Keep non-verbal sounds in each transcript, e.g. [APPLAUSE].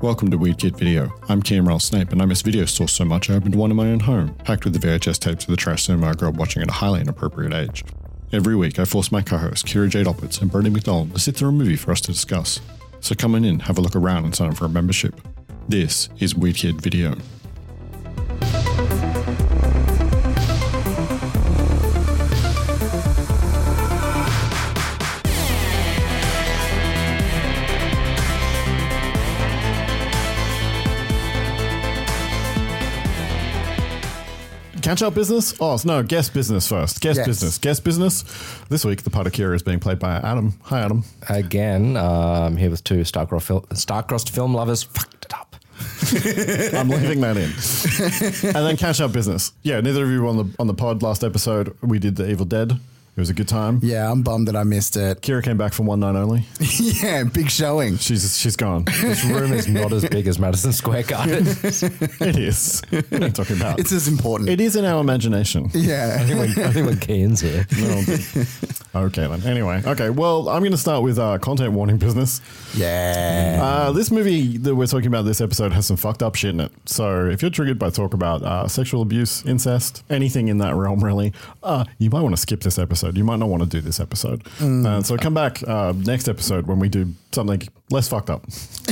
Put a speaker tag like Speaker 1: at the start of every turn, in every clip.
Speaker 1: Welcome to Weird Kid Video. I'm Camrell Snape, and I miss video stores so much I opened one in my own home, packed with the VHS tapes of the trash cinema I grew up watching at a highly inappropriate age. Every week, I force my co hosts, Kira Jade Opitz and Brendan McDonald, to sit through a movie for us to discuss. So come on in, have a look around, and sign up for a membership. This is Weird Kid Video. Catch up business? Oh, no, guest business first. Guest
Speaker 2: Yes.
Speaker 1: business. Guest business. This week, the part of Kira is being played by Adam. Hi, Adam.
Speaker 3: again. Um, here with two star-crossed, fil- star-crossed film lovers fucked it up.
Speaker 1: [LAUGHS] I'm leaving that in. and then catch up business. Yeah, neither of you were on the on the pod last episode. We did the Evil Dead. It was a good time.
Speaker 2: Yeah, I'm bummed that I missed it.
Speaker 1: Kira came back for one night only.
Speaker 2: [LAUGHS] yeah, big showing.
Speaker 1: She's she's gone.
Speaker 3: This room is not as big as Madison Square
Speaker 1: [LAUGHS]
Speaker 3: Garden.
Speaker 1: it is. What are you talking about?
Speaker 2: It's as important.
Speaker 1: it is in our imagination.
Speaker 3: I
Speaker 2: yeah.
Speaker 3: think when, I think when Keane's here.
Speaker 1: No. okay then. Anyway, okay. Well, I'm going to start with uh, content warning business.
Speaker 2: Yeah.
Speaker 1: Uh, this movie that we're talking about this episode has some fucked up shit in it. So if you're triggered by talk about uh, sexual abuse, incest, anything in that realm, really, uh, you might want to skip this episode. You might not want to do this episode.
Speaker 3: Mm.
Speaker 1: Uh, so come back uh, next episode when we do something less fucked up.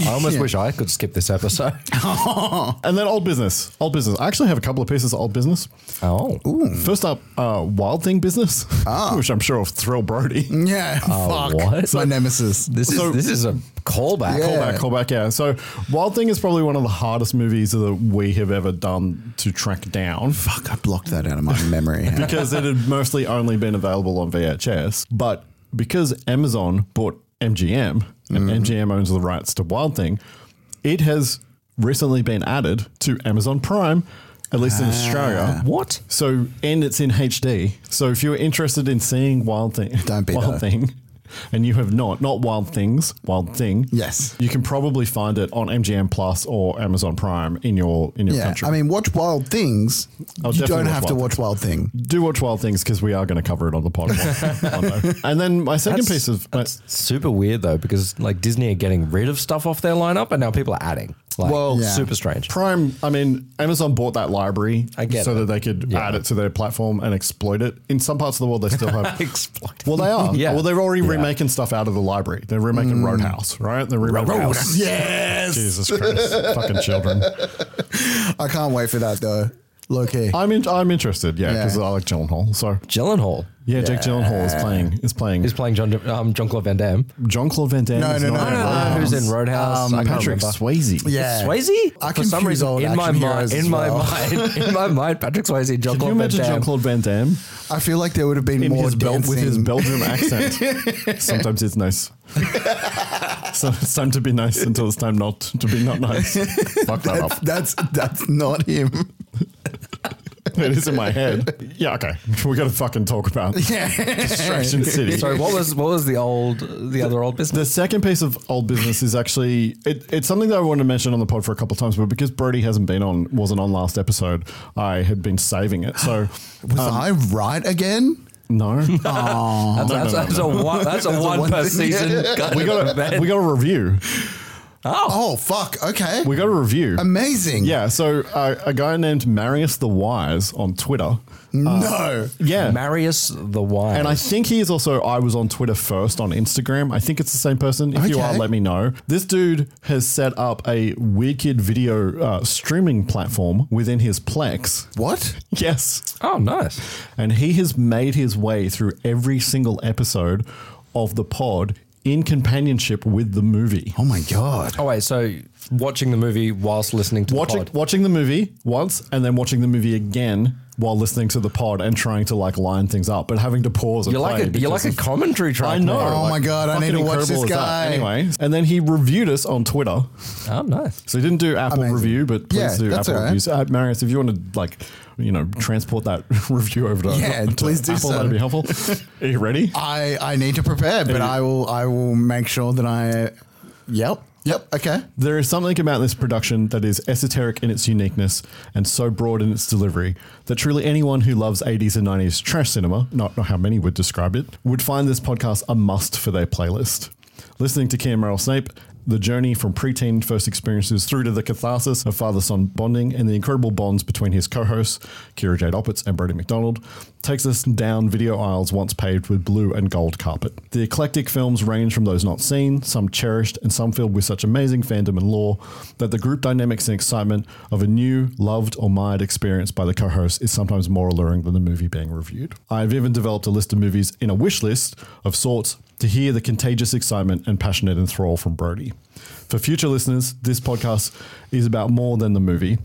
Speaker 3: I almost wish I could skip this episode.
Speaker 1: [LAUGHS] And then old business. Old business. I actually have a couple of pieces of old business.
Speaker 3: Oh, Ah.
Speaker 1: First up, uh, Wild Thing business, [LAUGHS] which I'm sure will thrill
Speaker 3: [LAUGHS]
Speaker 1: Brody. Uh,
Speaker 2: yeah. Fuck.
Speaker 3: what?
Speaker 2: It's my nemesis.
Speaker 3: this is
Speaker 1: So-
Speaker 3: this is a callback.
Speaker 2: Yeah.
Speaker 1: Callback, callback, yeah. So, Wild Thing is probably one of the hardest movies that we have ever done to track down.
Speaker 2: Fuck, I blocked that out of my memory.
Speaker 1: [LAUGHS] because it had mostly only been available on VHS. But because Amazon bought MGM and
Speaker 2: Mm.
Speaker 1: MGM owns the rights to Wild Thing, it has recently been added to Amazon Prime, at least in Australia.
Speaker 2: Ah.
Speaker 3: What?
Speaker 1: So, and it's in HD. So, if you're interested in seeing Wild Thing,
Speaker 2: Don't be
Speaker 1: Wild
Speaker 2: though.
Speaker 1: Thing, and you have not, not Wild Things, Wild Thing.
Speaker 2: Yes.
Speaker 1: You can probably find it on MGM Plus or Amazon Prime in your in your
Speaker 2: Yeah.
Speaker 1: country.
Speaker 2: I mean, watch Wild Things.
Speaker 1: I'll
Speaker 2: you
Speaker 1: definitely
Speaker 2: don't
Speaker 1: watch
Speaker 2: have to
Speaker 1: Wild
Speaker 2: watch Wild Thing.
Speaker 1: do watch Wild Things because we are going to cover it on the
Speaker 2: [LAUGHS]
Speaker 1: podcast. Oh, and then my second piece of my-
Speaker 3: Super weird though, because like Disney are getting rid of stuff off their lineup, and now people are adding. Like,
Speaker 1: Well,
Speaker 3: well,
Speaker 2: Yeah.
Speaker 3: super strange.
Speaker 1: Prime, I mean, Amazon bought that library
Speaker 3: I get
Speaker 1: so
Speaker 3: it.
Speaker 1: that they could
Speaker 3: Yeah.
Speaker 1: add it to their platform and exploit it. In some parts of the world, they still
Speaker 3: [LAUGHS]
Speaker 1: have.
Speaker 3: Exploit.
Speaker 1: Well, they are.
Speaker 3: Yeah.
Speaker 1: Well, they're already
Speaker 3: Yeah. Mm.
Speaker 1: remaking stuff out of the library. They're remaking Roadhouse, right? They're remaking
Speaker 3: Roadhouse.
Speaker 1: Yes. Jesus
Speaker 2: [LAUGHS]
Speaker 1: Christ. Fucking children.
Speaker 2: I can't wait for that, though. Low key.
Speaker 1: I'm in, I'm interested. Yeah,
Speaker 2: Yeah.
Speaker 1: because I like Gyllenhaal. So
Speaker 3: Gyllenhaal
Speaker 1: yeah, Jake Gyllenhaal is playing. Is playing.
Speaker 3: is playing John um, John Claude Van Damme.
Speaker 1: John Claude Van Damme?
Speaker 2: No,
Speaker 1: is
Speaker 2: no,
Speaker 1: not
Speaker 2: no,
Speaker 1: in
Speaker 2: no, no,
Speaker 1: Roadhouse.
Speaker 2: no.
Speaker 3: Who's in Roadhouse? I can't
Speaker 1: Patrick
Speaker 3: remember.
Speaker 1: Swayze.
Speaker 2: yeah.
Speaker 3: Swayze?
Speaker 2: I
Speaker 3: For some
Speaker 2: confuse
Speaker 3: reason,
Speaker 2: old
Speaker 3: in my
Speaker 2: action heroes
Speaker 3: mind,
Speaker 2: as
Speaker 3: in my
Speaker 2: well.
Speaker 3: mind, [LAUGHS] in my mind, Patrick Swayze, John
Speaker 1: Can you
Speaker 3: Claude Van
Speaker 1: imagine Jean
Speaker 3: Damme.
Speaker 1: Claude Van Damme
Speaker 2: I feel like there would have been
Speaker 1: in
Speaker 2: more
Speaker 1: his Bel-
Speaker 2: dancing.
Speaker 1: with his
Speaker 2: [LAUGHS]
Speaker 1: Belgium accent? Sometimes it's nice. so it's time to be nice until it's time not to be not
Speaker 2: [LAUGHS]
Speaker 1: nice. Fuck that up.
Speaker 2: that's that's not him.
Speaker 1: It is in my head. Yeah, okay. [LAUGHS] We got to fucking talk about Distraction City.
Speaker 3: Sorry, what was what was the old the other old
Speaker 1: The
Speaker 3: business?
Speaker 1: second piece of old business is actually it, it's something that I wanted to mention on the pod for a couple of times, but because Brody hasn't been on, wasn't on last episode, I had been saving it. So um,
Speaker 2: Was I right again?
Speaker 1: no,
Speaker 3: That's, that's, that's a one that's a one,
Speaker 2: one
Speaker 3: per
Speaker 2: thing.
Speaker 3: season. kind
Speaker 1: we
Speaker 3: of
Speaker 1: got a,
Speaker 3: event.
Speaker 1: we got a review.
Speaker 2: Oh fuck. Okay.
Speaker 1: We got a review.
Speaker 2: Amazing.
Speaker 1: Yeah, so uh, a guy named Marius the Wise on Twitter. uh,
Speaker 2: No.
Speaker 1: Yeah.
Speaker 3: Marius the Wise.
Speaker 1: and I think he is also, I was on Twitter first on Instagram. I think it's the same person. If you
Speaker 2: Okay.
Speaker 1: are, let me know. This dude has set up a Weird Kid video uh, streaming platform within his Plex.
Speaker 2: What?
Speaker 1: Yes.
Speaker 3: oh, nice.
Speaker 1: And he has made his way through every single episode of the pod in companionship with the movie.
Speaker 2: Oh my god.
Speaker 3: Oh wait, so watching the movie whilst listening to
Speaker 1: Watching,
Speaker 3: the pod.
Speaker 1: watching the movie once and then watching the movie again while listening to the pod and trying to like line things up, but having to pause and
Speaker 3: You're
Speaker 1: play
Speaker 3: like a, you're
Speaker 1: because
Speaker 3: like a
Speaker 1: of-
Speaker 3: commentary track.
Speaker 1: I know.
Speaker 3: now.
Speaker 2: Oh my God, I need
Speaker 1: fucking
Speaker 2: to watch this
Speaker 1: incredible is that?
Speaker 2: guy.
Speaker 1: Anyway, and then he reviewed us on Twitter.
Speaker 3: Oh, nice.
Speaker 1: So he didn't do Apple
Speaker 2: Amazing.
Speaker 1: review, but please
Speaker 2: Yeah,
Speaker 1: do
Speaker 2: that's
Speaker 1: Apple
Speaker 2: all right.
Speaker 1: reviews. Uh, Marius, if you want to like, you know, transport that [LAUGHS] review over to,
Speaker 2: Yeah,
Speaker 1: to
Speaker 2: please do
Speaker 1: Apple,
Speaker 2: so.
Speaker 1: that'd be helpful.
Speaker 2: [LAUGHS]
Speaker 1: Are you ready?
Speaker 2: I I need to prepare, but I will I will make sure that I. Yep. Yep. Okay.
Speaker 1: There is something about this production that is esoteric in its uniqueness and so broad in its delivery that truly anyone who loves 80s and 90s trash cinema, not, not how many would describe it, would find this podcast a must for their playlist. Listening to Cam Merrill Snape The journey from preteen first experiences through to the catharsis of father son bonding and the incredible bonds between his co hosts, Kira Jade Opitz and Brody McDonald, takes us down video aisles once paved with blue and gold carpet. The eclectic films range from those not seen, some cherished, and some filled with such amazing fandom and lore that the group dynamics and excitement of a new, loved, or mired experience by the co host is sometimes more alluring than the movie being reviewed. I've even developed a list of movies in a wish list of sorts to hear the contagious excitement and passionate enthrall from Brody. For future listeners, this podcast is about more than the movie,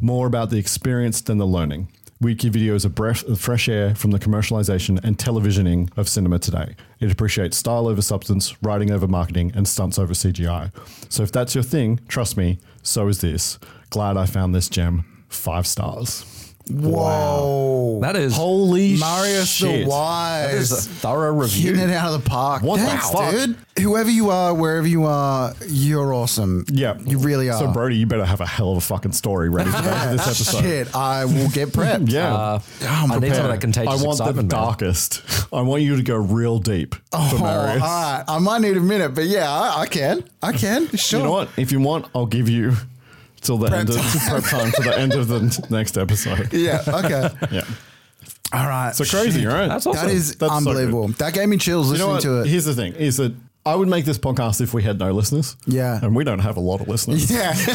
Speaker 1: more about the experience than the learning. We give videos a breath of fresh air from the commercialization and televisioning of cinema today. It appreciates style over substance, writing over marketing, and stunts over CGI. So if that's your thing, trust me, so is this. Glad I found this gem. Five stars.
Speaker 2: Whoa.
Speaker 3: That is
Speaker 1: Holy
Speaker 2: Mario
Speaker 1: shit.
Speaker 2: the Wise.
Speaker 3: that is a thorough review.
Speaker 2: Hitting it out of the park.
Speaker 1: What the
Speaker 2: Thanks,
Speaker 1: fuck?
Speaker 2: dude. Whoever you are, wherever you are, you're awesome.
Speaker 1: Yeah,
Speaker 2: You really are.
Speaker 1: So Brody, you better have a hell of a fucking story ready for this episode.
Speaker 2: [LAUGHS] Shit, I will get prepped.
Speaker 1: [LAUGHS]
Speaker 2: Oh,
Speaker 1: Yeah.
Speaker 3: Uh,
Speaker 2: I'm
Speaker 3: I need some of that
Speaker 1: I
Speaker 3: contagious
Speaker 1: want the
Speaker 3: excitement. man.
Speaker 1: darkest. I want you to go real deep for
Speaker 2: Oh, all
Speaker 1: Marius.
Speaker 2: right. I might need a minute, but yeah, I, I can. I can. Sure.
Speaker 1: [LAUGHS] You know what? If you want, I'll give you till the end of
Speaker 2: time.
Speaker 1: prep time to the end of the n- next episode.
Speaker 2: Yeah. Okay.
Speaker 1: Yeah.
Speaker 2: all right.
Speaker 1: So crazy, right?
Speaker 3: That's
Speaker 2: That
Speaker 3: awesome.
Speaker 2: is
Speaker 1: That's so
Speaker 2: unbelievable. that gave me chills
Speaker 1: You know
Speaker 2: listening
Speaker 1: what?
Speaker 2: to it.
Speaker 1: Here's the thing: is that I would make this podcast if we had no listeners.
Speaker 2: Yeah.
Speaker 1: And we don't have a lot of
Speaker 2: [LAUGHS]
Speaker 1: listeners.
Speaker 2: yeah.
Speaker 1: [LAUGHS]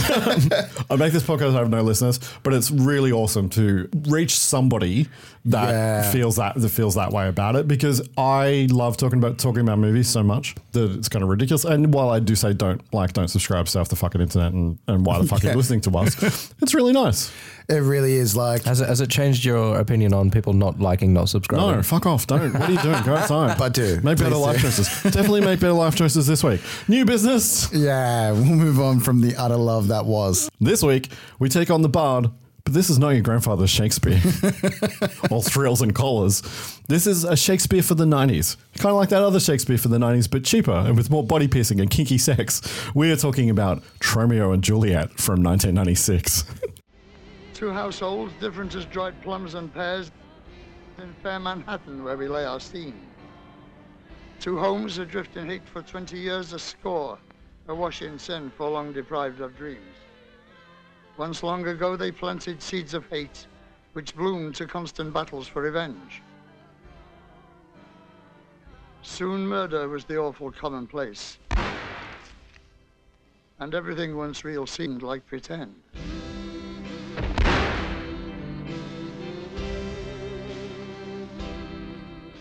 Speaker 1: I make this podcast. I have no listeners, but it's really awesome to reach somebody that
Speaker 2: Yeah.
Speaker 1: feels that that feels that way about it because I love talking about talking about movies so much that it's kind of ridiculous. And while I do say don't like, don't subscribe, stay off the fucking internet, and, and why the fuck are
Speaker 2: Yeah.
Speaker 1: you listening to us? It's really nice.
Speaker 2: it really is like.
Speaker 3: Has it, has it changed your opinion on people not liking, not subscribing?
Speaker 1: No, fuck off. Don't. What are you doing? Go outside.
Speaker 2: [LAUGHS] But do.
Speaker 1: make better
Speaker 2: Please
Speaker 1: life
Speaker 2: do.
Speaker 1: choices. Definitely make better life choices this week. New business.
Speaker 2: Yeah, we'll move on from the utter love that was.
Speaker 1: This week, we take on the bard, but this is not your grandfather's
Speaker 2: [LAUGHS]
Speaker 1: Shakespeare or thrills and collars. This is a Shakespeare for the 90s. Kind of like that other Shakespeare for the 90s, but cheaper and with more body piercing and kinky sex. We are talking about Romeo and Juliet from 1996.
Speaker 4: Two households, differences dried plums and pears in fair Manhattan where we lay our steam. Two homes adrift in hate for 20 years, a score, awash in sin for long deprived of dreams. Once long ago they planted seeds of hate, which bloomed to constant battles for revenge. Soon murder was the awful commonplace, and everything once real seemed like pretend.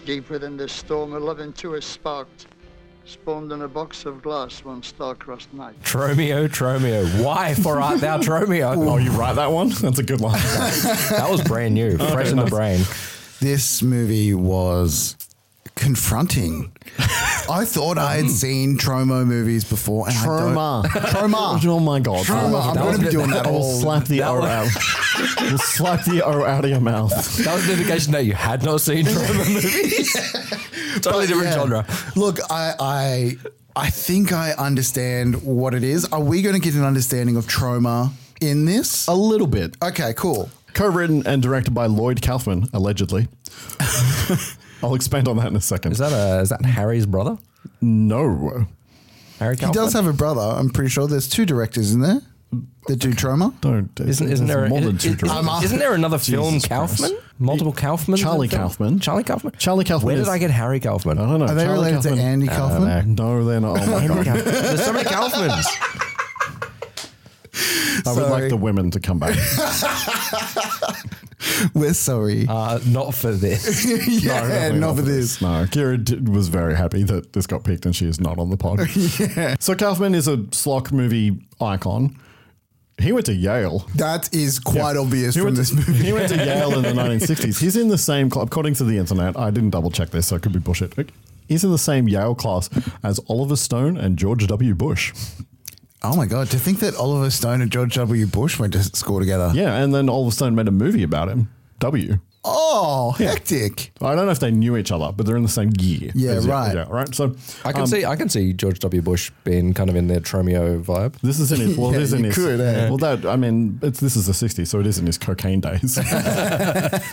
Speaker 4: Deep within this storm, a loving two is sparked, spawned in a box of glass one star-crossed night.
Speaker 3: Tromeo, Tromeo. Why for art thou Tromeo?
Speaker 1: oh, you write that one? That's a good line.
Speaker 3: that
Speaker 1: [LAUGHS]
Speaker 3: was brand new, fresh in the brain.
Speaker 2: This movie was confronting. I thought I had seen Tromo movies before. And
Speaker 1: Trauma.
Speaker 2: Trauma.
Speaker 1: Oh my god.
Speaker 2: Trauma.
Speaker 1: I love
Speaker 2: I'm
Speaker 1: it.
Speaker 2: gonna
Speaker 3: was
Speaker 2: be
Speaker 3: a-
Speaker 2: doing
Speaker 1: I
Speaker 2: that
Speaker 1: will
Speaker 2: all. [LAUGHS]
Speaker 1: slap the O out. We'll slap the O out of your mouth.
Speaker 3: That was an indication that you had not
Speaker 2: [LAUGHS]
Speaker 3: seen Tromeo movies. totally different
Speaker 2: Yeah.
Speaker 3: genre.
Speaker 2: Look, I, I, I think I understand what it is. Are we going to get an understanding of trauma in this?
Speaker 1: A little bit.
Speaker 2: Okay, cool.
Speaker 1: Co-written and directed by Lloyd Kaufman, allegedly. I'll expand on that in a second.
Speaker 3: Is that a, is that Harry's brother?
Speaker 1: no?
Speaker 3: Harry
Speaker 2: He
Speaker 3: Kaufman?
Speaker 2: does have a brother. I'm pretty sure there's two directors in there that do trauma.
Speaker 1: Don't.
Speaker 3: Isn't, isn't there
Speaker 1: there's more
Speaker 3: is-
Speaker 1: than two
Speaker 3: is-
Speaker 1: directors.
Speaker 2: I'm-
Speaker 3: isn't there another film
Speaker 1: Jesus Christ.
Speaker 3: Kaufman? Multiple Kaufmans?
Speaker 1: Charlie
Speaker 3: in films?
Speaker 1: Kaufman.
Speaker 3: Charlie Kaufman.
Speaker 1: Charlie Kaufman
Speaker 3: Where
Speaker 1: is-
Speaker 3: did I get Harry Kaufman?
Speaker 1: I don't know.
Speaker 2: Are they
Speaker 1: Charlie
Speaker 2: related to
Speaker 1: Kaufman?
Speaker 2: Andy Kaufman?
Speaker 1: No, they're not. Oh my god!
Speaker 3: Kaufman. There's so many Kaufmans.
Speaker 1: I would
Speaker 2: Sorry.
Speaker 1: like the women to come back.
Speaker 2: We're sorry.
Speaker 3: Uh, not for
Speaker 4: [LAUGHS]
Speaker 3: this.
Speaker 2: yeah,
Speaker 1: definitely
Speaker 2: not for this.
Speaker 1: No, Kira did, was very happy that this got picked and she is not on the pod. So Kaufman is a slock movie icon. He went to Yale.
Speaker 2: That is quite obvious
Speaker 1: He
Speaker 2: from
Speaker 1: went,
Speaker 2: this
Speaker 1: to,
Speaker 2: movie.
Speaker 1: he went to Yale in the 1960s. He's in the same club, according to the internet. I didn't double check this, so it could be bullshit. He's in the same Yale class as Oliver Stone and George W. Bush.
Speaker 2: Oh my god! To think that Oliver Stone and George W. Bush [LAUGHS] went to school together.
Speaker 1: Yeah, and then Oliver Stone made a movie about him. W.
Speaker 2: Oh, hectic!
Speaker 1: I don't know if they knew each other, but they're in the same year.
Speaker 2: Yeah,
Speaker 1: as you-
Speaker 2: right.
Speaker 1: Yeah, right. So
Speaker 3: I can
Speaker 1: um,
Speaker 3: see I can see George W. Bush being kind of in their Tromeo vibe.
Speaker 1: This is in his. Well,
Speaker 2: [LAUGHS] Yeah,
Speaker 1: this is in
Speaker 2: you
Speaker 1: his.
Speaker 2: could, eh?
Speaker 1: Well, that I mean, it's, this is the '60s, so it is in his
Speaker 2: [LAUGHS]
Speaker 1: cocaine days,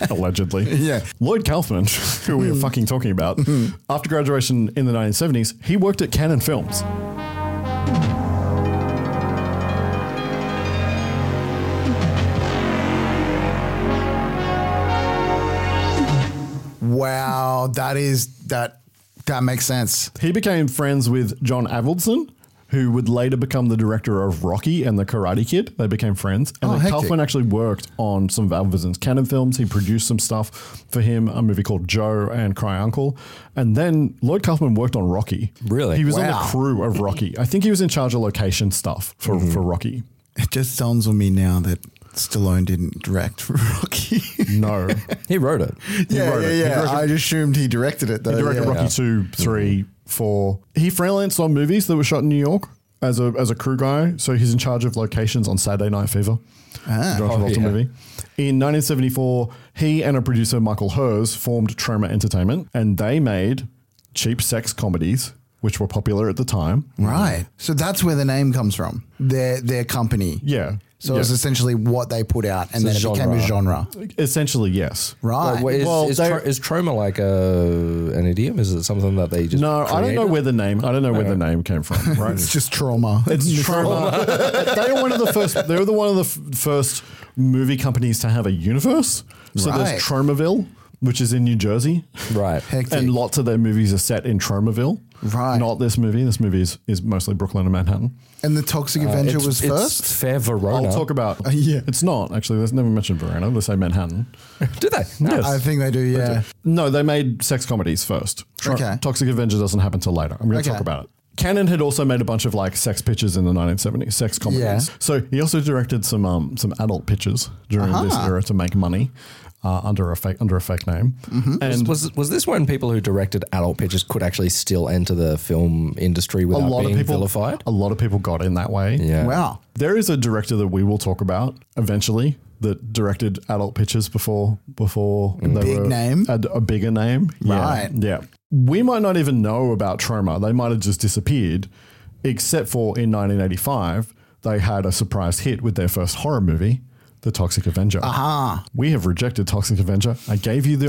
Speaker 1: [LAUGHS] allegedly.
Speaker 2: Yeah. Hmm.
Speaker 1: Lloyd Kaufman, [LAUGHS] who we are fucking talking about, after graduation in the 1970s, he worked at Canon Films.
Speaker 2: Wow, that is that that makes sense.
Speaker 1: He became friends with John Avildsen, who would later become the director of Rocky and the Karate Kid. They became friends. And
Speaker 2: Oh,
Speaker 1: then
Speaker 2: hectic.
Speaker 1: Kaufman actually worked on some of Avildsen's canon films. He produced some stuff for him, a movie called Joe and Cry Uncle. And then Lloyd Kaufman worked on Rocky.
Speaker 3: Really?
Speaker 1: He was on
Speaker 2: Wow.
Speaker 1: the crew of Rocky. I think he was in charge of location stuff for, for Rocky.
Speaker 2: Mm-hmm. It just dawns on me now that Stallone didn't direct [LAUGHS] Rocky. [LAUGHS]
Speaker 1: No.
Speaker 3: He wrote it.
Speaker 2: yeah,
Speaker 1: wrote
Speaker 2: yeah,
Speaker 1: it. He
Speaker 2: yeah.
Speaker 1: directed-
Speaker 2: I assumed he directed it though.
Speaker 1: He directed
Speaker 2: yeah.
Speaker 1: Rocky two, three, four. He freelanced on movies that were shot in New York as a as a crew guy. So he's in charge of locations on Saturday Night Fever, ah, John
Speaker 2: oh,
Speaker 1: Travolta
Speaker 3: Oh, yeah.
Speaker 1: movie. In 1974, he and a producer Michael Hers formed Troma Entertainment, and they made cheap sex comedies, which were popular at
Speaker 2: [LAUGHS]
Speaker 1: the time.
Speaker 2: Right. So that's where the name comes from. Their their company.
Speaker 1: Yeah.
Speaker 2: So
Speaker 1: yeah.
Speaker 2: it's essentially what they put out, and then
Speaker 3: It's
Speaker 2: it
Speaker 3: a
Speaker 2: became a genre.
Speaker 1: essentially yes.
Speaker 2: Right.
Speaker 3: Like, what is,
Speaker 1: Well,
Speaker 3: is,
Speaker 1: they-
Speaker 3: tra- is trauma like a, an idiom? Is it something that they just.
Speaker 1: No, I don't know where the name. I don't know where the name came from. Right.
Speaker 2: it's just trauma.
Speaker 1: It's trauma.
Speaker 2: [LAUGHS]
Speaker 1: [LAUGHS] they were one of the first. They were the one of the f- first movie companies to have a universe. So
Speaker 2: Right.
Speaker 1: there's Tromaville, which is in New Jersey,
Speaker 3: Right.
Speaker 2: Hectic.
Speaker 1: and lots of their movies are set in Tromaville.
Speaker 2: Right.
Speaker 1: Not this movie. This movie is, is mostly Brooklyn and Manhattan.
Speaker 2: and the
Speaker 1: [LAUGHS] Uh,
Speaker 2: Toxic Avenger was first.
Speaker 3: Fair Verona.
Speaker 1: I'll talk about.
Speaker 2: [LAUGHS] yeah.
Speaker 1: It's not actually. There's never mentioned Verona. They say Manhattan.
Speaker 3: Do they? No.
Speaker 2: I think they do. Yeah.
Speaker 1: No, they made sex comedies first. Tro-
Speaker 2: Okay.
Speaker 1: Toxic Avenger doesn't happen till later. I'm going to
Speaker 2: Okay.
Speaker 1: talk about it. Cannon had also made a bunch of like sex pictures in the 1970s, sex comedies.
Speaker 2: Yeah.
Speaker 1: So he also directed some um, some adult pictures during this
Speaker 2: Uh-huh.
Speaker 1: era to make money uh, under a fake under a fake name.
Speaker 2: Mm-hmm.
Speaker 1: And
Speaker 3: Was, was this when people who directed adult pictures could actually still enter the film industry
Speaker 1: a
Speaker 3: without
Speaker 1: lot
Speaker 3: being
Speaker 1: of people
Speaker 3: vilified?
Speaker 1: a lot of people got in that way.
Speaker 3: Yeah.
Speaker 2: Wow.
Speaker 1: There is a director that we will talk about eventually that directed adult pictures before before they
Speaker 2: Big
Speaker 1: were
Speaker 2: name.
Speaker 1: a, a bigger name. Yeah.
Speaker 2: Right.
Speaker 1: Yeah. We might not even know about Troma. They might have just disappeared, except for in 1985 they had a surprise hit with their first horror movie. The Toxic Avenger. Aha. We have rejected Toxic Avenger. I gave you the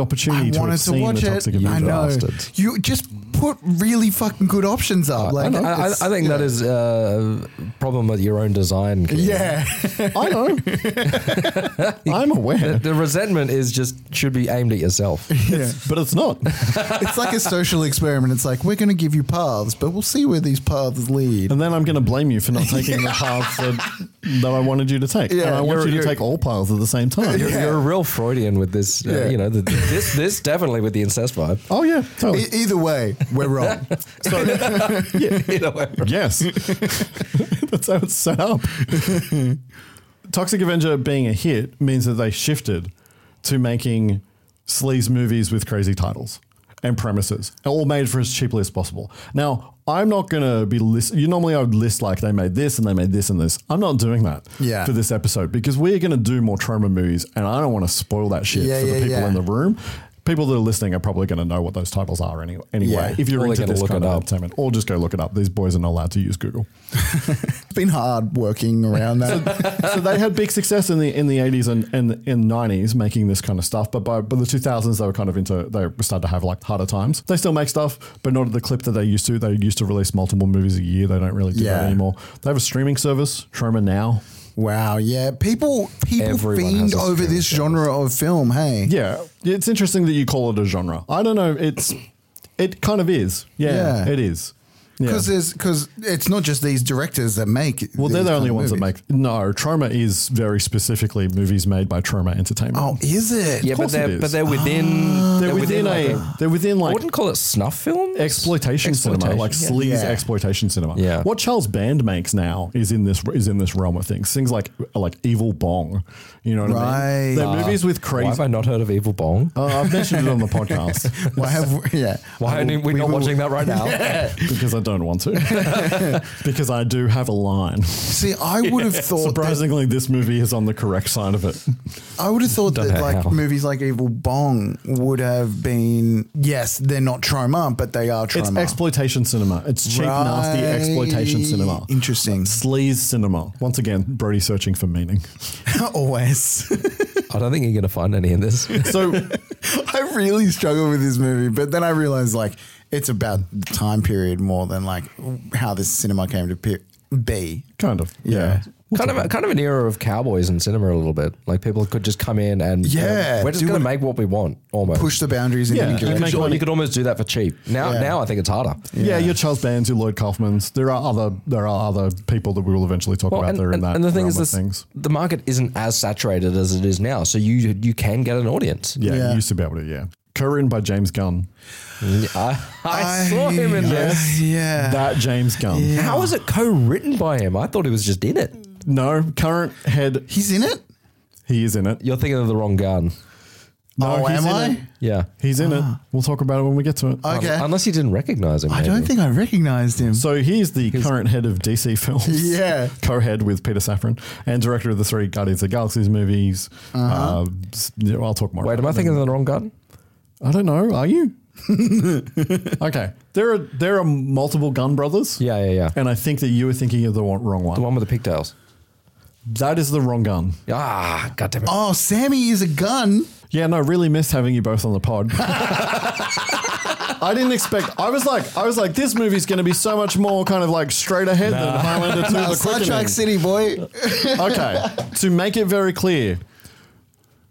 Speaker 2: Uh-huh.
Speaker 1: opportunity
Speaker 2: I
Speaker 1: to
Speaker 2: wanted
Speaker 1: have
Speaker 2: to
Speaker 1: seen
Speaker 2: watch
Speaker 1: the
Speaker 2: it.
Speaker 1: Toxic Avenger.
Speaker 2: I know.
Speaker 3: bastards.
Speaker 2: You just put really fucking good options up.
Speaker 3: I,
Speaker 2: Like,
Speaker 3: I, I, I
Speaker 2: it's-
Speaker 3: think
Speaker 2: [LAUGHS]
Speaker 3: that is uh, a problem with your own design. Keith.
Speaker 2: Yeah.
Speaker 3: [LAUGHS]
Speaker 1: I know. I'm aware.
Speaker 3: The resentment is just should be aimed at
Speaker 1: [LAUGHS]
Speaker 3: yourself.
Speaker 1: But it's [LAUGHS] not.
Speaker 2: it's like a social experiment. It's like we're going to give you paths, but we'll see where these paths lead.
Speaker 1: And then I'm going to blame you for not taking the paths that, that I wanted you to take.
Speaker 2: [LAUGHS] Yeah,
Speaker 1: and I want
Speaker 2: you're-
Speaker 1: you to
Speaker 2: you're-
Speaker 1: take all paths at the same time.
Speaker 3: uh, You're, you're a real Freudian with this, uh,
Speaker 2: Yeah.
Speaker 3: you know, the, this this definitely with the incest vibe.
Speaker 1: Oh, yeah, totally.
Speaker 2: E- either way, we're
Speaker 1: [LAUGHS]
Speaker 2: wrong.
Speaker 3: [LAUGHS]
Speaker 1: yes. That's how it's set up. [LAUGHS] Toxic Avenger being a hit means that they shifted to making sleaze movies with crazy titles and premises, all made for as cheaply as possible. Now, I'm not going to be list. You normally I would list like they made this and they made this and this. I'm not doing that
Speaker 2: Yeah.
Speaker 1: for this episode because we're going to do more trauma movies and I don't want to spoil that shit
Speaker 2: Yeah,
Speaker 1: for the
Speaker 2: yeah,
Speaker 1: people
Speaker 2: yeah.
Speaker 1: in the room. People that are listening are probably going to know what those titles are any- anyway.
Speaker 2: Yeah.
Speaker 1: If you're
Speaker 3: Or they're
Speaker 1: into
Speaker 3: gonna
Speaker 1: this
Speaker 3: look
Speaker 1: kind
Speaker 3: it
Speaker 1: of
Speaker 3: up.
Speaker 1: entertainment, or just go look it up. These boys are not allowed to use Google.
Speaker 2: It's been hard working around
Speaker 1: [LAUGHS]
Speaker 2: that.
Speaker 1: so they had big success in the in the eighties and and and nineties making this kind of stuff. But by, by the two thousands, they were kind of into they started to have like harder times. They still make stuff, but not at the clip that they used to. They used to release multiple movies a year. They don't really do that
Speaker 2: Yeah.
Speaker 1: anymore. They have a streaming service, Troma Now.
Speaker 2: wow. Yeah. People people
Speaker 3: Everyone has
Speaker 2: fiend
Speaker 3: a
Speaker 2: over this
Speaker 3: streaming
Speaker 2: genre of film. Hey.
Speaker 1: Yeah, it's interesting that you call it a genre. I don't know. It's it kind of is. Yeah,
Speaker 2: Yeah.
Speaker 1: it is. Yeah.
Speaker 2: Because there's because it's not just these directors that make.
Speaker 1: Well, they're the only ones that make. No, Troma is very specifically movies made by Troma Entertainment.
Speaker 2: Oh, is it? Ah.
Speaker 3: Yeah,
Speaker 1: course
Speaker 3: but
Speaker 1: it
Speaker 3: they're
Speaker 1: is.
Speaker 3: but they're within
Speaker 1: they're, within,
Speaker 3: like
Speaker 1: a, They're within
Speaker 3: I
Speaker 1: like
Speaker 3: wouldn't call it snuff films.
Speaker 1: exploitation, cinema, like
Speaker 3: Exploitation,
Speaker 1: sleaze
Speaker 2: Yeah.
Speaker 1: exploitation cinema.
Speaker 3: Yeah.
Speaker 1: What Charles Band makes now is in this is in this realm of things. Things like like Evil Bong, you know what I mean?
Speaker 2: Right.
Speaker 1: They're movies with
Speaker 3: Ah. Why have
Speaker 1: crazy.
Speaker 3: I
Speaker 1: I-
Speaker 3: not heard of Evil Bong?
Speaker 1: Uh, I've mentioned
Speaker 2: [LAUGHS]
Speaker 1: it on the podcast
Speaker 2: Why have yeah?
Speaker 3: Why are we,
Speaker 2: We
Speaker 3: not
Speaker 2: will-
Speaker 3: watching that right
Speaker 2: [LAUGHS]
Speaker 1: [LAUGHS]
Speaker 3: now?
Speaker 1: because I don't want to.
Speaker 3: [LAUGHS]
Speaker 1: because I do have a line.
Speaker 2: See, I would have thought. that-
Speaker 1: Surprisingly, this movie is on the correct side of it.
Speaker 2: I would have thought
Speaker 3: Don't
Speaker 2: that
Speaker 3: know
Speaker 2: like
Speaker 3: how.
Speaker 2: movies like Evil Bong would have been yes, they're not trauma, but they are
Speaker 1: It's
Speaker 2: trauma.
Speaker 1: exploitation cinema. It's cheap, nasty
Speaker 2: Right.
Speaker 1: exploitation cinema.
Speaker 2: Interesting.
Speaker 1: Sleaze cinema. Once again, Brody searching for meaning.
Speaker 2: [LAUGHS] Always.
Speaker 3: [LAUGHS] I don't think you're gonna find any in this.
Speaker 1: So
Speaker 2: [LAUGHS] I really struggle with this movie, but then I realized like it's about the time period more than like how this cinema came to pe- be.
Speaker 1: Kind of. Yeah.
Speaker 2: Yeah.
Speaker 3: kind of a, kind of an era of cowboys in cinema a little bit. Like people could just come in and
Speaker 2: Yeah,
Speaker 3: we're just
Speaker 2: do
Speaker 3: gonna
Speaker 2: it.
Speaker 3: make what we want almost.
Speaker 2: Push the boundaries in
Speaker 1: Yeah,
Speaker 2: any
Speaker 1: and
Speaker 2: direction.
Speaker 1: make
Speaker 3: Sure,
Speaker 1: money.
Speaker 3: you could almost do that for cheap. Now, now I think it's harder.
Speaker 1: Yeah, your Charles Bands, your Lloyd Kaufmans. There are other there are other people that we will eventually talk about.
Speaker 3: and,
Speaker 1: that are in
Speaker 3: and-
Speaker 1: that
Speaker 3: and the thing
Speaker 1: realm
Speaker 3: is,
Speaker 1: of
Speaker 3: this,
Speaker 1: things.
Speaker 3: the market isn't as saturated as it is now, so you you can get an audience.
Speaker 1: Yeah,
Speaker 2: Yeah.
Speaker 1: you used to be able to. Yeah, co-written by James Gunn.
Speaker 3: I, I saw him in this.
Speaker 2: Yeah.
Speaker 1: That James Gunn.
Speaker 3: How was it co-written by him? I thought he was just in it.
Speaker 1: No, current head.
Speaker 2: He's in it?
Speaker 1: He is in it.
Speaker 3: You're thinking of the wrong gun.
Speaker 1: No,
Speaker 2: oh, am
Speaker 1: he's in
Speaker 2: I? Ah.
Speaker 1: it.
Speaker 3: Yeah.
Speaker 1: He's in it. We'll talk about it when we get to it.
Speaker 2: Okay.
Speaker 3: Unless you didn't recognize him.
Speaker 2: I don't
Speaker 3: maybe.
Speaker 2: think I recognized him.
Speaker 1: So he's the current head of DC Films.
Speaker 2: Yeah.
Speaker 1: [LAUGHS] Co-head with Peter Safran and director of the three Guardians of the Galaxies movies.
Speaker 2: Uh-huh.
Speaker 1: Uh, s- yeah, I'll talk more.
Speaker 3: Wait, am
Speaker 1: about
Speaker 3: I
Speaker 1: it.
Speaker 3: thinking of the wrong gun?
Speaker 1: I don't know. Are
Speaker 3: [LAUGHS]
Speaker 1: you? okay. There are there are multiple Gun brothers.
Speaker 3: Yeah, yeah, yeah.
Speaker 1: And I think that you were thinking of the one- wrong one.
Speaker 3: The one with the pigtails.
Speaker 1: That is the wrong gun.
Speaker 3: Ah, goddamn it.
Speaker 2: oh, Sammy is a gun.
Speaker 1: Yeah, no, really miss having you both on the
Speaker 3: [LAUGHS]
Speaker 1: pod. I didn't expect. I was like, I was like, this movie's going to be so much more kind of like straight ahead than Highlander Two:
Speaker 2: [LAUGHS]
Speaker 1: The
Speaker 2: Star Trek
Speaker 1: Quickening.
Speaker 2: City, boy.
Speaker 1: Okay, to make it very clear,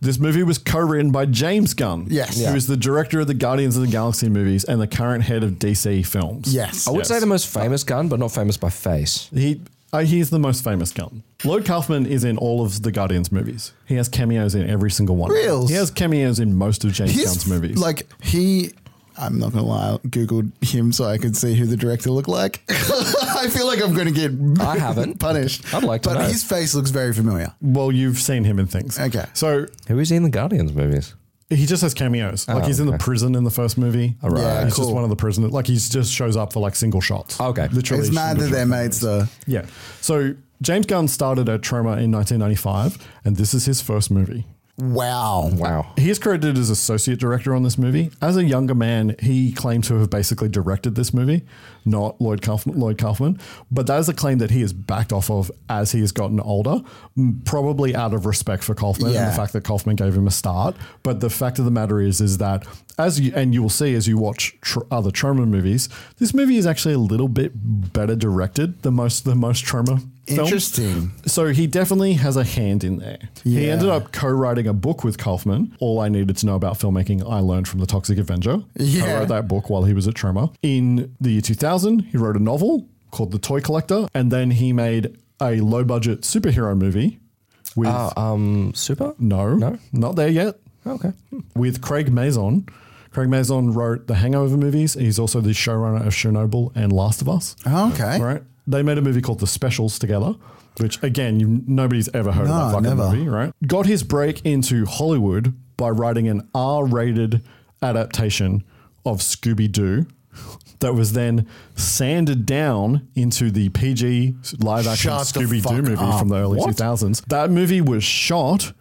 Speaker 1: this movie was co-written by James Gunn.
Speaker 2: Yes.
Speaker 1: who
Speaker 2: Yeah.
Speaker 1: is the director of the Guardians of the Galaxy movies and the current head of DC Films.
Speaker 2: Yes.
Speaker 3: I would
Speaker 1: yes.
Speaker 3: say the most famous gun, but not famous by face.
Speaker 1: He uh, he's the most famous gun. Lloyd Kaufman is in all of the Guardians movies. He has cameos in every single one.
Speaker 2: Reals?
Speaker 1: He has cameos in most of James Gunn's movies.
Speaker 2: Like, he. I'm not gonna lie. I Googled him so I could see who the director looked like. [LAUGHS] I feel like I'm gonna get
Speaker 3: I haven't.
Speaker 2: punished.
Speaker 3: I'd like to
Speaker 2: but
Speaker 3: know.
Speaker 2: his face looks very familiar.
Speaker 1: Well, you've seen him in things.
Speaker 2: Okay.
Speaker 1: So
Speaker 3: Who is he in the Guardians movies? Oh,
Speaker 1: he just has cameos. like he's in the
Speaker 3: okay.
Speaker 1: prison in the first movie. All
Speaker 2: right. Yeah,
Speaker 1: he's
Speaker 2: cool.
Speaker 1: just one of the prisoners. Like he just shows up for like single shots.
Speaker 3: Okay.
Speaker 1: Literally.
Speaker 2: It's mad
Speaker 1: single
Speaker 2: that they're
Speaker 1: shot.
Speaker 2: mates though.
Speaker 1: Yeah. So James Gunn started at Troma in 1995, and this is his first movie.
Speaker 2: Wow.
Speaker 3: Wow.
Speaker 1: He is credited as associate director on this movie. As a younger man, he claimed to have basically directed this movie, not Lloyd Kaufman. Lloyd Kaufman, but that is a claim that he has backed off of as he has gotten older, m- probably out of respect for Kaufman and
Speaker 2: Yeah.
Speaker 1: the fact that Kaufman gave him a start. But the fact of the matter is, is that as you and you will see as you watch tr- other Troma movies, this movie is actually a little bit better directed than most the most Troma. films.
Speaker 2: Interesting. [LAUGHS]
Speaker 1: So he definitely has a hand in there. He
Speaker 2: Yeah.
Speaker 1: ended up co-writing a book with Kaufman. All I needed to know about filmmaking, I learned from the Toxic Avenger.
Speaker 2: Yeah.
Speaker 1: co-wrote that book while he was at Tremor. In the year 2000, he wrote a novel called The Toy Collector, and then he made a low-budget superhero movie with
Speaker 3: Um, super?
Speaker 1: no,
Speaker 3: no?
Speaker 1: not there yet.
Speaker 3: Okay.
Speaker 1: With Craig Mazon. Craig Mazon wrote the Hangover movies. He's also the showrunner of Chernobyl and Last of Us.
Speaker 2: Oh, okay.
Speaker 1: All right. They made a movie called The Specials together, which again, you, nobody's ever heard of that
Speaker 2: No,
Speaker 1: fucking
Speaker 2: never.
Speaker 1: movie, right? Got his break into Hollywood by writing an R-rated adaptation of Scooby Doo. That was then sanded down into the PG live action
Speaker 2: Shut the
Speaker 1: Scooby
Speaker 2: fuck
Speaker 1: Doo movie
Speaker 2: up.
Speaker 1: from the early
Speaker 2: What?
Speaker 1: 2000s. That movie was shot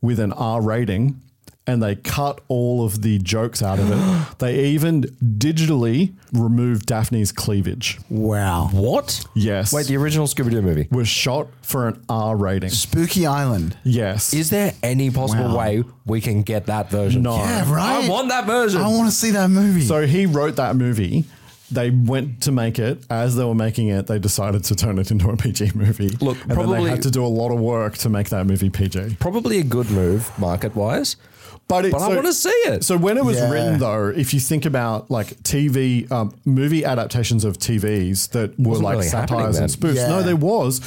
Speaker 1: with an R rating and they cut all of the jokes out of
Speaker 2: [GASPS]
Speaker 1: it. [GASPS] they even digitally removed Daphne's cleavage.
Speaker 2: Wow.
Speaker 3: What?
Speaker 1: Yes.
Speaker 3: Wait, the original Scooby Doo movie.
Speaker 1: was shot for an R rating.
Speaker 2: Spooky Island.
Speaker 1: Yes.
Speaker 3: Is there any possible
Speaker 2: Wow.
Speaker 3: way we can get that version?
Speaker 1: No.
Speaker 2: Yeah, right.
Speaker 3: I want that version.
Speaker 2: I want to see that movie.
Speaker 1: so he wrote that movie. They went to make it. As they were making it, they decided to turn it into a PG movie.
Speaker 3: Look,
Speaker 1: and then they
Speaker 3: probably-
Speaker 1: had to do a lot of work to make that movie PG.
Speaker 3: Probably a good move, market wise.
Speaker 1: But, it,
Speaker 3: But I wanna see it.
Speaker 1: So when it was
Speaker 2: Yeah.
Speaker 1: written, though, if you think about like TV um, movie adaptations of TVs that were
Speaker 3: Wasn't
Speaker 1: like
Speaker 3: really happening
Speaker 1: satires and
Speaker 3: then.
Speaker 1: spoofs, no,
Speaker 2: Yeah.
Speaker 1: there was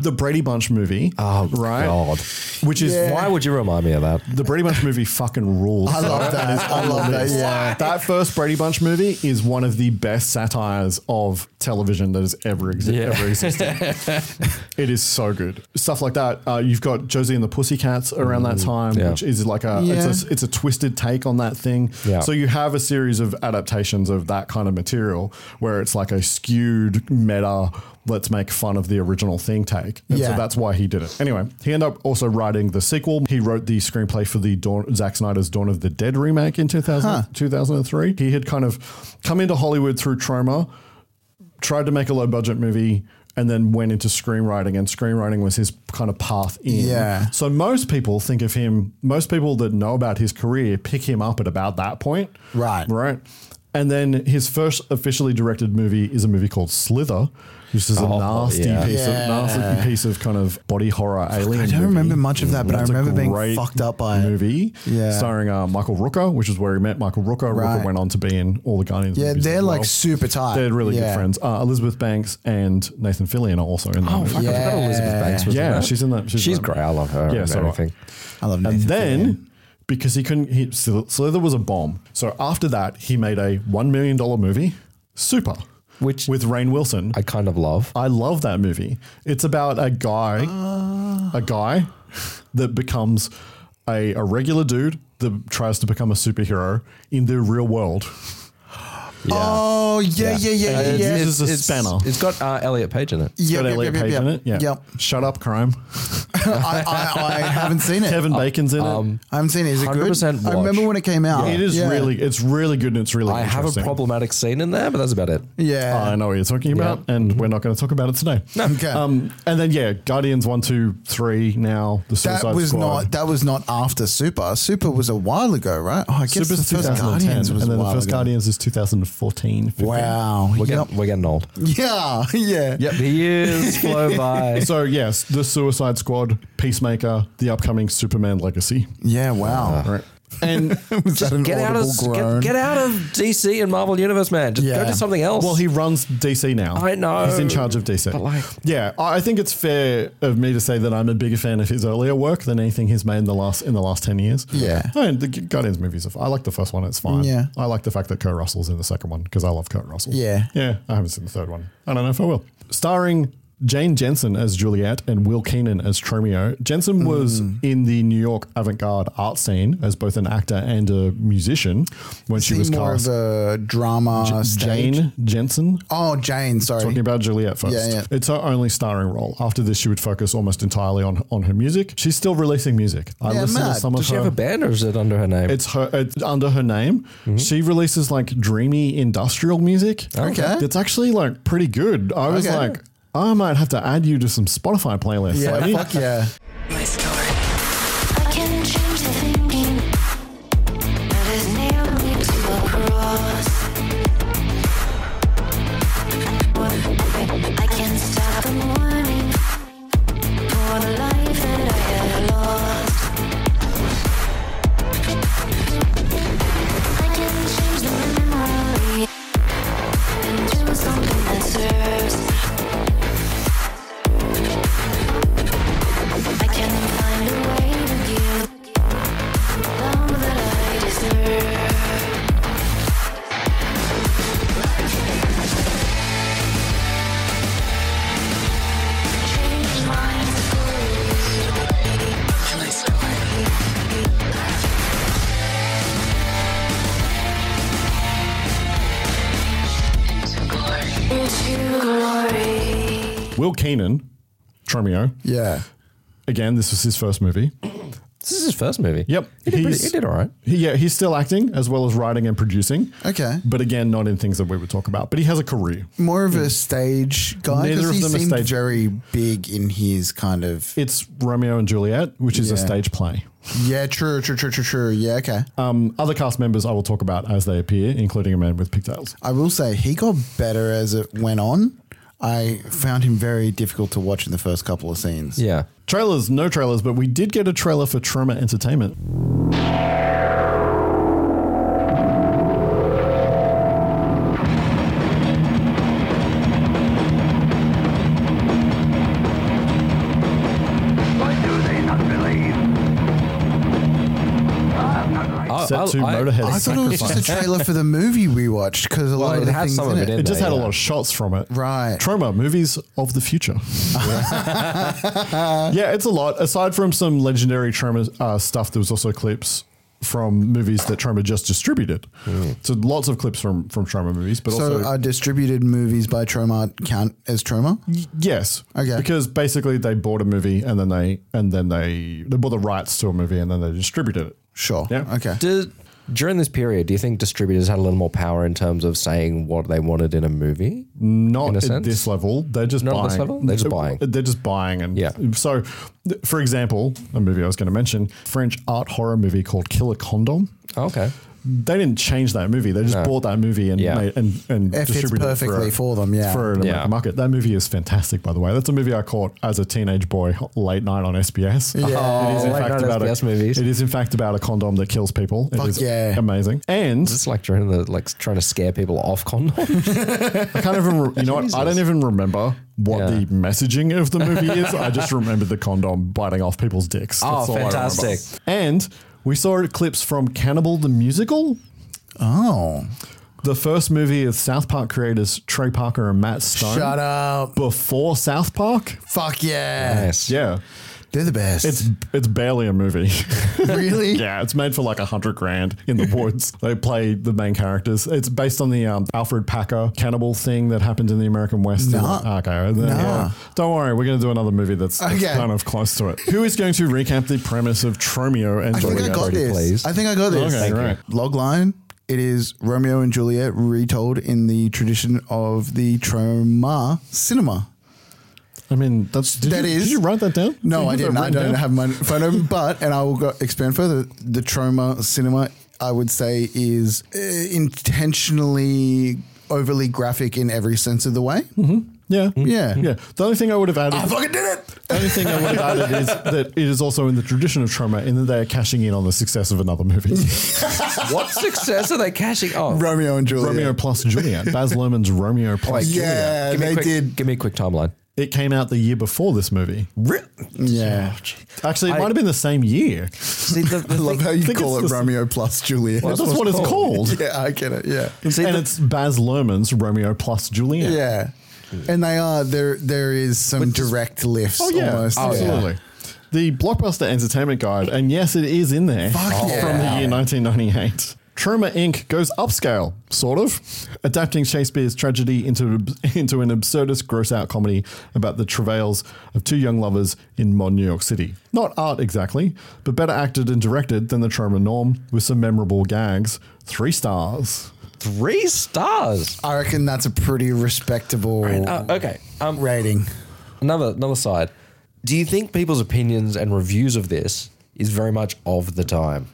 Speaker 1: the Brady Bunch movie,
Speaker 3: Oh,
Speaker 1: right?
Speaker 3: God.
Speaker 1: Which is
Speaker 3: Why would you remind me of that?
Speaker 1: The Brady Bunch movie fucking
Speaker 3: [LAUGHS]
Speaker 1: rules.
Speaker 2: I love that. I love that. Yeah.
Speaker 1: That first Brady Bunch movie is one of the best satires of television that has ever, exi-
Speaker 3: Yeah. [LAUGHS]
Speaker 1: ever existed. [LAUGHS] it is so good. Stuff like that. Uh, you've got Josie and the Pussycats around that time,
Speaker 3: Mm-hmm. yeah.
Speaker 1: which is like a, it's a
Speaker 2: Yeah.
Speaker 1: it's a twisted take on that thing.
Speaker 3: Yeah.
Speaker 1: So you have a series of adaptations of that kind of material where it's like a skewed meta. Let's make fun of the original thing take. And so
Speaker 2: Yeah.
Speaker 1: that's why he did it. Anyway, he ended up also writing the sequel. He wrote the screenplay for the Dawn, Zack Snyder's Dawn of the Dead remake in 2000, 2003. He had kind of come into Hollywood through trauma, tried to make a low budget movie, and then went into screenwriting. And screenwriting was his kind of path in.
Speaker 2: Yeah.
Speaker 1: So most people think of him, most people that know about his career pick him up at about that point.
Speaker 2: Right.
Speaker 1: Right. And then his first officially directed movie is a movie called Slither, which is a
Speaker 3: Oh,
Speaker 1: nasty
Speaker 3: yeah.
Speaker 1: piece
Speaker 2: Yeah.
Speaker 1: of nasty piece of kind of body horror alien.
Speaker 2: I don't
Speaker 1: movie. Mm.
Speaker 2: remember much of that, but I
Speaker 1: That's a
Speaker 2: remember being
Speaker 1: great
Speaker 2: fucked up by it.
Speaker 1: movie.
Speaker 2: Yeah.
Speaker 1: starring uh, Michael Rooker, which is where he met Michael Rooker.
Speaker 2: Right.
Speaker 1: Rooker went on to be in all the Guardians.
Speaker 2: Yeah,
Speaker 1: movies
Speaker 2: they're
Speaker 1: as
Speaker 2: like
Speaker 1: well.
Speaker 2: super tight.
Speaker 1: They're really
Speaker 2: Yeah.
Speaker 1: good friends. Uh, Elizabeth Banks and Nathan Fillion are also in that.
Speaker 3: Oh,
Speaker 1: movie.
Speaker 3: fuck, I forgot Elizabeth
Speaker 2: Yeah.
Speaker 3: Banks was in
Speaker 1: Yeah,
Speaker 3: that.
Speaker 1: she's in that- she's
Speaker 3: She's,
Speaker 1: in that.
Speaker 3: great. I love her.
Speaker 1: Yeah,
Speaker 3: and
Speaker 1: so do I.
Speaker 3: everything.
Speaker 2: I love Nathan.
Speaker 1: And
Speaker 2: Fillion.
Speaker 1: then, because he couldn't, he, Sl- Slither was a bomb. So after that, he made a $1 million movie, Super,
Speaker 3: Which-
Speaker 1: with Rain Wilson.
Speaker 3: I kind of love.
Speaker 1: I love that movie. It's about a guy, a guy that becomes a, a regular dude that tries to become a superhero in the real world.
Speaker 2: Oh yeah, yeah, yeah, yeah,
Speaker 1: And
Speaker 2: yeah.
Speaker 1: it uses Uh, a
Speaker 3: It's-
Speaker 1: spanner.
Speaker 3: It's got uh, Elliot Page in it.
Speaker 1: It's
Speaker 2: Yep,
Speaker 1: got
Speaker 2: yep,
Speaker 1: Elliot
Speaker 2: yep,
Speaker 1: Page
Speaker 2: yep,
Speaker 1: in
Speaker 2: yep.
Speaker 1: it. Yeah.
Speaker 2: Yep.
Speaker 1: Shut up, crime.
Speaker 2: [LAUGHS] I, I, I haven't seen it.
Speaker 3: Um,
Speaker 1: Kevin Bacon's in it.
Speaker 2: I haven't seen it. Is it good?
Speaker 3: 100%
Speaker 2: I remember
Speaker 3: watch.
Speaker 2: when it came out.
Speaker 1: It is
Speaker 2: Yeah.
Speaker 1: really, it's really good and it's really
Speaker 3: I have a
Speaker 1: interesting.
Speaker 3: problematic scene in there, but that's about it.
Speaker 2: Yeah.
Speaker 1: I know what you're talking about, and we're not going to talk about it today.
Speaker 2: Okay.
Speaker 1: Um, and then yeah, Guardians one, two, three. Now the Suicide
Speaker 2: that was
Speaker 1: Squad.
Speaker 2: not. That was not after Super. Super was a while ago, right? Oh, I guess
Speaker 1: Super's
Speaker 2: the first
Speaker 1: 2010,
Speaker 2: Guardians was
Speaker 1: and then
Speaker 2: a
Speaker 1: the
Speaker 2: while
Speaker 1: first
Speaker 2: ago.
Speaker 1: Guardians is 2014. 15.
Speaker 2: Wow. Yep.
Speaker 3: We're getting, we're getting old.
Speaker 2: Yeah. [LAUGHS] Yeah.
Speaker 3: Yep, the years
Speaker 2: [LAUGHS]
Speaker 3: flow by.
Speaker 1: So yes, the Suicide Squad, Peacemaker, the upcoming Superman legacy.
Speaker 2: Yeah. Wow.
Speaker 1: Right. [LAUGHS] And
Speaker 2: [LAUGHS] was that an
Speaker 3: Uh, Get out, of,
Speaker 2: audible groan?
Speaker 3: get, get out of DC and Marvel Universe, man. Just
Speaker 2: Yeah.
Speaker 3: go do something else.
Speaker 1: well, he runs DC now.
Speaker 3: I know.
Speaker 1: he's in charge of DC.
Speaker 3: But, like-
Speaker 1: yeah, I I think it's fair of me to say that I'm a bigger fan of his earlier work than anything he's made in the last in the last ten years.
Speaker 2: Yeah.
Speaker 1: I mean, the Guardians movies. Are, I like the first one; it's fine.
Speaker 2: Yeah.
Speaker 1: I like the fact that Kurt Russell's in the second one because I love Kurt Russell.
Speaker 2: Yeah.
Speaker 1: yeah. I haven't seen the third one. I don't know if I will. Starring. Jane Jensen as Juliet and Will Keenan as Tromeo. Jensen was
Speaker 2: Mm.
Speaker 1: in the New York avant-garde art scene as both an actor and a musician when she was
Speaker 2: Seemed more
Speaker 1: cast.
Speaker 2: of a drama. stage.
Speaker 1: Jane Jensen
Speaker 2: Oh, Jane.
Speaker 1: talking
Speaker 2: Sorry.
Speaker 1: about Juliet first.
Speaker 2: Yeah, yeah.
Speaker 1: It's her only starring role. After this, she would focus almost entirely on on her music. She's still releasing music. I
Speaker 2: Yeah,
Speaker 1: listen
Speaker 2: mad.
Speaker 1: to some
Speaker 3: Does
Speaker 1: of
Speaker 3: she
Speaker 1: her.
Speaker 3: have a band or is it under her name? Mm-hmm.
Speaker 1: it's her it's under her name. She releases like dreamy industrial music.
Speaker 3: Oh,
Speaker 2: Okay.
Speaker 1: it's actually like pretty good. I was
Speaker 2: Okay.
Speaker 1: like, I might have to add you to some Spotify playlists.
Speaker 2: Yeah.
Speaker 1: lady.
Speaker 2: Fuck yeah.
Speaker 5: My score.
Speaker 6: I can change the thinking that is near me to across. I can't stop the morning for the life that I have lost. I can change the memory into something that serves. I can find a way to give the love that I deserve. Change my
Speaker 5: My score.
Speaker 6: into glory.
Speaker 1: Will Keenan, Tromeo.
Speaker 2: Yeah.
Speaker 1: Again, this was his first movie.
Speaker 3: this is his first movie.
Speaker 1: Yep,
Speaker 3: He did, pretty,
Speaker 1: he's-
Speaker 3: he did all right.
Speaker 1: He, yeah, he's still acting as well as writing and producing.
Speaker 2: Okay.
Speaker 1: But again, not in things that we would talk about. But he has a career.
Speaker 2: More of a stage guy.
Speaker 1: Neither
Speaker 2: Neither
Speaker 1: of
Speaker 2: he
Speaker 1: them are
Speaker 2: seemed
Speaker 1: stage-
Speaker 2: very big in his kind of.
Speaker 1: It's Romeo and Juliet, which is a
Speaker 2: Yeah.
Speaker 1: stage play.
Speaker 2: Yeah. True. True. True. True. True. Yeah. Okay.
Speaker 1: Um, other cast members I will talk about as they appear, including a man with pigtails.
Speaker 2: I will say he got better as it went on. I found him very difficult to watch in the first couple of scenes.
Speaker 3: Yeah.
Speaker 1: Trailers, no trailers, but we did get a trailer for Troma Entertainment.
Speaker 7: Why do they not believe? I'm not like
Speaker 3: I,
Speaker 1: Set to Motorhead.
Speaker 2: I thought it was just a trailer for the movie we watched because a
Speaker 3: Well,
Speaker 2: lot of
Speaker 3: it
Speaker 2: the
Speaker 3: had
Speaker 2: things
Speaker 3: some
Speaker 2: in
Speaker 3: of it in
Speaker 1: It just
Speaker 3: there,
Speaker 1: had a
Speaker 3: yeah.
Speaker 1: lot of shots
Speaker 2: [LAUGHS]
Speaker 1: from it.
Speaker 2: Right.
Speaker 1: Troma, movies of the future.
Speaker 2: [LAUGHS]
Speaker 1: yeah, it's a lot. Aside from some legendary Troma uh, stuff, there was also clips from movies that Troma just distributed. So lots of clips from, from Troma movies, but
Speaker 2: So
Speaker 1: also
Speaker 2: are distributed movies by Troma count as Troma?
Speaker 1: Yes.
Speaker 2: Okay.
Speaker 1: Because basically they bought a movie and then they and then they they bought the rights to a movie and then they distributed it.
Speaker 2: Sure.
Speaker 1: Yeah.
Speaker 2: Okay.
Speaker 3: Did, during this period, do you think distributors had a little more power in terms of saying what they wanted in a movie?
Speaker 1: Not
Speaker 3: In a
Speaker 1: at
Speaker 3: sense?
Speaker 1: this level. They're just
Speaker 3: Not
Speaker 1: buying.
Speaker 3: at this level? They're just buying.
Speaker 1: They're just buying and
Speaker 3: Yeah.
Speaker 1: So th- for example, a movie I was going to mention, French art horror movie called Killer Condom.
Speaker 3: Oh, Okay.
Speaker 1: they didn't change that movie. They just bought that movie and
Speaker 3: Yeah.
Speaker 1: made, and and
Speaker 2: It fits
Speaker 1: distributed it
Speaker 2: perfectly
Speaker 1: a-
Speaker 2: for them, yeah.
Speaker 1: for an American
Speaker 3: Yeah.
Speaker 1: market. That movie is fantastic, by the way. That's a movie I caught as a teenage boy late night on SBS.
Speaker 2: Yeah.
Speaker 1: it is in
Speaker 3: Oh, late
Speaker 1: fact
Speaker 3: night
Speaker 1: about
Speaker 3: SBS
Speaker 1: a,
Speaker 3: movies.
Speaker 1: It is in fact about a condom that kills people. It
Speaker 2: Fuck
Speaker 1: is
Speaker 2: yeah.
Speaker 1: amazing. And
Speaker 3: It's like trying to like trying to scare people off condoms.
Speaker 1: [LAUGHS] I can't even. Re- you know what? I don't even remember what
Speaker 3: Yeah.
Speaker 1: the messaging of the movie is. I
Speaker 3: [LAUGHS]
Speaker 1: just remember the condom biting off people's dicks.
Speaker 3: Oh,
Speaker 1: all I remember.
Speaker 3: fantastic.
Speaker 1: And we saw clips from Cannibal the Musical.
Speaker 2: Oh,
Speaker 1: The first movie is South Park creators Trey Parker and Matt Stone.
Speaker 2: shut up.
Speaker 1: Before South Park,
Speaker 2: Fuck yeah.
Speaker 3: Yes.
Speaker 1: yeah,
Speaker 2: They're the best.
Speaker 1: it's it's barely a movie.
Speaker 2: [LAUGHS] really?
Speaker 1: yeah, it's made for like a hundred grand in the
Speaker 2: [LAUGHS]
Speaker 1: woods. they play the main characters. It's based on the um, Alfred Packer cannibal thing that happened in the American West.
Speaker 2: Nah.
Speaker 1: Ah, okay, And then,
Speaker 2: Nah.
Speaker 1: yeah. don't worry, we're going to do another movie that's, that's
Speaker 2: Okay.
Speaker 1: kind of close to it. Who is going to recap the premise of Tromeo and
Speaker 2: I think I
Speaker 1: Juliet?
Speaker 2: got this.
Speaker 3: please.
Speaker 2: I think I got this.
Speaker 1: Okay, Thank right.
Speaker 2: Logline. It is Romeo and Juliet retold in the tradition of the trauma cinema.
Speaker 1: I mean, that's did
Speaker 2: That
Speaker 1: you,
Speaker 2: is-
Speaker 1: Did you write that down?
Speaker 2: No,
Speaker 1: Did
Speaker 2: I
Speaker 1: you have
Speaker 2: didn't. I
Speaker 1: that written
Speaker 2: don't
Speaker 1: down?
Speaker 2: have my phone open, but, and I will go expand further. The trauma cinema, I would say, is uh, intentionally overly graphic in every sense of the way.
Speaker 1: Mm-hmm.
Speaker 2: Mm-hmm.
Speaker 1: Yeah,
Speaker 2: Yeah.
Speaker 1: yeah. The only thing I would have added.
Speaker 2: I fucking did it.
Speaker 1: [LAUGHS] the only thing I would have added is that it is also in the tradition of trauma in that they are cashing in on the success of another movie. [LAUGHS]
Speaker 3: what [LAUGHS] success are they cashing? Oh,
Speaker 2: Romeo and Juliet.
Speaker 1: Romeo plus Juliet. Baz Luhrmann's Romeo plus Juliet.
Speaker 2: Yeah,
Speaker 3: give me a
Speaker 2: they
Speaker 3: quick,
Speaker 2: did.
Speaker 3: Give me a quick timeline.
Speaker 1: It came out the year before this movie.
Speaker 2: Yeah.
Speaker 1: Actually, it
Speaker 3: I-
Speaker 1: might have been the same year.
Speaker 3: See,
Speaker 1: [LAUGHS]
Speaker 3: the,
Speaker 2: [LAUGHS]
Speaker 3: the
Speaker 2: I love
Speaker 3: thing-
Speaker 2: how you
Speaker 1: think
Speaker 2: call it
Speaker 1: it's the-
Speaker 2: Romeo plus Juliet.
Speaker 1: That's what it's called.
Speaker 2: [LAUGHS] yeah, I get it. Yeah.
Speaker 1: and it's Baz Luhrmann's Romeo plus Juliet.
Speaker 2: Yeah. And they are there. There is some direct lifts.
Speaker 1: Oh yeah,
Speaker 2: almost.
Speaker 1: absolutely. The Blockbuster Entertainment Guide, and yes, it is in there
Speaker 2: Fuck yeah.
Speaker 1: from the year 1998. Trauma Inc. goes upscale, sort of, adapting Shakespeare's tragedy into into an absurdist, gross-out comedy about the travails of two young lovers in modern New York City. Not art exactly, but better acted and directed than the Trauma norm, with some memorable gags. Three stars.
Speaker 3: three stars.
Speaker 2: I reckon that's a pretty respectable
Speaker 3: Uh, okay. Um,
Speaker 2: rating.
Speaker 3: another another side. Do you think people's opinions and reviews of this is very much of the time?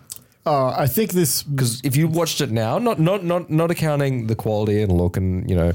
Speaker 1: Uh, I think this because
Speaker 3: If you watched it now, not not not not accounting the quality and look and you know,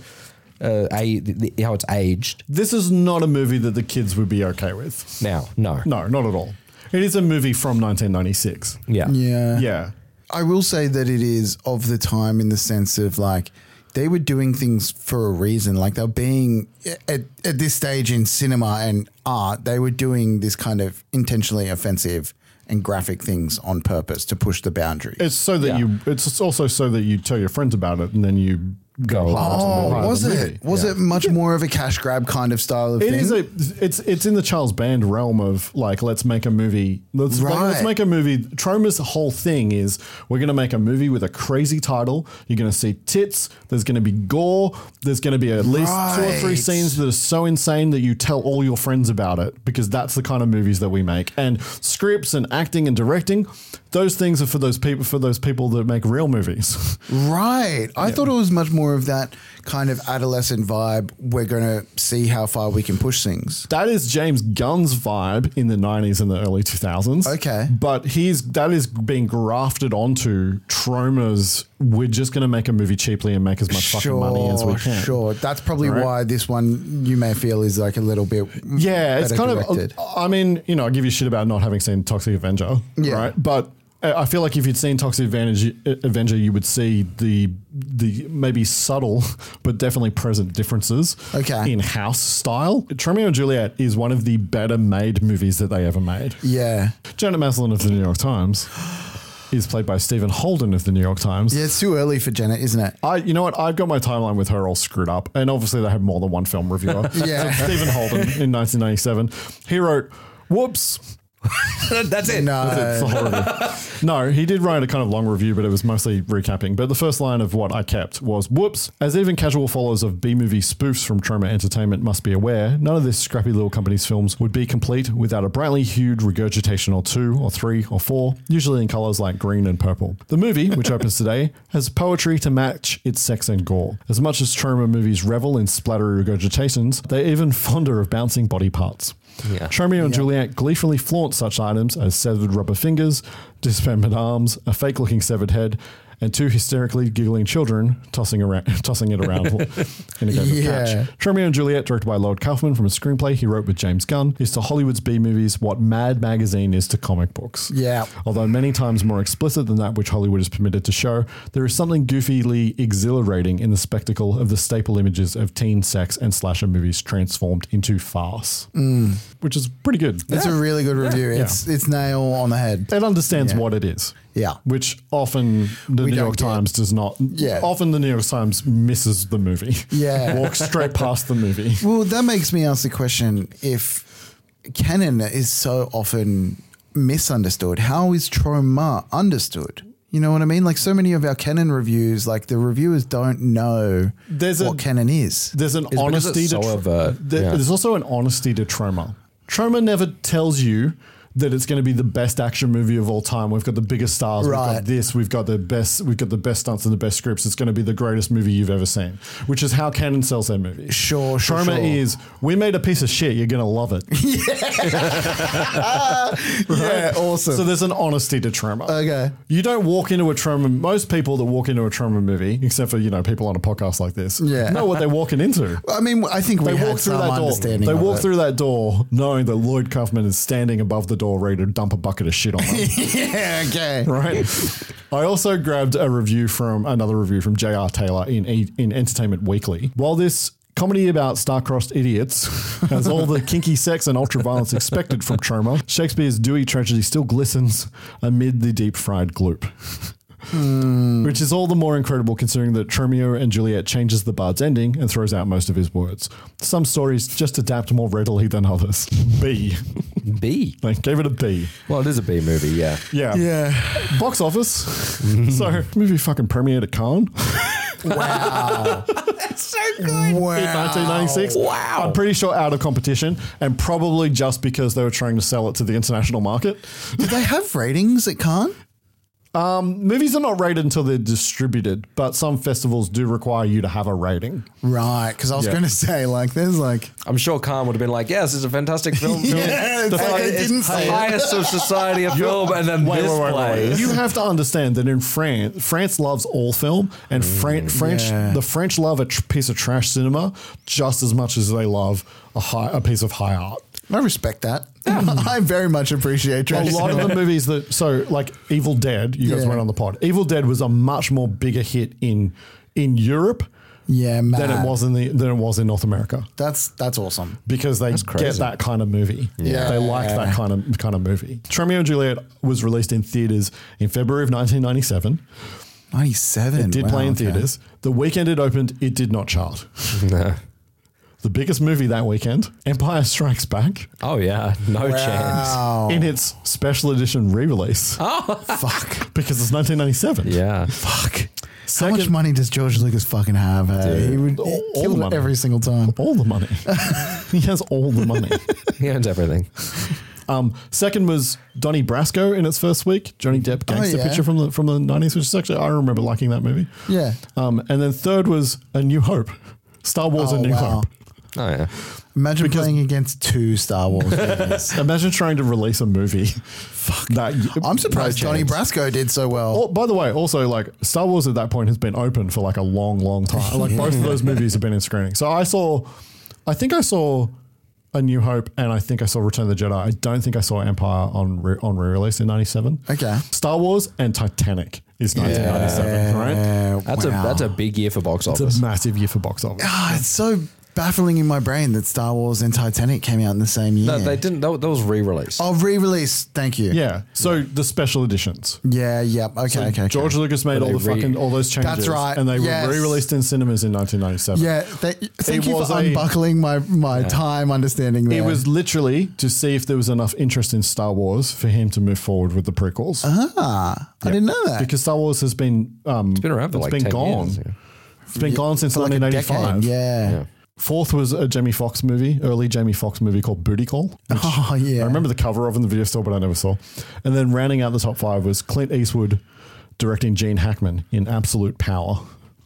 Speaker 3: uh, a, the, the- how it's aged
Speaker 1: this is not a movie that the kids would be okay with.
Speaker 3: now. No.
Speaker 1: No, not at all. It is a movie from 1996.
Speaker 3: Yeah.
Speaker 2: Yeah.
Speaker 1: Yeah.
Speaker 2: I will say that it is of the time in the sense of like they were doing things for a reason. Like they're being at, at this stage in cinema and art, they were doing this kind of intentionally offensive and graphic things on purpose to push the boundary.
Speaker 1: It's so that
Speaker 3: Yeah.
Speaker 1: you, it's also so that you tell your friends about it and then you go. hard on the- hard on
Speaker 2: Oh, was
Speaker 1: the
Speaker 2: it
Speaker 1: movie.
Speaker 2: was it much more of a cash grab kind of style of
Speaker 1: It
Speaker 2: thing?
Speaker 1: is a, it's it's in the Charles Band realm of like let's make a movie let's
Speaker 2: Right.
Speaker 1: let's make a movie. Troma's whole thing is we're gonna make a movie with a crazy title. You're gonna see tits. There's gonna be gore. There's gonna be at least two or three
Speaker 2: Right.
Speaker 1: scenes that are so insane that you tell all your friends about it because that's the kind of movies that we make. And scripts and acting and directing, those things are for those people for those people that make real movies. [LAUGHS]
Speaker 2: Right. I thought it was much more of that kind of adolescent vibe. We're going to see how far we can push things.
Speaker 1: That is James Gunn's vibe in the 90s and the early 2000s.
Speaker 2: Okay.
Speaker 1: But he's that is being grafted onto Troma's we're just going to make a movie cheaply and make as much fucking money as we can.
Speaker 2: sure. That's probably
Speaker 1: Right.
Speaker 2: why this one you may feel is like a little bit.
Speaker 1: Yeah, it's
Speaker 2: better
Speaker 1: kind
Speaker 2: directed.
Speaker 1: of I mean, you know, I give you shit about not having seen Toxic Avenger,
Speaker 2: Yeah.
Speaker 1: right? But I I feel like if you'd seen Toxic Avenger, Avenger, you would see the the maybe subtle [LAUGHS] but definitely present differences
Speaker 2: Okay.
Speaker 1: in house style. Romeo and Juliet is one of the better made movies that they ever made.
Speaker 2: yeah.
Speaker 1: Janet Maslin of the New York Times is played by Stephen Holden of the New York Times.
Speaker 2: Yeah, it's too early for Janet, isn't it?
Speaker 1: I, you know what? I've got my timeline with her all screwed up, and obviously they have more than one film reviewer.
Speaker 2: [LAUGHS] Yeah.
Speaker 1: So Stephen Holden in 1997, he wrote, "Whoops."
Speaker 3: [LAUGHS] That's
Speaker 1: It's
Speaker 3: it.
Speaker 2: No.
Speaker 1: horrible.
Speaker 3: [LAUGHS]
Speaker 1: no, he did write a kind of long review, but it was mostly recapping. But the first line of what I kept was, "Whoops!" As even casual followers of B movie spoofs from Troma Entertainment must be aware, none of this scrappy little company's films would be complete without a brightly hued regurgitation or two, or three, or four, usually in colors like green and purple. The movie, which opens
Speaker 3: [LAUGHS]
Speaker 1: today, has poetry to match its sex and gore. As much as Troma movies revel in splattery regurgitations, they're even fonder of bouncing body parts.
Speaker 3: Yeah.
Speaker 1: Romeo and Juliet gleefully flaunt such items as severed rubber fingers, dismembered arms, a fake looking severed head, and two hysterically giggling children tossing around, [LAUGHS] tossing it around in a game
Speaker 2: Yeah.
Speaker 1: of catch. Romeo and Juliet, directed by Lord Kaufman from a screenplay he wrote with James Gunn, is to Hollywood's B movies what Mad Magazine is to comic books.
Speaker 2: Yeah.
Speaker 1: Although many times more explicit than that which Hollywood is permitted to show, there is something goofily exhilarating in the spectacle of the staple images of teen sex and slasher movies transformed into farce, Mm. which is pretty good.
Speaker 2: It's a really good review. It's it's nail on the head.
Speaker 1: It understands what it is.
Speaker 2: Yeah.
Speaker 1: Which often the
Speaker 2: We
Speaker 1: New
Speaker 2: don't
Speaker 1: York
Speaker 2: get.
Speaker 1: Times does not.
Speaker 2: Yeah.
Speaker 1: Often the New York Times misses the movie.
Speaker 2: Yeah.
Speaker 1: Walks straight past the movie.
Speaker 2: Well, that makes me ask the question if canon is so often misunderstood, how is trauma understood? You know what I mean? Like so many of our canon reviews, like the reviewers don't know
Speaker 1: There's a-
Speaker 2: what canon is.
Speaker 1: There's an
Speaker 3: because
Speaker 1: honesty
Speaker 3: it's
Speaker 1: to
Speaker 3: so
Speaker 1: tr-
Speaker 3: overt,
Speaker 1: there-
Speaker 3: yeah.
Speaker 1: There's also an honesty to trauma. Trauma never tells you that it's going to be the best action movie of all time. We've got the biggest stars. We've got
Speaker 2: Right.
Speaker 1: this. We've got the best. We've got the best stunts and the best scripts. It's going to be the greatest movie you've ever seen, which is how Canon sells their movies.
Speaker 2: Sure, sure,
Speaker 1: Trauma
Speaker 2: sure.
Speaker 1: is we made a piece of shit. You're going to love it. [LAUGHS]
Speaker 2: Yeah, awesome.
Speaker 1: So there's an honesty to trauma.
Speaker 2: Okay.
Speaker 1: You don't walk into a trauma. Most people that walk into a trauma movie, except for you know people on a podcast like this,
Speaker 2: Yeah.
Speaker 1: know what they're walking into.
Speaker 2: I mean, I think we
Speaker 1: They
Speaker 2: had
Speaker 1: walk through
Speaker 2: some
Speaker 1: that door.
Speaker 2: understanding.
Speaker 1: They
Speaker 2: of
Speaker 1: walk
Speaker 2: it.
Speaker 1: through that door knowing that Lloyd Kaufman is standing above the door, ready to dump a bucket of shit on
Speaker 2: [LAUGHS]
Speaker 1: them.
Speaker 2: [LAUGHS] Yeah, okay.
Speaker 3: [LAUGHS]
Speaker 1: right. I also grabbed a review from another review from J.R. Taylor in E- in Entertainment Weekly. While this comedy about star-crossed idiots [LAUGHS] has all the kinky sex and ultra-violence expected from trauma, Shakespeare's dewy tragedy still glistens amid the deep-fried gloop.
Speaker 3: Hmm.
Speaker 1: Which is all the more incredible considering that Romeo and Juliet changes the bard's ending and throws out most of his words. Some stories just adapt more readily than others. B. [LAUGHS]
Speaker 3: B.
Speaker 1: They gave it a B.
Speaker 3: Well, it is a B
Speaker 1: [LAUGHS]
Speaker 3: movie, yeah.
Speaker 1: Yeah.
Speaker 2: Yeah.
Speaker 1: Box office. [LAUGHS] so movie fucking premiered at Cannes
Speaker 2: [LAUGHS] [LAUGHS] Wow.
Speaker 1: in
Speaker 2: wow.
Speaker 1: 1996. Wow. I'm pretty sure out of competition and probably just because they were trying to sell it to the international market.
Speaker 2: Do they have ratings at Cannes?
Speaker 1: Um, Movies are not rated until they're distributed, but some festivals do require you to have a rating.
Speaker 2: Right. Because I was
Speaker 1: Yeah.
Speaker 2: going to say, like, there's like.
Speaker 3: I'm sure Khan would have been like, yeah, this is a fantastic
Speaker 2: [LAUGHS]
Speaker 3: film.
Speaker 2: Yeah,
Speaker 3: It's
Speaker 2: it's like
Speaker 3: like-
Speaker 2: they didn't
Speaker 3: it's the
Speaker 2: say it.
Speaker 3: highest of society of film, and then this plays.
Speaker 1: You have to understand that in France, France loves all film, and Fran- French,
Speaker 2: Yeah.
Speaker 1: the French love a tr- piece of trash cinema just as much as they love a high, a piece of high art.
Speaker 2: I respect that. [LAUGHS] I very much appreciate
Speaker 1: a
Speaker 2: trash.
Speaker 1: lot of the movies that so like Evil Dead, you guys
Speaker 2: Yeah.
Speaker 1: went on the pod. Evil Dead was a much more bigger hit in in Europe
Speaker 2: Yeah, man.
Speaker 1: than it was in the than it was in North America
Speaker 2: That's that's awesome.
Speaker 1: because they get
Speaker 3: crazy.
Speaker 1: that kind of movie.
Speaker 2: Yeah.
Speaker 1: they like that kind of kind of movie. Romeo and Juliet was released in theaters in February of 1997.
Speaker 2: Ninety seven.
Speaker 1: Did play in theaters. The weekend it opened, it did not chart. The biggest movie that weekend, Empire Strikes Back,
Speaker 3: Oh, yeah. No chance. Oh.
Speaker 2: Wow.
Speaker 1: in its special edition
Speaker 2: [LAUGHS]
Speaker 1: re-release
Speaker 2: Fuck.
Speaker 1: because it's 1997.
Speaker 3: Yeah.
Speaker 1: Fuck.
Speaker 2: How much money does George Lucas fucking have? eh? He would
Speaker 1: all-
Speaker 2: all,
Speaker 1: all the money.
Speaker 2: every single time.
Speaker 1: All
Speaker 2: [LAUGHS]
Speaker 1: the money. [LAUGHS] he has all the money.
Speaker 3: [LAUGHS] He owns everything.
Speaker 1: Um, second was Donnie Brasco in its first week. Johnny Depp gangster
Speaker 2: Oh, yeah.
Speaker 1: picture from the from the nineties, which is actually I remember liking that movie.
Speaker 2: Yeah.
Speaker 1: Um, and then third was A New Hope, Star Wars:
Speaker 2: Oh,
Speaker 1: A New
Speaker 2: wow.
Speaker 1: Hope.
Speaker 3: Oh, yeah.
Speaker 2: Imagine playing against two Star
Speaker 1: [LAUGHS]
Speaker 2: Wars movies.
Speaker 1: Imagine trying to release a movie. Fuck that.
Speaker 2: I'm surprised Johnny Brasco did so well.
Speaker 1: Oh, by the way, also like Star Wars at that point has been open for like a long, long time. Like both
Speaker 2: [LAUGHS]
Speaker 1: of those movies have been in screening. So I saw, I think I saw A New Hope, and I think I saw Return of the Jedi. I don't think I saw Empire on re- on re release in '97.
Speaker 2: Okay.
Speaker 1: Star Wars and Titanic is 1997, right?
Speaker 2: Uh,
Speaker 3: That's, a,
Speaker 2: wow.
Speaker 3: that's a big year for box
Speaker 1: It's
Speaker 3: office.
Speaker 1: a massive year for box office.
Speaker 2: Ah, it's so baffling in my brain that Star Wars and Titanic came out in the same year.
Speaker 3: No, they didn't. That, that was re released.
Speaker 2: Oh, re-release. Thank you.
Speaker 1: Yeah. So the special editions.
Speaker 2: Yeah. Yep. Okay. okay. okay.
Speaker 1: George Lucas made all
Speaker 3: they
Speaker 1: the
Speaker 3: re-
Speaker 1: fucking all those changes.
Speaker 2: That's right.
Speaker 1: And they
Speaker 2: Yes.
Speaker 1: were re-released in cinemas in 1997.
Speaker 2: Yeah, th- thank
Speaker 1: It
Speaker 2: you
Speaker 1: was
Speaker 2: for
Speaker 1: a-
Speaker 2: unbuckling my my time understanding that.
Speaker 1: It was literally to see if there was enough interest in Star Wars for him to move forward with the prequels.
Speaker 2: ah, I didn't know that.
Speaker 1: Because Star Wars has been um, it's
Speaker 3: been around for like 10
Speaker 1: gone.
Speaker 3: years, yeah.
Speaker 1: It's been gone since
Speaker 2: For like a
Speaker 1: 1985.
Speaker 2: decade, Yeah.
Speaker 1: Fourth was a Jamie Foxx movie, early Jamie Foxx movie called Booty Call.
Speaker 2: [LAUGHS]
Speaker 1: which
Speaker 2: Oh yeah.
Speaker 1: I remember the cover of in the video store, but I never saw. And then rounding out the top five was Clint Eastwood directing Gene Hackman in Absolute Power,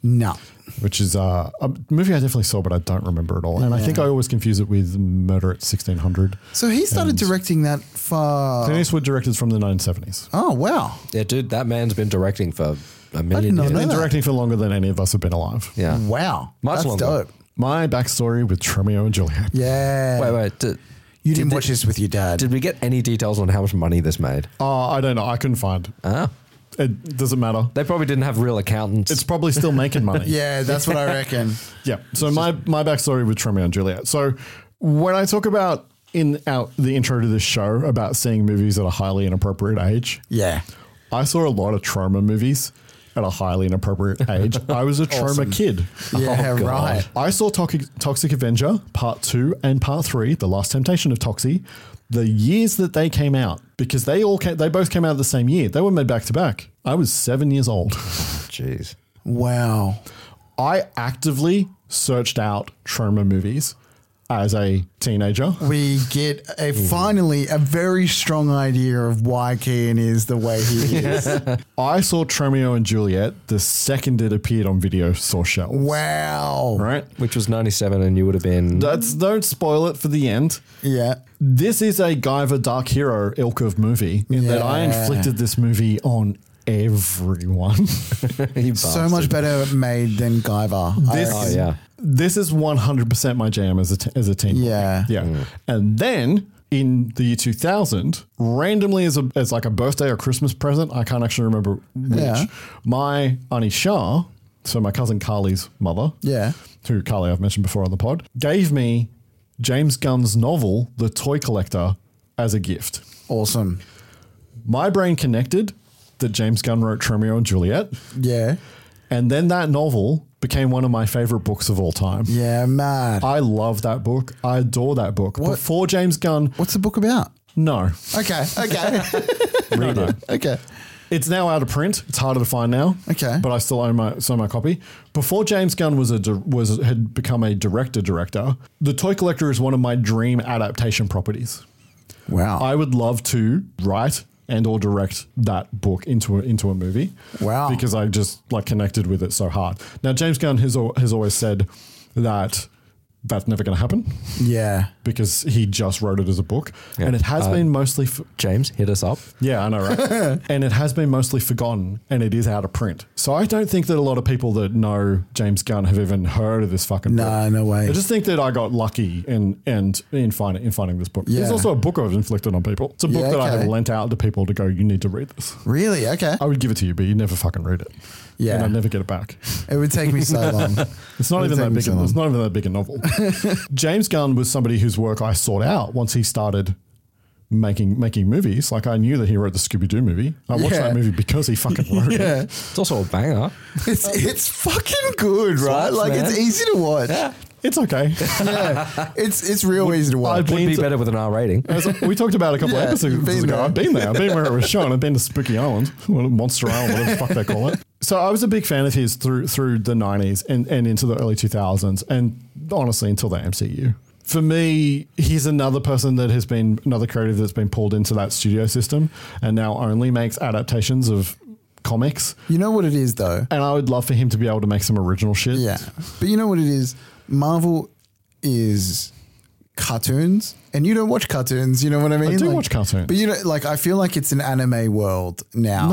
Speaker 2: No.
Speaker 1: which is uh, a movie I definitely saw, but I don't remember at all. And I think I always confuse it with Murder at 1600.
Speaker 2: So he started directing that for.
Speaker 1: Clint Eastwood directed from the 1970s.
Speaker 2: Uh, Oh wow.
Speaker 3: Yeah, dude, that man's been directing for a million
Speaker 2: know
Speaker 3: years.
Speaker 2: that.
Speaker 1: Been directing for longer than any of us have been alive.
Speaker 3: Yeah.
Speaker 2: Wow.
Speaker 3: Much
Speaker 2: That's
Speaker 3: longer.
Speaker 2: dope.
Speaker 1: My backstory with Tromeo and Juliet.
Speaker 2: Yeah.
Speaker 3: Wait, wait. Did,
Speaker 2: You didn't
Speaker 3: did-
Speaker 2: watch this with your dad.
Speaker 3: Did we get any details on how much money this made?
Speaker 1: Oh, I don't know. I couldn't find.
Speaker 3: Ah.
Speaker 1: It doesn't matter.
Speaker 3: They probably didn't have real accountants.
Speaker 1: It's probably still making money.
Speaker 2: [LAUGHS] yeah, that's what I reckon.
Speaker 1: [LAUGHS] Yeah. So my my backstory with Romeo and Juliet. So when I talk about in our the intro to this show about seeing movies at a highly inappropriate age,
Speaker 2: Yeah.
Speaker 1: I saw a lot of trauma movies at a highly
Speaker 2: [LAUGHS]
Speaker 1: inappropriate age. I was a trauma kid. Oh,
Speaker 2: Yeah,
Speaker 1: God.
Speaker 2: right.
Speaker 1: I saw Toxic, Toxic Avenger Part 2 and Part 3, The Last Temptation of Toxie, the years that they came out because they all came, they both came out the same year. They were made back to back. I was 7 years old. [LAUGHS]
Speaker 3: Jeez.
Speaker 2: Wow.
Speaker 1: I actively searched out trauma movies as a teenager.
Speaker 2: We get a finally a very strong idea of why Kean is the way
Speaker 3: [LAUGHS]
Speaker 2: he is.
Speaker 1: I saw Tromeo and Juliet the second it appeared on video store shelves.
Speaker 2: Wow.
Speaker 1: Right?
Speaker 3: Which was 97 and you would have been...
Speaker 1: That's don't spoil it for the end.
Speaker 2: Yeah.
Speaker 1: This is a Guyver Dark Hero ilk of movie in that I
Speaker 2: Yeah.
Speaker 1: inflicted this movie on
Speaker 3: [LAUGHS]
Speaker 1: everyone.
Speaker 3: you
Speaker 2: So much better made than Guyver. I
Speaker 1: This-
Speaker 3: Oh,
Speaker 2: reckon.
Speaker 3: yeah.
Speaker 1: this is 100% my jam as a, t- as a teen. boy.
Speaker 2: Yeah.
Speaker 1: Yeah.
Speaker 3: Mm.
Speaker 1: And then in the year 2000, randomly as, a, as like a birthday or Christmas present, I can't actually remember which,
Speaker 2: Yeah.
Speaker 1: my Auntie Shah, so my cousin Carly's mother,
Speaker 2: Yeah.
Speaker 1: who Carly I've mentioned before on the pod, gave me James Gunn's novel, The Toy Collector, as a gift.
Speaker 2: Awesome.
Speaker 1: My brain connected that James Gunn wrote Romeo and Juliet,
Speaker 2: Yeah.
Speaker 1: and then that novel became one of my favorite books of all time.
Speaker 2: Yeah, mad.
Speaker 1: I love that book. I adore that book.
Speaker 2: What-
Speaker 1: Before James Gunn,
Speaker 2: What's the book about?
Speaker 1: no.
Speaker 2: Okay. Okay.
Speaker 1: [LAUGHS] Read it.
Speaker 2: [LAUGHS] okay.
Speaker 1: It's now out of print. It's harder to find now.
Speaker 2: Okay.
Speaker 1: but I still own my so my copy. Before James Gunn was a di- was had become a director director, The Toy Collector is one of my dream adaptation properties.
Speaker 2: Wow.
Speaker 1: I would love to write and or direct that book into a, into a movie.
Speaker 2: Wow.
Speaker 1: Because I just like connected with it so hard. Now James Gunn has al- has always said that that's never going to happen
Speaker 2: yeah.
Speaker 1: because he just wrote it as a book and it has been mostly f-
Speaker 3: Uh, James, hit us up.
Speaker 1: yeah, I know, right?
Speaker 3: [LAUGHS]
Speaker 1: and it has been mostly forgotten and it is out of print. So I don't think that a lot of people that know James Gunn have even heard of this fucking
Speaker 2: No,
Speaker 1: book.
Speaker 2: no way.
Speaker 1: I just think that I got lucky in and in finding in finding this book. There's
Speaker 2: Yeah.
Speaker 1: also a book I've inflicted on people. It's a book
Speaker 2: Yeah,
Speaker 1: that I have
Speaker 2: okay.
Speaker 1: lent out to people to go, you need to read this.
Speaker 2: Really? Okay.
Speaker 1: I would give it to you, but you never fucking read it.
Speaker 2: Yeah.
Speaker 1: And I'd never get it back.
Speaker 2: It would take me
Speaker 1: [LAUGHS]
Speaker 2: so long.
Speaker 1: It's not
Speaker 2: It would
Speaker 1: even that
Speaker 2: take me
Speaker 1: big.
Speaker 2: so
Speaker 1: A, it's
Speaker 2: long.
Speaker 1: not even that big a novel.
Speaker 2: [LAUGHS]
Speaker 1: James Gunn was somebody whose work I sought out once he started making making movies. Like I knew that he wrote the Scooby Doo movie. I watched
Speaker 2: Yeah.
Speaker 1: that movie because he
Speaker 2: [LAUGHS]
Speaker 1: fucking wrote
Speaker 2: Yeah.
Speaker 1: it.
Speaker 3: It's also a banger.
Speaker 2: [LAUGHS] It's it's fucking good, right?
Speaker 3: Slaps,
Speaker 2: like
Speaker 3: man.
Speaker 2: it's easy to watch.
Speaker 1: It's
Speaker 2: [LAUGHS]
Speaker 1: okay.
Speaker 2: It's it's real easy to watch.
Speaker 1: I've
Speaker 3: Would
Speaker 1: been
Speaker 3: be
Speaker 1: to-
Speaker 3: better with an R rating.
Speaker 1: As we talked about it a couple
Speaker 2: [LAUGHS] Yeah,
Speaker 1: episodes
Speaker 2: you've been
Speaker 1: ago.
Speaker 2: there.
Speaker 1: I've been there. I've been where it was shown. I've been to Spooky Island, well, Monster Island, whatever the fuck they call it. So I was a big fan of his through through the '90s and and into the early 2000s, and honestly until the MCU. For me, he's another person that has been another creative that's been pulled into that studio system, and now only makes adaptations of comics.
Speaker 2: You know what it is though?
Speaker 1: And I would love for him to be able to make some original shit.
Speaker 2: Yeah. But you know what it is? Marvel is cartoons and you don't watch cartoons, you know what I mean?
Speaker 1: do watch cartoons.
Speaker 2: But you know like I feel like it's an anime world now.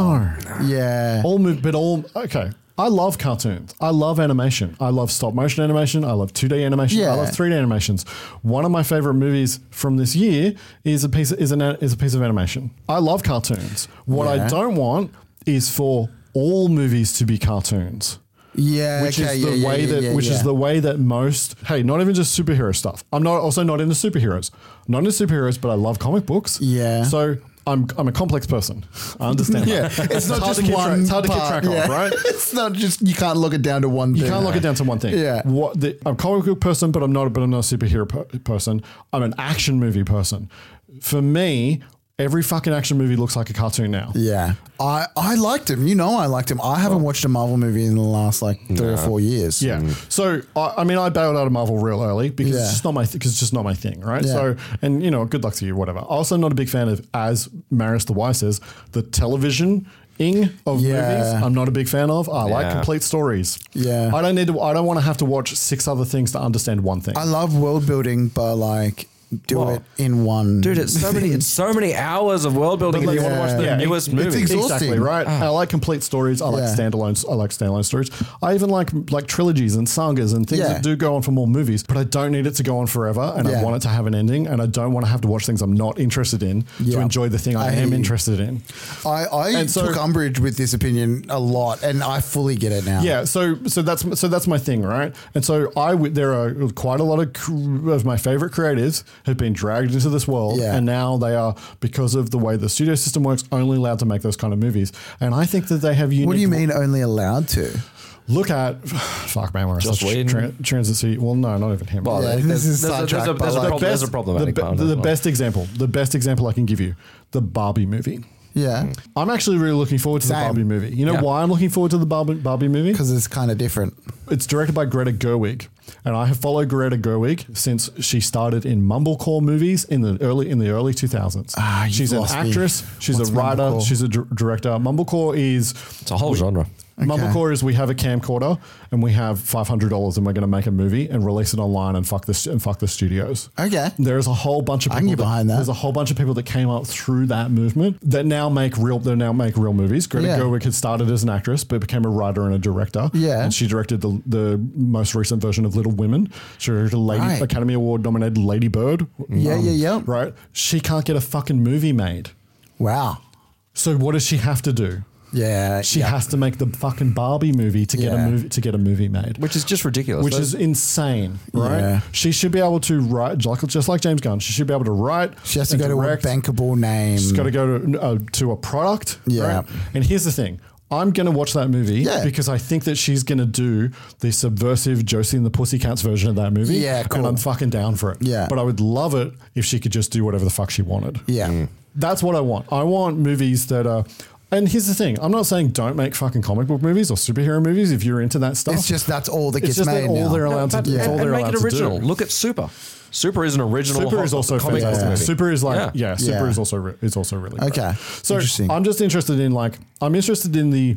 Speaker 2: No. Yeah.
Speaker 1: All move, but all okay. I love cartoons. I love animation. I love stop motion animation. I love 2D animation. I
Speaker 2: Yeah.
Speaker 1: love 3D animations. One of my favorite movies from this year is a piece is an is a piece of animation. I love cartoons. What I
Speaker 2: Yeah.
Speaker 1: don't want is for all movies to be cartoons
Speaker 2: yeah.
Speaker 1: which
Speaker 2: okay,
Speaker 1: is the
Speaker 2: yeah, yeah,
Speaker 1: way
Speaker 2: yeah,
Speaker 1: that
Speaker 2: yeah,
Speaker 1: which
Speaker 2: yeah.
Speaker 1: is the way that most hey not even just superhero stuff i'm not also not into superheroes not into superheroes but i love comic books
Speaker 2: Yeah.
Speaker 1: so i'm i'm a complex person i
Speaker 2: [LAUGHS]
Speaker 1: understand
Speaker 2: yeah,
Speaker 1: that.
Speaker 2: it's not
Speaker 1: hard
Speaker 2: just
Speaker 1: to keep
Speaker 2: one.
Speaker 1: track, it's hard to keep
Speaker 2: part,
Speaker 1: track
Speaker 2: yeah.
Speaker 1: of right
Speaker 2: [LAUGHS] it's not just you can't lock it down to one.
Speaker 1: you can't lock it down to one thing.
Speaker 2: Yeah.
Speaker 1: What the, I'm a comic book person, but I'm not. But I'm not a superhero per- person. I'm an action movie person. For me, every fucking action movie looks like a cartoon now.
Speaker 2: Yeah, I I liked him. You know, I liked him. I haven't watched a Marvel movie in the last like three or four years.
Speaker 1: Yeah. So I, I mean, I bailed out of Marvel real early because
Speaker 2: Yeah.
Speaker 1: it's just not my because it's just not my thing, right?
Speaker 2: Yeah.
Speaker 1: So and you know, good luck to you, whatever. Also, not a big fan of as Maris the Y says the television. Ing of
Speaker 2: Yeah.
Speaker 1: movies, I'm not a big fan of. I like
Speaker 3: Yeah.
Speaker 1: complete stories.
Speaker 2: Yeah.
Speaker 1: I don't need to. I don't want to have to watch six other things to understand one thing.
Speaker 2: I love world building, but like do
Speaker 3: Well,
Speaker 2: it in one.
Speaker 3: [LAUGHS] Dude, it's so many, it's so many hours of world building, and you want to watch the
Speaker 1: Yeah.
Speaker 3: newest Ah.
Speaker 1: It's
Speaker 3: movie.
Speaker 2: ex- exhausting. Ah.
Speaker 1: Exactly right. I like complete stories. I like
Speaker 2: Yeah.
Speaker 1: standalone. I like standalone stories. I even like like trilogies and sagas and things
Speaker 2: Yeah.
Speaker 1: that do go on for more movies. But I don't need it to go on forever, and I
Speaker 2: Yeah.
Speaker 1: want it to have an ending, and I don't want to have to watch things I'm not interested in to
Speaker 2: Yeah.
Speaker 1: enjoy the thing I,
Speaker 2: I hear
Speaker 1: am
Speaker 2: you.
Speaker 1: interested in.
Speaker 2: [LAUGHS] I, I
Speaker 1: And so-
Speaker 2: took umbrage with this opinion a lot, and I fully get it now.
Speaker 1: Yeah, so so that's so that's my thing, right? And so I would there are quite a lot of cr- of my favorite creatives have been dragged into this world,
Speaker 2: Yeah.
Speaker 1: and now they are because of the way the studio system works, only allowed to make those kind of movies. And I think that they have unique.
Speaker 2: What do you mean only allowed to?
Speaker 1: Look at [SIGHS] fuck man, we're
Speaker 3: Joss
Speaker 1: such
Speaker 3: Whedon.
Speaker 1: tra- transit city. Well, no, not even him.
Speaker 3: Well,
Speaker 2: Yeah,
Speaker 3: there's-
Speaker 2: this is
Speaker 3: there's a- there's a-
Speaker 2: sidetracked,
Speaker 3: there's a
Speaker 2: but
Speaker 3: prob-
Speaker 2: like-
Speaker 3: There's a
Speaker 1: the,
Speaker 3: problematic
Speaker 1: be-
Speaker 3: part.
Speaker 1: the
Speaker 3: of it.
Speaker 1: best example, the best example I can give you, the Barbie movie.
Speaker 2: Yeah,
Speaker 1: Mm. I'm actually really looking forward to the
Speaker 2: Same.
Speaker 1: Barbie movie. You know
Speaker 3: Yeah.
Speaker 1: why I'm looking forward to the Barbie, Barbie movie?
Speaker 2: because it's kind of different.
Speaker 1: It's directed by Greta Gerwig, and I have followed Greta Gerwig since she started in mumblecore movies in the early in the early 2000s.
Speaker 2: Ah, you've
Speaker 1: she's an
Speaker 2: lost me.
Speaker 1: actress, she's
Speaker 2: What's
Speaker 1: a writer,
Speaker 2: mumblecore?
Speaker 1: she's a dir- director. Mumblecore is
Speaker 3: It's a whole genre.
Speaker 1: Mumblecore is we have a camcorder and we have five hundred dollars and we're going to make a movie and release it online and fuck this and fuck the studios.
Speaker 2: Okay.
Speaker 1: There is a whole bunch of
Speaker 2: I can get
Speaker 1: people
Speaker 2: behind that.
Speaker 1: There's a whole bunch of people that came up through that movement that now make real. They now make real movies. Greta
Speaker 2: Yeah.
Speaker 1: Gerwig had started as an actress, but became a writer and a director.
Speaker 2: Yeah.
Speaker 1: and she directed the the most recent version of Little Women. She directed a Lady
Speaker 2: Right.
Speaker 1: Academy Award nominated Lady Bird. Um,
Speaker 2: Yeah, yeah, yeah.
Speaker 1: Right. She can't get a fucking movie made.
Speaker 2: Wow.
Speaker 1: So what does she have to do?
Speaker 2: Yeah.
Speaker 1: She has to make the fucking Barbie movie to get
Speaker 2: Yeah.
Speaker 1: a movie to get a movie made,
Speaker 3: Which is just ridiculous.
Speaker 1: which is
Speaker 3: Those-
Speaker 1: insane, right?
Speaker 2: Yeah.
Speaker 1: She should be able to write just like- just like James Gunn. She should be able to write.
Speaker 2: She has to
Speaker 1: and
Speaker 2: go
Speaker 1: direct.
Speaker 2: to a bankable name.
Speaker 1: She's got to go to uh, to a product,
Speaker 2: Yeah.
Speaker 1: right? And here's the thing. I'm going to watch that movie
Speaker 2: Yeah.
Speaker 1: because I think that she's going to do the subversive Josie and the Pussycats version of that movie.
Speaker 2: Yeah, cool.
Speaker 1: And I'm fucking down for it.
Speaker 2: Yeah.
Speaker 1: But I would love it if she could just do whatever the fuck she wanted.
Speaker 2: yeah.
Speaker 3: Mm.
Speaker 1: That's what I want. I want movies that are. And here's the thing: I'm not saying don't make fucking comic book movies or superhero movies if you're into that stuff.
Speaker 2: It's just that's all that
Speaker 1: it's
Speaker 2: gets
Speaker 1: just
Speaker 2: made
Speaker 1: that all
Speaker 2: now.
Speaker 1: they're allowed
Speaker 3: But-
Speaker 1: to. it's
Speaker 3: and-
Speaker 1: all
Speaker 3: and
Speaker 1: they're
Speaker 3: make
Speaker 1: allowed
Speaker 3: it original.
Speaker 1: to do.
Speaker 3: Look at Super. Super is an original.
Speaker 1: Super
Speaker 3: ho-
Speaker 1: is also
Speaker 3: comic book
Speaker 1: fantastic.
Speaker 3: movie.
Speaker 1: Super is like yeah,
Speaker 3: Yeah.
Speaker 1: Super
Speaker 2: Yeah.
Speaker 1: is also re- is also really great.
Speaker 2: Okay.
Speaker 1: So
Speaker 2: Interesting.
Speaker 1: I'm just interested in like I'm interested in the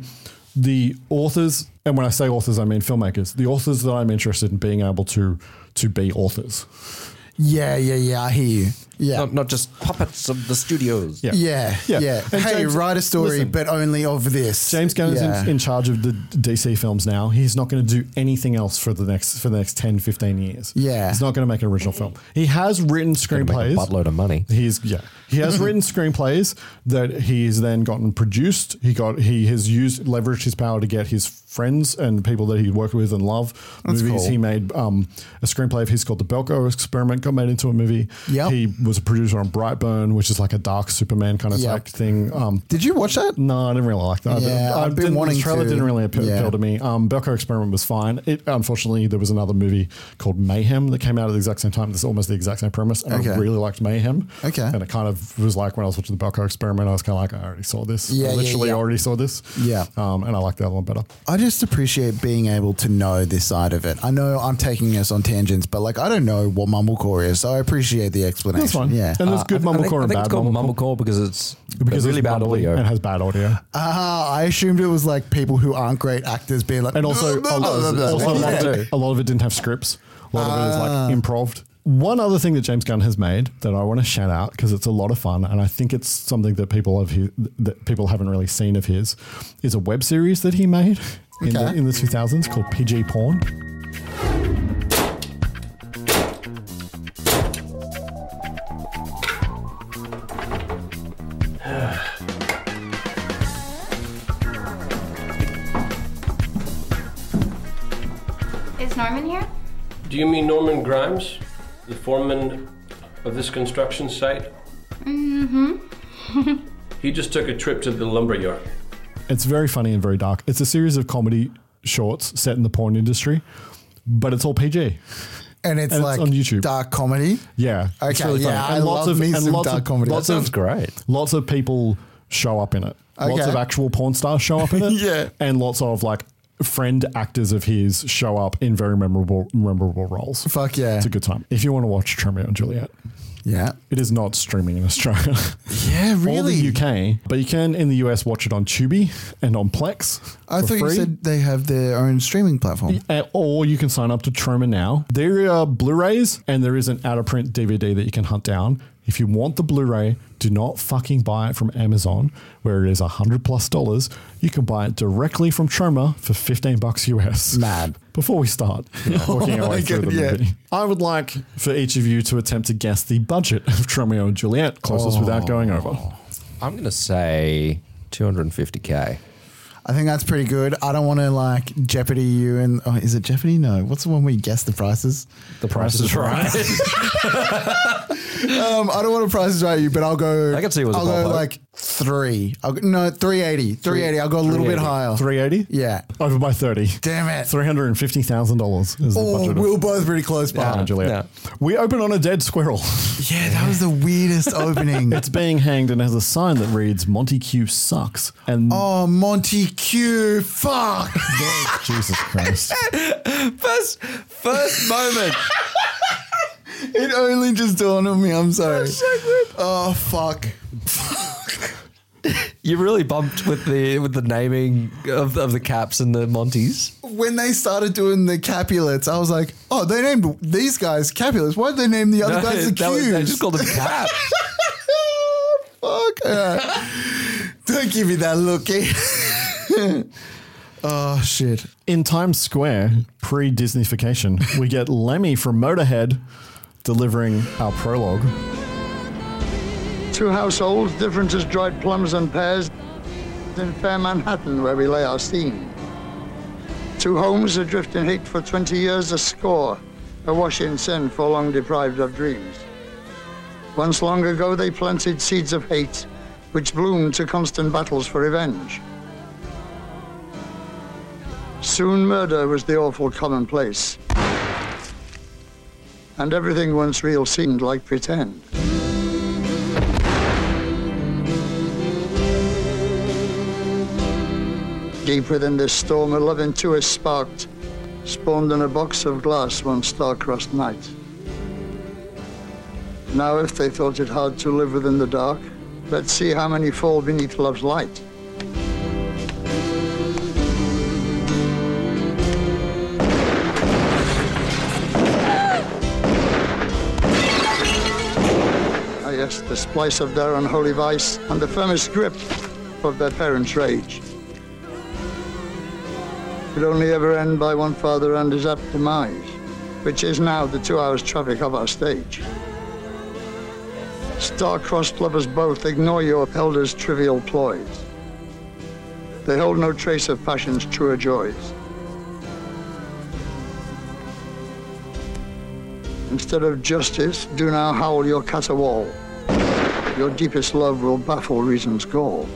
Speaker 1: the authors, and when I say authors, I mean filmmakers. The authors that I'm interested in being able to to be authors.
Speaker 2: Yeah, yeah, yeah. I hear you. Yeah.
Speaker 3: Not, not just puppets of the studios.
Speaker 2: yeah,
Speaker 1: Yeah.
Speaker 2: yeah,
Speaker 1: And
Speaker 2: Hey,
Speaker 1: James-
Speaker 2: write a story,
Speaker 1: listen.
Speaker 2: but only of this.
Speaker 1: James Gunn
Speaker 2: yeah.
Speaker 1: is in, in charge of the DC films now. He's not going to do anything else for the next for the next 10, 15 years.
Speaker 2: Yeah.
Speaker 1: He's not going to make an original film. He has written
Speaker 3: Gonna make a
Speaker 1: screenplays.
Speaker 3: buttload of money.
Speaker 1: He's yeah.
Speaker 2: [LAUGHS]
Speaker 1: He has written screenplays that he's then gotten produced. He got he has used leveraged his power to get his friends and people that he worked with and love movies.
Speaker 2: cool.
Speaker 1: He made um, a screenplay of his called The Belko Experiment got made into a movie.
Speaker 2: Yep.
Speaker 1: He was a producer on Brightburn, which is like a dark Superman kind of
Speaker 2: Yep.
Speaker 1: type thing. Um,
Speaker 2: Did you watch that?
Speaker 1: no, I didn't really like that. I
Speaker 2: Yeah,
Speaker 1: didn't- I
Speaker 2: I've been
Speaker 1: didn't-
Speaker 2: wanting
Speaker 1: The trailer
Speaker 2: to.
Speaker 1: didn't really appeal,
Speaker 2: Yeah.
Speaker 1: appeal to me. Um, Belko Experiment was fine. It unfortunately there was another movie called Mayhem that came out at the exact same time. This almost the exact same premise, and I
Speaker 2: Okay.
Speaker 1: really liked Mayhem.
Speaker 2: Okay.
Speaker 1: and it kind of was like when I was watching the Belko Experiment, I was kind of like, I already saw this.
Speaker 2: Yeah,
Speaker 1: I
Speaker 2: yeah,
Speaker 1: literally
Speaker 2: yeah.
Speaker 1: already saw this.
Speaker 2: Yeah.
Speaker 1: um, and I like the other one better.
Speaker 2: I just appreciate being able to know this side of it. I know I'm taking us on tangents, but like I don't know what mumblecore is, so I appreciate the explanation.
Speaker 1: That's fine.
Speaker 2: Yeah.
Speaker 1: and there's
Speaker 3: Uh,
Speaker 1: good
Speaker 3: I, think- I think,
Speaker 1: mumblecore and
Speaker 3: it's
Speaker 1: bad
Speaker 3: called
Speaker 1: mumblecore.
Speaker 3: mumblecore because it's
Speaker 1: Because
Speaker 3: because really
Speaker 1: it's
Speaker 3: bad
Speaker 1: mumbly
Speaker 3: audio.
Speaker 1: and has bad audio,
Speaker 2: Ah, I assumed it was like people who aren't great actors being like,
Speaker 1: and
Speaker 2: "No,
Speaker 1: also,
Speaker 2: no, no,
Speaker 1: a, lot,
Speaker 2: no, no."
Speaker 1: also a, lot
Speaker 2: Yeah. Ah.
Speaker 1: of it, a lot of it didn't have scripts. A lot of it is like improv. One other thing that James Gunn has made that I want to shout out because it's a lot of fun, and I think it's something that people have he- that people haven't really seen of his, is a web series that he made in, the,
Speaker 2: Okay.
Speaker 1: in the 2000s called PG Porn.
Speaker 8: Is Norman here?
Speaker 9: Do you mean Norman Grimes, the foreman of this construction site? Mm-hmm.
Speaker 8: [LAUGHS]
Speaker 9: he just took a trip to the lumber yard.
Speaker 1: It's very funny and very dark. It's a series of comedy shorts set in the porn industry, but it's all PG.
Speaker 2: And it's
Speaker 1: And it's
Speaker 2: like
Speaker 1: on YouTube.
Speaker 2: dark comedy.
Speaker 1: Yeah, it's
Speaker 2: Okay, yeah, I love me some dark comedy.
Speaker 1: Lots
Speaker 2: That
Speaker 1: of
Speaker 2: sounds
Speaker 3: great.
Speaker 1: Lots of people show up in it. Lots
Speaker 2: Okay.
Speaker 1: of actual porn stars show up
Speaker 2: [LAUGHS]
Speaker 1: in it.
Speaker 2: Yeah.
Speaker 1: and lots of like friend actors of his show up in very memorable memorable roles.
Speaker 2: Fuck yeah.
Speaker 1: It's a good time if you want to watch Romeo and Juliet.
Speaker 2: Yeah.
Speaker 1: It is not streaming in Australia.
Speaker 2: Yeah, really?
Speaker 1: [LAUGHS] Or the UK, but you can in the US watch it on Tubi and on Plex.
Speaker 2: I
Speaker 1: for
Speaker 2: thought you
Speaker 1: free.
Speaker 2: said they have their own streaming platform.
Speaker 1: Uh, Or you can sign up to Troma now. There are Blu-rays and there is an out-of-print DVD that you can hunt down. If you want the Blu-ray, do not fucking buy it from Amazon, where it is a hundred plus dollars. You can buy it directly from Troma for fifteen bucks US.
Speaker 2: Mad.
Speaker 1: Before we [LAUGHS] start
Speaker 2: [LAUGHS]
Speaker 1: working
Speaker 2: Oh
Speaker 1: our
Speaker 2: my
Speaker 1: way through
Speaker 2: God,
Speaker 1: the
Speaker 2: yeah.
Speaker 1: movie, I would like for each of you to attempt to guess the budget of Romeo and Juliet closest without going over.
Speaker 3: Oh. I'm going to say 250k.
Speaker 2: I think that's pretty good. I don't want to like jeopardy you and oh, is it jeopardy? No. What's the one where you guess the prices?
Speaker 3: The price
Speaker 2: [LAUGHS]
Speaker 3: is right.
Speaker 2: Um, I don't want to price it right you, but I'll go.
Speaker 3: I can see it was a
Speaker 2: I'll go
Speaker 3: ballpark.
Speaker 2: like three. I'll go, no, 380. 380. I'll go a little bit
Speaker 3: 380.
Speaker 2: higher.
Speaker 1: Three eighty.
Speaker 2: Yeah.
Speaker 1: Over by thirty.
Speaker 2: Damn it.
Speaker 1: Three hundred and fifty thousand dollars is the budget.
Speaker 2: Oh,
Speaker 1: of-
Speaker 2: we were both pretty close,
Speaker 1: Romeo
Speaker 2: but
Speaker 1: and Juliet. We open on a dead squirrel.
Speaker 2: yeah, that was the
Speaker 1: [LAUGHS]
Speaker 2: weirdest opening.
Speaker 1: It's being hanged and has a sign that reads Monty Q sucks. And
Speaker 2: Oh, Monty Q. Fuck.
Speaker 1: [LAUGHS] Jesus Christ.
Speaker 3: [LAUGHS] First, first moment.
Speaker 2: [LAUGHS] It only just dawned on me. I'm sorry. Oh, fuck.
Speaker 3: You really bumped with the with the naming of, of the caps and the Monties.
Speaker 2: When they started doing the Capulets, I was like, oh, they named these guys Capulets. Why did they name the other guys the
Speaker 3: that was- they
Speaker 2: Qs?
Speaker 3: just called them cap.
Speaker 2: [LAUGHS] fuck. Uh, [LAUGHS] don't give me that look. eh? [LAUGHS] oh, shit.
Speaker 1: In Times Square, pre Disneyfication, we get Lemmy from Motorhead delivering our prologue.
Speaker 4: Two households, different as dried plums and pears, in fair Manhattan where we lay our steam. Two homes adrift in hate for 20 years, a score, awash in sin for long deprived of dreams. Once long ago they planted seeds of hate, which bloomed to constant battles for revenge. Soon murder was the awful commonplace, and everything once real seemed like pretend. Deep within this storm, a loving two is sparked, spawned in a box of glass one star-crossed night. Now, if they thought it hard to live within the dark, let's see how many fall beneath love's light. Ah, yes, the splice of their unholy vice and the firmest grip of their parents' rage could only ever end by one father and his apt demise, which is now the two hours traffic of our stage. Star-crossed lovers both ignore your elders' trivial ploys. They hold no trace of passion's truer joys. Instead of justice, do now howl your caterwaul. Your deepest love will baffle reason's gall.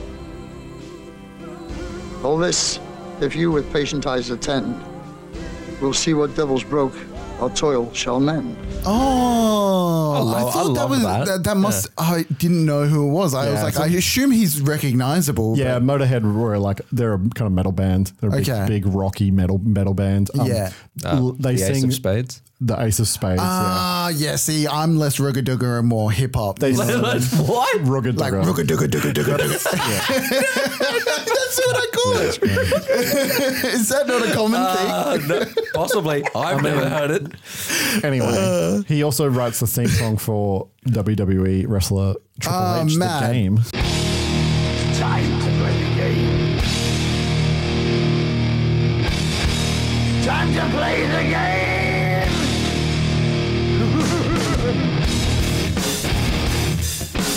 Speaker 4: All this, if you with patient eyes attend, will see what devils broke our toil shall mend.
Speaker 2: Oh,
Speaker 3: I love- I
Speaker 2: that
Speaker 3: love
Speaker 2: was
Speaker 3: that.
Speaker 2: that, must. I didn't know who it was. I was
Speaker 1: Yeah,
Speaker 2: like,
Speaker 1: it's
Speaker 2: I assume he's recognizable. but-
Speaker 1: Yeah, Motorhead were like they're a kind of metal band. They're a big,
Speaker 2: Okay.
Speaker 1: big rocky metal metal band. Um,
Speaker 2: Yeah.
Speaker 1: l- they
Speaker 3: Uh, the Ace
Speaker 1: sing
Speaker 3: of Spades.
Speaker 1: the Ace of Spades. yeah.
Speaker 2: Ah, yeah. See, I'm less rugadugga and more hip hop.
Speaker 1: They
Speaker 2: You know [LAUGHS]
Speaker 1: sing [LAUGHS]
Speaker 2: what I mean?
Speaker 3: what?
Speaker 1: rugged
Speaker 2: like [LAUGHS]
Speaker 1: Dugger.
Speaker 2: rugadugga dugga dugga dugga. That's what I call it. [LAUGHS] Is that not a common
Speaker 3: Uh, no,
Speaker 2: [LAUGHS]
Speaker 3: possibly. I've never heard it.
Speaker 1: Anyway,
Speaker 2: Uh.
Speaker 1: he also writes the theme song for WWE wrestler Triple
Speaker 2: Oh,
Speaker 1: H, the
Speaker 2: man.
Speaker 1: game.
Speaker 7: Time to play the game. Time to play the game. [LAUGHS]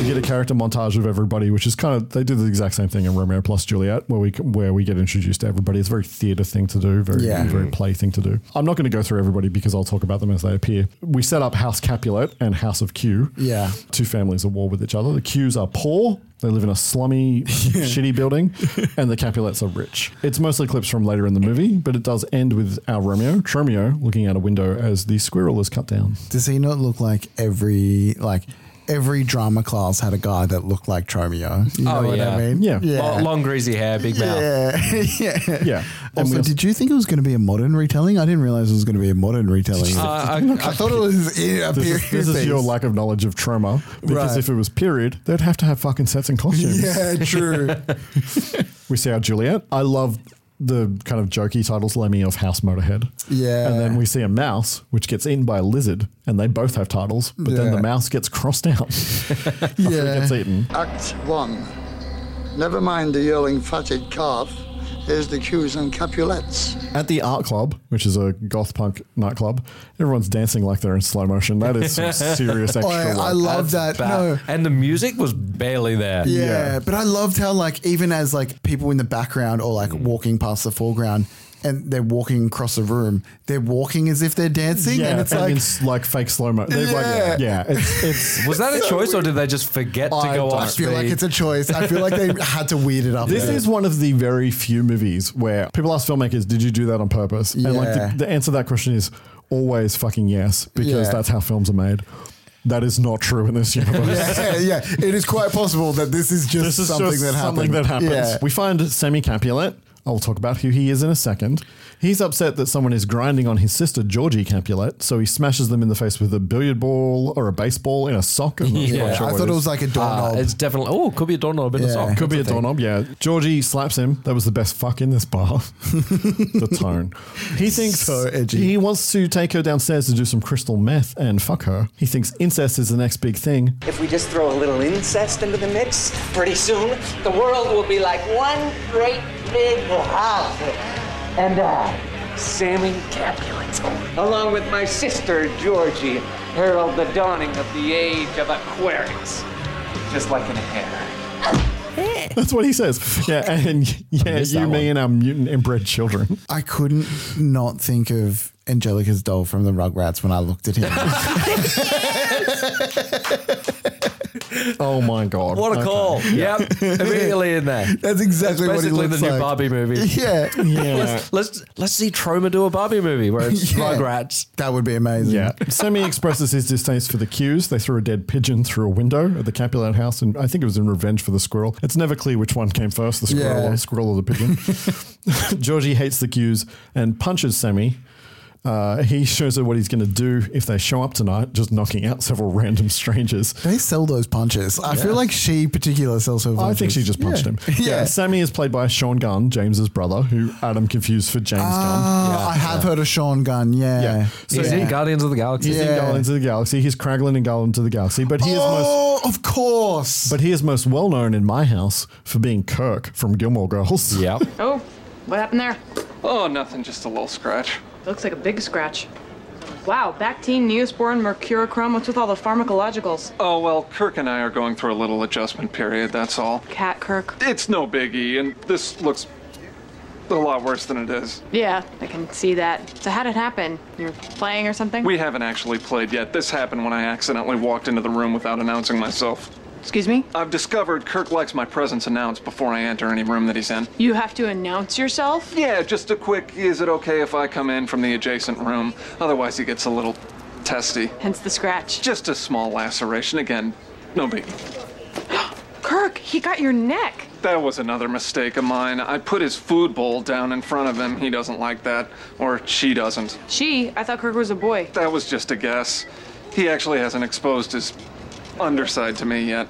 Speaker 1: We get a character montage of everybody, which is kind of they do the exact same thing in Romeo plus Juliet, where we where we get introduced to everybody. It's a very theatre thing to do, very
Speaker 2: Yeah.
Speaker 1: very play thing to do. I'm not going to go through everybody because I'll talk about them as they appear. We set up House Capulet and House of Q.
Speaker 2: Yeah.
Speaker 1: two families at war with each other. The Qs are poor. They live in
Speaker 2: [LAUGHS]
Speaker 1: a slummy, shitty building, and the Capulets are rich. It's mostly clips from later in the movie, but it does end with our Romeo, Tromeo, looking out a window as the squirrel is cut down.
Speaker 2: Does he not look like every like every drama class had a guy that looked like Tromeo. You
Speaker 3: Oh,
Speaker 2: know what
Speaker 3: yeah.
Speaker 2: I mean?
Speaker 1: Yeah.
Speaker 2: Yeah.
Speaker 3: Long, long greasy hair, big mouth.
Speaker 2: yeah. [LAUGHS] yeah.
Speaker 1: Yeah. And we
Speaker 2: Also, did you think it was going to be a modern retelling? I didn't realize it was going to be a modern retelling.
Speaker 3: Uh, I-
Speaker 2: I thought it was a
Speaker 1: This, is, this is your lack of knowledge of trauma. Because
Speaker 2: Right.
Speaker 1: if it was period, they'd have to have fucking sets and costumes.
Speaker 2: Yeah, true.
Speaker 1: [LAUGHS] We see our Juliet. I love the kind of jokey titles Lemmy of House Motorhead.
Speaker 2: Yeah.
Speaker 1: And then we see a mouse, which gets eaten by a lizard, and they both have titles, but then the
Speaker 2: Yeah.
Speaker 1: mouse gets crossed out [LAUGHS] after
Speaker 2: Yeah.
Speaker 1: it gets eaten.
Speaker 4: Act 1. Never mind the yearling fatted calf. Here's the cues and Capulets.
Speaker 1: At the art club, which is a goth punk nightclub, everyone's dancing like they're in slow motion. That is [LAUGHS]
Speaker 2: [LAUGHS]
Speaker 1: some serious extra
Speaker 2: I,
Speaker 1: work.
Speaker 2: I love that.
Speaker 3: Ba-
Speaker 2: No.
Speaker 3: And the music was barely there.
Speaker 2: Yeah,
Speaker 1: Yeah.
Speaker 2: but I loved how like even as like people in the background or
Speaker 3: Mm.
Speaker 2: like walking past the foreground and they're walking across the room, they're walking as if they're dancing,
Speaker 1: yeah,
Speaker 2: and it's like
Speaker 1: s- like fake slow mo. Yeah.
Speaker 2: Yeah.
Speaker 1: Like, yeah, it's,
Speaker 3: [LAUGHS]
Speaker 1: it's
Speaker 3: Was
Speaker 2: [LAUGHS]
Speaker 3: that a choice, or did they just forget to
Speaker 1: I
Speaker 3: go
Speaker 1: don't
Speaker 2: I
Speaker 3: off
Speaker 2: feel like
Speaker 3: speed?
Speaker 2: it's a choice. I feel like they had to weird it up.
Speaker 1: This
Speaker 2: a bit.
Speaker 1: is one of the very few movies where people ask filmmakers, "Did you do that on purpose?" And like
Speaker 2: Yeah.
Speaker 1: the, the answer to that question is always fucking yes, because
Speaker 2: Yeah.
Speaker 1: that's how films are made. That is not true in [LAUGHS] this
Speaker 2: [LAUGHS]
Speaker 1: universe.
Speaker 2: yeah, yeah. It is quite possible that this is just
Speaker 1: This is
Speaker 2: something
Speaker 1: just
Speaker 2: that happened.
Speaker 1: something that happens.
Speaker 2: Yeah.
Speaker 1: We find Sammy Capulet. I'll talk about who he is in a second. He's upset that someone is grinding on his sister Georgie Capulet, so he smashes them in the face with a billiard ball or a baseball in a sock. I'm not
Speaker 3: Yeah.
Speaker 1: quite sure
Speaker 2: I
Speaker 1: what
Speaker 2: thought it
Speaker 1: is.
Speaker 2: was like a
Speaker 3: Uh,
Speaker 2: doorknob.
Speaker 3: it's definitely. Oh, could be a doorknob in a
Speaker 2: Yeah.
Speaker 3: sock.
Speaker 1: Could be a doorknob, yeah. Georgie slaps him. That was the best fuck in this bar. [LAUGHS] the tone. He thinks
Speaker 2: So edgy.
Speaker 1: he wants to take her downstairs to do some crystal meth and fuck her. He thinks incest is the next big thing.
Speaker 10: If we just throw a little incest into the mix, pretty soon the world will be like one great big house. And
Speaker 7: uh,
Speaker 10: I, Sammy Capulet, along with my sister Georgie, herald the dawning of the age of Aquarius, just like in a hair.
Speaker 1: That's what he says. Yeah, and yeah,
Speaker 3: Eh. missed
Speaker 1: you,
Speaker 3: that
Speaker 1: me,
Speaker 3: one.
Speaker 1: and our mutant inbred children.
Speaker 2: [LAUGHS] I couldn't not think of Angelica's doll from the Rugrats when I looked
Speaker 3: [LAUGHS]
Speaker 2: at him.
Speaker 1: Oh my god.
Speaker 3: What a
Speaker 1: Okay.
Speaker 3: call! Yep,
Speaker 1: [LAUGHS]
Speaker 3: immediately in there.
Speaker 2: [LAUGHS] That's exactly what he
Speaker 3: Basically, the
Speaker 2: looks
Speaker 3: new
Speaker 2: like.
Speaker 3: Barbie movie.
Speaker 2: [LAUGHS] Yeah.
Speaker 1: Yeah.
Speaker 3: [LAUGHS] Let's let's see Troma do a Barbie movie where it's
Speaker 2: [LAUGHS] Yeah.
Speaker 3: Rugrats.
Speaker 2: That would be amazing.
Speaker 1: [LAUGHS] Yeah. Sammy expresses his distaste for the cues. They threw a dead pigeon through a window at the Capulet house, and I think it was in revenge for the squirrel. It's never clear which one came first, the squirrel,
Speaker 2: Yeah.
Speaker 1: or, squirrel or the pigeon. [LAUGHS] Georgie hates the cues and punches Sammy. Uh, he shows her what he's going to do if they show up tonight, just knocking out several random strangers.
Speaker 2: They sell those punches. I feel like she particular sells her
Speaker 1: I
Speaker 2: punches.
Speaker 1: think she just punched him.
Speaker 2: [LAUGHS] Yeah.
Speaker 1: Sammy is played by Sean Gunn, James's brother, who Adam confused for James Gunn.
Speaker 2: Ah, I have heard of Sean Gunn. Yeah.
Speaker 1: Yeah.
Speaker 3: He's in Guardians of the Galaxy.
Speaker 1: He's in
Speaker 2: Yeah.
Speaker 1: Guardians of the Galaxy. He's Kraglin in Guardians of the Galaxy, but he is most
Speaker 2: oh, of course.
Speaker 1: But he is most well known in my house for being Kirk from Gilmore [LAUGHS] Girls.
Speaker 3: Yep.
Speaker 11: Oh, what happened there?
Speaker 10: Oh, nothing, just a little scratch.
Speaker 11: Looks like a big scratch. Wow, Bactine, Neosporin, Mercurochrome, what's with all the pharmacologicals?
Speaker 10: Oh, well, Kirk and I are going through a little adjustment period, that's all.
Speaker 11: Cat Kirk.
Speaker 10: It's no biggie, and this looks a lot worse than it is.
Speaker 11: Yeah, I can see that. So how'd it happen? You're playing or something?
Speaker 10: We haven't actually played yet. This happened when I accidentally walked into the room without announcing myself.
Speaker 11: Excuse me?
Speaker 10: I've discovered Kirk likes my presence announced before I enter any room that he's in.
Speaker 11: You have to announce yourself?
Speaker 10: Yeah, just a quick, is it okay if I come in from the adjacent room? Otherwise, he gets a little testy.
Speaker 11: Hence the scratch.
Speaker 10: Just a small laceration. Again, no biggie.
Speaker 11: Kirk, he got your neck.
Speaker 10: That was another mistake of mine. I put his food bowl down in front of him. He doesn't like that. Or she doesn't.
Speaker 11: She, I thought Kirk was a boy.
Speaker 10: That was just a guess. He actually hasn't exposed his underside to me yet.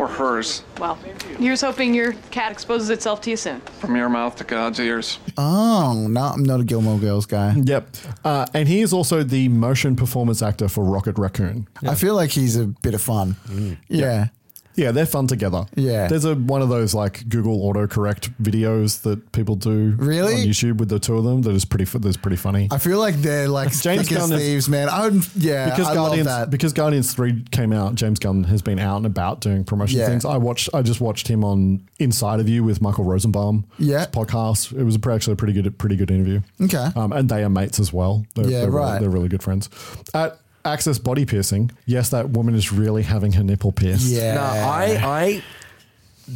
Speaker 10: Or hers.
Speaker 11: Well, here's hoping your cat exposes itself to you soon.
Speaker 10: From your mouth to God's ears.
Speaker 2: Oh, no, I'm not a Gilmore Girls guy.
Speaker 1: Yep. Uh, and he is also the motion performance actor for Rocket Raccoon.
Speaker 2: I feel like he's a bit of fun.
Speaker 3: Mm.
Speaker 2: Yeah.
Speaker 1: Yeah, they're fun together.
Speaker 2: Yeah.
Speaker 1: There's a one of those like Google autocorrect videos that people do
Speaker 2: Really?
Speaker 1: on YouTube with the two of them that is pretty fu- that's pretty funny.
Speaker 2: I feel like they're like
Speaker 1: James
Speaker 2: James thick as
Speaker 1: Gunn is-
Speaker 2: thieves, man. I would, yeah,
Speaker 1: because
Speaker 2: I
Speaker 1: Guardians
Speaker 2: love that.
Speaker 1: because Guardians 3 came out, James Gunn has been out and about doing promotion
Speaker 2: Yeah.
Speaker 1: things. I watched I just watched him on Inside of You with Michael Rosenbaum.
Speaker 2: Yeah.
Speaker 1: his podcast. It was a pre- actually a pretty good pretty good interview.
Speaker 2: Okay.
Speaker 1: Um, and they are mates as well. They're,
Speaker 2: Yeah,
Speaker 1: they're Really,
Speaker 2: right.
Speaker 1: they're really good friends. At Access body piercing. Yes, that woman is really having her nipple pierced.
Speaker 2: yeah.
Speaker 3: No, I I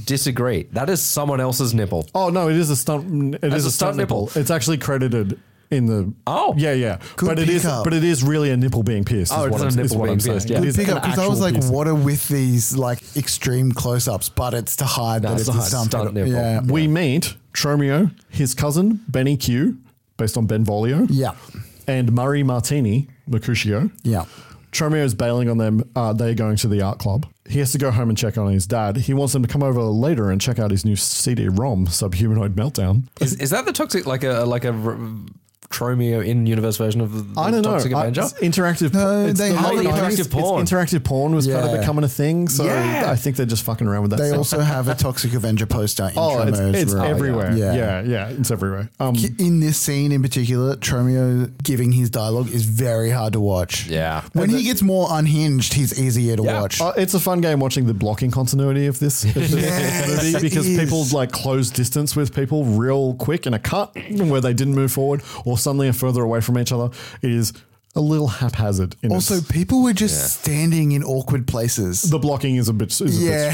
Speaker 3: disagree. That is someone else's nipple.
Speaker 1: Oh no, it is a stunt. It is
Speaker 3: That's
Speaker 1: a stunt nipple. It's actually credited in the oh yeah yeah.
Speaker 2: Good
Speaker 1: but it is
Speaker 2: pickup.
Speaker 1: but it is really a nipple being pierced.
Speaker 2: Oh,
Speaker 1: is
Speaker 2: it's
Speaker 1: what
Speaker 2: a
Speaker 1: I'm, is
Speaker 2: nipple
Speaker 1: what
Speaker 2: being
Speaker 1: I'm saying.
Speaker 2: pierced,
Speaker 1: It
Speaker 2: Good
Speaker 1: is an
Speaker 2: pickup because I
Speaker 1: actual
Speaker 2: was like,
Speaker 1: piercing.
Speaker 2: what are with these like extreme close ups? But it's to hide
Speaker 1: No,
Speaker 2: that
Speaker 1: it's
Speaker 2: it's,
Speaker 1: to
Speaker 2: a
Speaker 1: hide.
Speaker 2: stunt.
Speaker 1: Stunt nipple.
Speaker 2: yeah.
Speaker 1: We meet Tromeo, his cousin Benny Q, based on Benvolio.
Speaker 2: Yeah.
Speaker 1: And Murray Martini, Mercutio.
Speaker 2: Yeah.
Speaker 1: Tromeo's bailing on them. Uh, they're going to the art club. He has to go home and check on his dad. He wants them to come over later and check out his new CD-ROM, Subhumanoid Meltdown.
Speaker 3: Is, is that the toxic like a like a r- Tromeo in universe version of the, the
Speaker 1: I don't know.
Speaker 3: Toxic
Speaker 1: I-
Speaker 3: Avenger?
Speaker 1: it's interactive.
Speaker 2: No,
Speaker 1: it's
Speaker 2: they
Speaker 1: the
Speaker 2: have
Speaker 1: late
Speaker 2: a-
Speaker 1: 90s.
Speaker 2: Interactive
Speaker 1: It's
Speaker 2: porn.
Speaker 1: interactive porn was kind of
Speaker 2: Yeah.
Speaker 1: becoming a thing. So
Speaker 2: Yeah.
Speaker 1: I think they're just fucking around with that.
Speaker 2: They
Speaker 1: stuff.
Speaker 2: also
Speaker 1: [LAUGHS]
Speaker 2: have a Toxic Avenger poster in
Speaker 1: oh, it's,
Speaker 2: Tremo's
Speaker 1: it's
Speaker 2: room.
Speaker 1: everywhere. Yeah. yeah, it's everywhere. Um,
Speaker 2: in this scene in particular, Tromeo giving his dialogue is very hard to watch.
Speaker 3: Yeah.
Speaker 2: When he gets more unhinged, he's easier to watch.
Speaker 1: Uh, it's a fun game watching the blocking continuity of this, of
Speaker 2: [LAUGHS]
Speaker 1: this
Speaker 2: Yes,
Speaker 1: movie
Speaker 2: it
Speaker 1: [LAUGHS] because
Speaker 2: is.
Speaker 1: people like close distance with people real quick in a cut where they didn't move forward or suddenly are further away from each other. It is a little haphazard. In
Speaker 2: Also,
Speaker 1: its-
Speaker 2: people were just standing in awkward places.
Speaker 1: the blocking is a bit. Is
Speaker 2: Yeah.
Speaker 1: a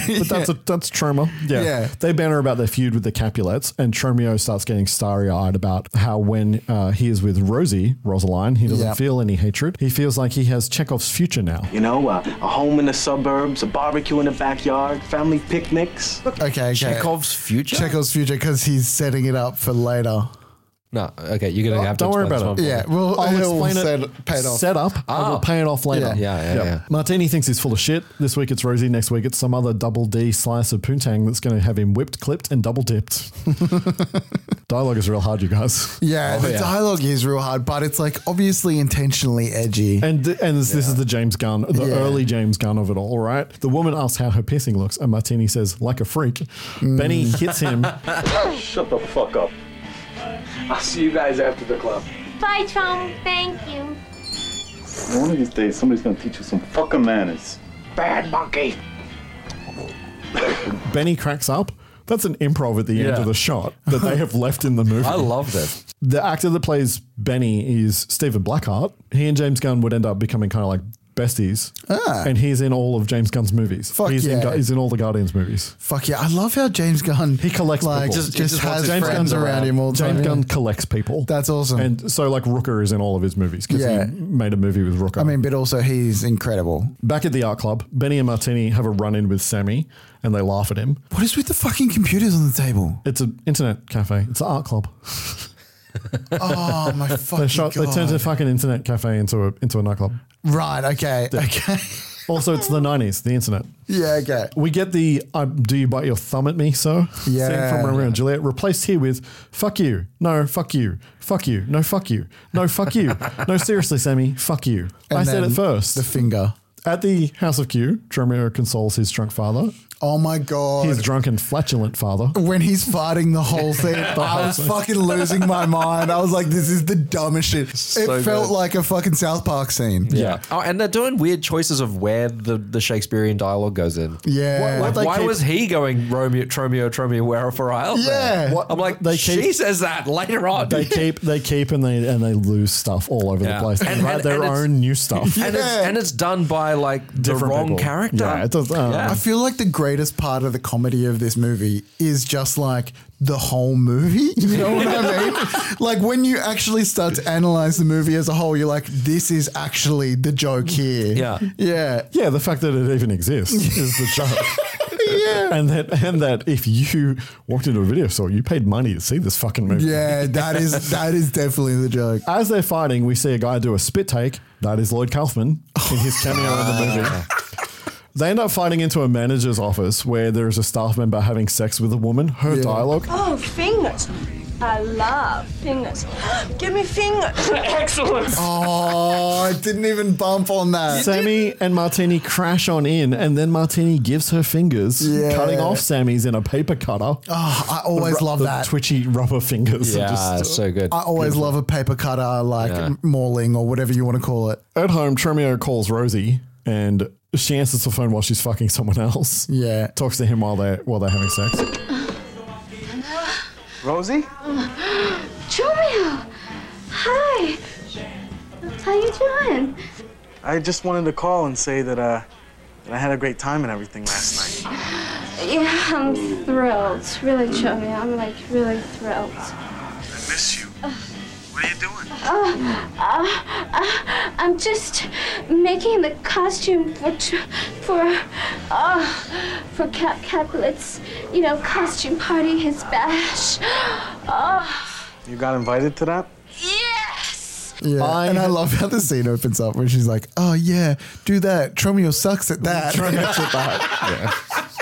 Speaker 2: [LAUGHS]
Speaker 1: strange, but that's a, that's trauma. Yeah.
Speaker 2: Yeah.
Speaker 1: they banter about their feud with the Capulets, and Tromeo starts getting starry eyed about how when uh, he is with Rosie Rosaline, he doesn't
Speaker 2: Yeah.
Speaker 1: feel any hatred. He feels like he has Chekhov's future now.
Speaker 10: You know, uh, a home in the suburbs, a barbecue in the backyard, family picnics.
Speaker 2: Okay, okay.
Speaker 10: Chekhov's
Speaker 2: future. Chekhov's future because he's setting it up for later.
Speaker 3: No, okay, you're gonna have to
Speaker 1: Oh, Don't worry
Speaker 3: explain
Speaker 1: about it.
Speaker 2: Yeah,
Speaker 3: this
Speaker 2: well,
Speaker 1: I'll
Speaker 2: it'll
Speaker 1: explain it.
Speaker 2: set- pay it off.
Speaker 1: Set up. I will
Speaker 3: Ah.
Speaker 1: pay it off later.
Speaker 3: Yeah, yeah, yeah.
Speaker 1: Martini thinks he's full of shit. This week it's Rosie. Next week it's some other double D slice of poontang that's going to have him whipped, clipped, and double
Speaker 3: [LAUGHS]
Speaker 1: dipped. Dialogue is real hard, you guys.
Speaker 2: Yeah, the
Speaker 1: Oh, yeah.
Speaker 2: dialogue is real hard, but it's like obviously intentionally edgy.
Speaker 1: And th- and this, this is the James Gunn, the
Speaker 2: Yeah.
Speaker 1: early James Gunn of it all, right? The woman asks how her piercing looks, and Martini says, like a freak.
Speaker 3: Mm.
Speaker 1: Benny hits
Speaker 3: [LAUGHS]
Speaker 1: him.
Speaker 7: [LAUGHS] Shut the fuck up. I'll see you guys after the club.
Speaker 8: Bye, Tom. Thank you.
Speaker 12: One of these days, somebody's gonna teach you some fucking manners.
Speaker 7: Bad monkey.
Speaker 1: Benny cracks up. That's an improv at the end
Speaker 3: Yeah.
Speaker 1: of the shot that they have left in the movie.
Speaker 3: I love that.
Speaker 1: The actor that plays Benny is Stephen Blackheart. He and James Gunn would end up becoming kind of like besties. And he's in all of James Gunn's movies.
Speaker 2: Ah. Fuck
Speaker 1: he's, in,
Speaker 2: yeah.
Speaker 1: Gu- he's in all the Guardians movies.
Speaker 2: Fuck yeah, I love how James Gunn he
Speaker 1: collects
Speaker 2: like
Speaker 1: people.
Speaker 2: just, has
Speaker 1: James
Speaker 2: friends
Speaker 1: Gunn's
Speaker 2: around him all the time.
Speaker 1: James Gunn
Speaker 2: yeah.
Speaker 1: collects people.
Speaker 2: That's awesome.
Speaker 1: And so like Rooker is in all of his movies because
Speaker 2: Yeah.
Speaker 1: he made a movie with Rooker.
Speaker 2: I mean, but also he's incredible.
Speaker 1: Back at the art club, Benny and Martini have a run in with Sammy and they laugh at him.
Speaker 2: What is with the fucking computers on the table?
Speaker 1: It's an internet cafe. It's an art club.
Speaker 2: Oh my fucking
Speaker 1: [LAUGHS] they shot.
Speaker 2: god!
Speaker 1: They turned a fucking internet cafe into a into a nightclub.
Speaker 2: right, okay, okay,
Speaker 1: Also, it's the nineties. The internet.
Speaker 2: yeah, okay.
Speaker 1: We get the uh, "Do you bite your thumb at me, sir?"
Speaker 2: Yeah.
Speaker 1: Scene from Romeo and Juliet, replaced here with "Fuck you, no, fuck you, fuck you, no, fuck you, no,
Speaker 2: [LAUGHS]
Speaker 1: fuck you, no, seriously, Sammy, fuck you."
Speaker 2: And
Speaker 1: I
Speaker 2: then
Speaker 1: said it first.
Speaker 2: The finger.
Speaker 1: at the House of Q, Romeo consoles his drunk father,
Speaker 2: Oh my god!
Speaker 1: his drunk and flatulent father.
Speaker 2: when he's fighting the
Speaker 1: [LAUGHS]
Speaker 2: whole thing,
Speaker 1: whole
Speaker 2: I was
Speaker 1: thing.
Speaker 2: fucking losing my mind. I was like, this is the dumbest shit. It
Speaker 3: good.
Speaker 2: felt like a fucking South Park scene.
Speaker 3: Yeah. Oh, and they're doing weird choices of where the, the Shakespearean dialogue goes in.
Speaker 2: Yeah.
Speaker 3: Like,
Speaker 1: they
Speaker 3: why
Speaker 1: keep-
Speaker 3: was he going Romeo, Tromeo, Tromeo, where for Isle?
Speaker 2: Yeah.
Speaker 1: What-
Speaker 3: I'm like,
Speaker 1: they
Speaker 3: she
Speaker 1: keep-
Speaker 3: says that later on.
Speaker 1: They
Speaker 3: [LAUGHS]
Speaker 1: keep, they keep, and they and they lose stuff all over
Speaker 3: Yeah.
Speaker 1: the place. They
Speaker 3: And-
Speaker 1: write
Speaker 3: and-
Speaker 1: their
Speaker 3: and it's-
Speaker 1: own new stuff.
Speaker 3: and, it's, and it's done by like the
Speaker 1: Different
Speaker 3: wrong
Speaker 1: people.
Speaker 3: character.
Speaker 1: Yeah, it does- uh,
Speaker 2: I feel like the greatest part of the comedy of this movie is just like the whole movie. [LAUGHS] You know what I
Speaker 3: [LAUGHS]
Speaker 2: mean? Like when you actually start to analyze the movie as a whole, you're like, this is actually the joke here.
Speaker 3: Yeah.
Speaker 2: Yeah.
Speaker 1: Yeah, the fact that it even exists is the
Speaker 2: [LAUGHS]
Speaker 1: joke. yeah. And that and that if you walked into a video store, you paid money to see this fucking movie.
Speaker 2: Yeah, that
Speaker 1: [LAUGHS]
Speaker 3: [LAUGHS]
Speaker 2: is that is definitely the joke.
Speaker 1: As they're fighting, we see a guy do a spit take. That is Lloyd Kaufman in his cameo
Speaker 2: [LAUGHS]
Speaker 1: in the movie. They end up fighting into a manager's office where there is a staff member having sex with a woman. Her dialogue.
Speaker 13: Oh, fingers. I love fingers. [GASPS] Give me
Speaker 14: [LAUGHS]
Speaker 13: fingers. Excellent.
Speaker 2: Oh, I didn't even bump on that.
Speaker 1: Sammy and Martini crash on in, and then Martini gives her fingers,
Speaker 2: Yeah.
Speaker 1: cutting off Sammy's in a paper cutter.
Speaker 2: Oh, I always
Speaker 1: The ru-
Speaker 2: love
Speaker 1: the
Speaker 2: that.
Speaker 1: twitchy rubber fingers. are
Speaker 3: Yeah,
Speaker 1: just- uh,
Speaker 3: so good.
Speaker 2: I always love a paper cutter, like mauling or whatever you want to call it.
Speaker 1: At home, Tremio calls Rosie and she answers the phone while she's fucking someone else.
Speaker 2: Yeah.
Speaker 1: Talks to him while they're while they're having sex.
Speaker 10: Rosie?
Speaker 6: Romeo! Hi! How you doing?
Speaker 10: I just wanted to call and say that, uh, that I had a great time and everything last night.
Speaker 6: Yeah, I'm thrilled. Really, Romeo. I'm like really thrilled.
Speaker 10: I miss you.
Speaker 15: What are you doing?
Speaker 8: Uh, uh, uh, I'm just making the costume for tr- for uh, for Cap Capulet's, you know, costume party, his bash. [GASPS] Oh,
Speaker 15: You got invited to that?
Speaker 2: Yeah, and I love how the scene opens up where she's like, "Oh yeah, do that. Tromeo sucks at that." That's what that-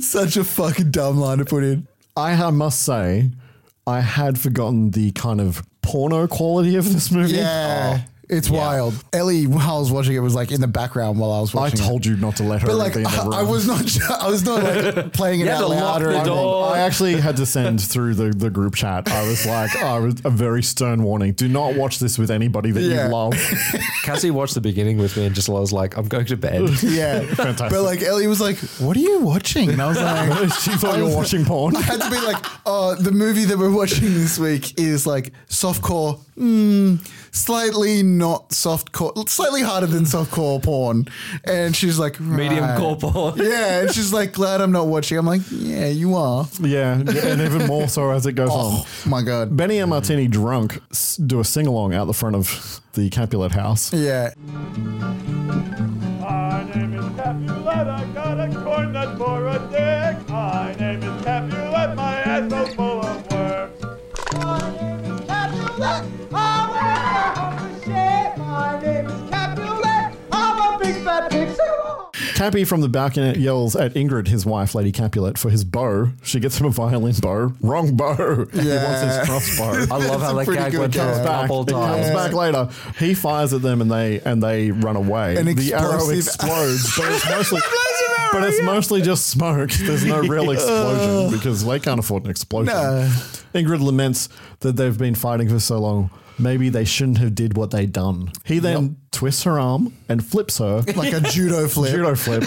Speaker 2: Such a fucking dumb line to put in.
Speaker 1: I ha- must say, I had forgotten the kind of porno quality of this movie.
Speaker 2: Yeah. It's wild. Ellie, while I was watching it, was like in the background while I was watching.
Speaker 1: I told you not to let
Speaker 2: [LAUGHS]
Speaker 1: her
Speaker 2: But like,
Speaker 1: be in the
Speaker 2: I,
Speaker 1: room.
Speaker 2: I was not. I was not
Speaker 1: [LAUGHS]
Speaker 2: like playing it
Speaker 1: You had
Speaker 2: out
Speaker 1: to lock
Speaker 2: loud or
Speaker 1: the
Speaker 2: anything.
Speaker 1: door. I actually had to send through the, the group chat. I was like, I was a very stern warning. Do not watch this with anybody that
Speaker 2: Yeah. [LAUGHS]
Speaker 1: you love.
Speaker 3: Cassie watched the beginning with me and just was like, I'm going to bed.
Speaker 2: [LAUGHS] Yeah,
Speaker 1: Fantastic.
Speaker 2: But like Ellie was like, "What are you watching?" And I
Speaker 1: [LAUGHS]
Speaker 2: was like,
Speaker 1: She thought
Speaker 2: I
Speaker 1: you were
Speaker 2: was-
Speaker 1: watching porn.
Speaker 2: I had to be like, "Oh, the movie that we're watching this week is like softcore, mm, slightly not softcore, slightly harder than softcore porn." And she's like,
Speaker 3: Medium
Speaker 2: "Right."
Speaker 3: core porn.
Speaker 2: Yeah, and she's like, "Glad I'm not watching." I'm like, "Yeah, you are."
Speaker 1: Yeah, and even more so as it goes on.
Speaker 2: Oh, my god,
Speaker 1: Benny and Martini drunk s- do a sing along out the front of the Capulet house.
Speaker 2: Yeah.
Speaker 14: My name is Capulet, I got a cornet for a dick. My name is Capulet, my ass so full of worms.
Speaker 16: Capulet, I'm a shit. My name is Capulet. I'm a big fat pixel.
Speaker 1: Cappy from the balcony yells at Ingrid, his wife, Lady Capulet, for his bow. She gets him a violin bow. Wrong bow. Yeah. He wants his crossbow.
Speaker 3: I love how that gag went
Speaker 1: comes
Speaker 3: down a
Speaker 1: back.
Speaker 3: couple
Speaker 1: It comes
Speaker 3: times.
Speaker 1: back later. He fires at them and they and they run away.
Speaker 2: An
Speaker 1: the arrow
Speaker 2: explosive-
Speaker 1: explodes, but
Speaker 2: [LAUGHS]
Speaker 1: it's mostly but it's mostly just smoke. [LAUGHS] There's no real explosion because they can't afford an explosion.
Speaker 2: No.
Speaker 1: Ingrid laments that they've been fighting for so long. Maybe they shouldn't have did what they done. He then twists her arm and flips her
Speaker 2: Like a
Speaker 1: [LAUGHS]
Speaker 2: judo flip.
Speaker 1: Judo flip.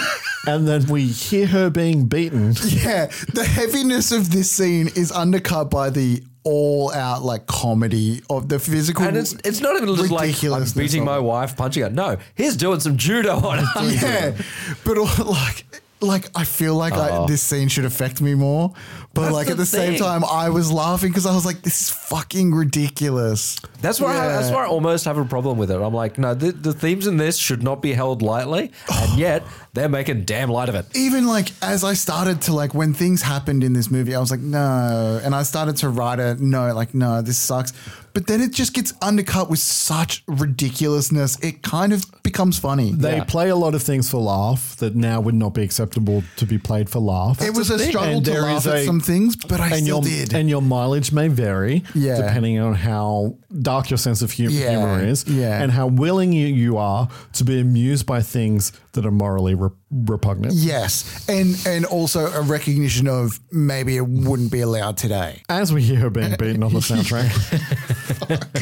Speaker 1: And then we hear her being beaten.
Speaker 2: Yeah, the heaviness of this scene is undercut by the all-out like comedy of the physical.
Speaker 3: And it's it's not even just like I'm
Speaker 2: ridiculousness
Speaker 3: beating
Speaker 2: of
Speaker 3: my wife, punching her. No, he's doing some judo on
Speaker 2: [LAUGHS]
Speaker 3: it.
Speaker 2: yeah, but all, like. Like I feel like I,
Speaker 3: Oh.
Speaker 2: this scene should affect me more, but
Speaker 3: That's
Speaker 2: like
Speaker 3: the
Speaker 2: at the same
Speaker 3: thing.
Speaker 2: time, I was laughing because I was like, "This is fucking ridiculous."
Speaker 3: That's why I, that's
Speaker 2: Yeah.
Speaker 3: why I almost have a problem with it. I'm like, no, the, the themes in this should not be held lightly,
Speaker 2: Oh.
Speaker 3: and yet they're making damn light of it.
Speaker 2: even like as I started to like when things happened in this movie, I was like, no, and I started to write a no, like no, this sucks. But then it just gets undercut with such ridiculousness. It kind of becomes funny.
Speaker 1: They play a lot of things for laugh that now would not be acceptable to be played for laugh.
Speaker 2: it was a struggle
Speaker 1: And
Speaker 2: to
Speaker 1: there
Speaker 2: laugh
Speaker 1: is
Speaker 2: at
Speaker 1: a-
Speaker 2: some things, but I
Speaker 1: and
Speaker 2: still
Speaker 1: your,
Speaker 2: did.
Speaker 1: And your mileage may vary
Speaker 2: Yeah.
Speaker 1: depending on how dark your sense of hu-
Speaker 2: Yeah.
Speaker 1: humor is
Speaker 2: Yeah.
Speaker 1: and how willing you, you are to be amused by things that are morally re- repugnant.
Speaker 2: yes, and and also a recognition of maybe it wouldn't be allowed today.
Speaker 1: As we hear her being
Speaker 2: [LAUGHS]
Speaker 1: beaten on the soundtrack,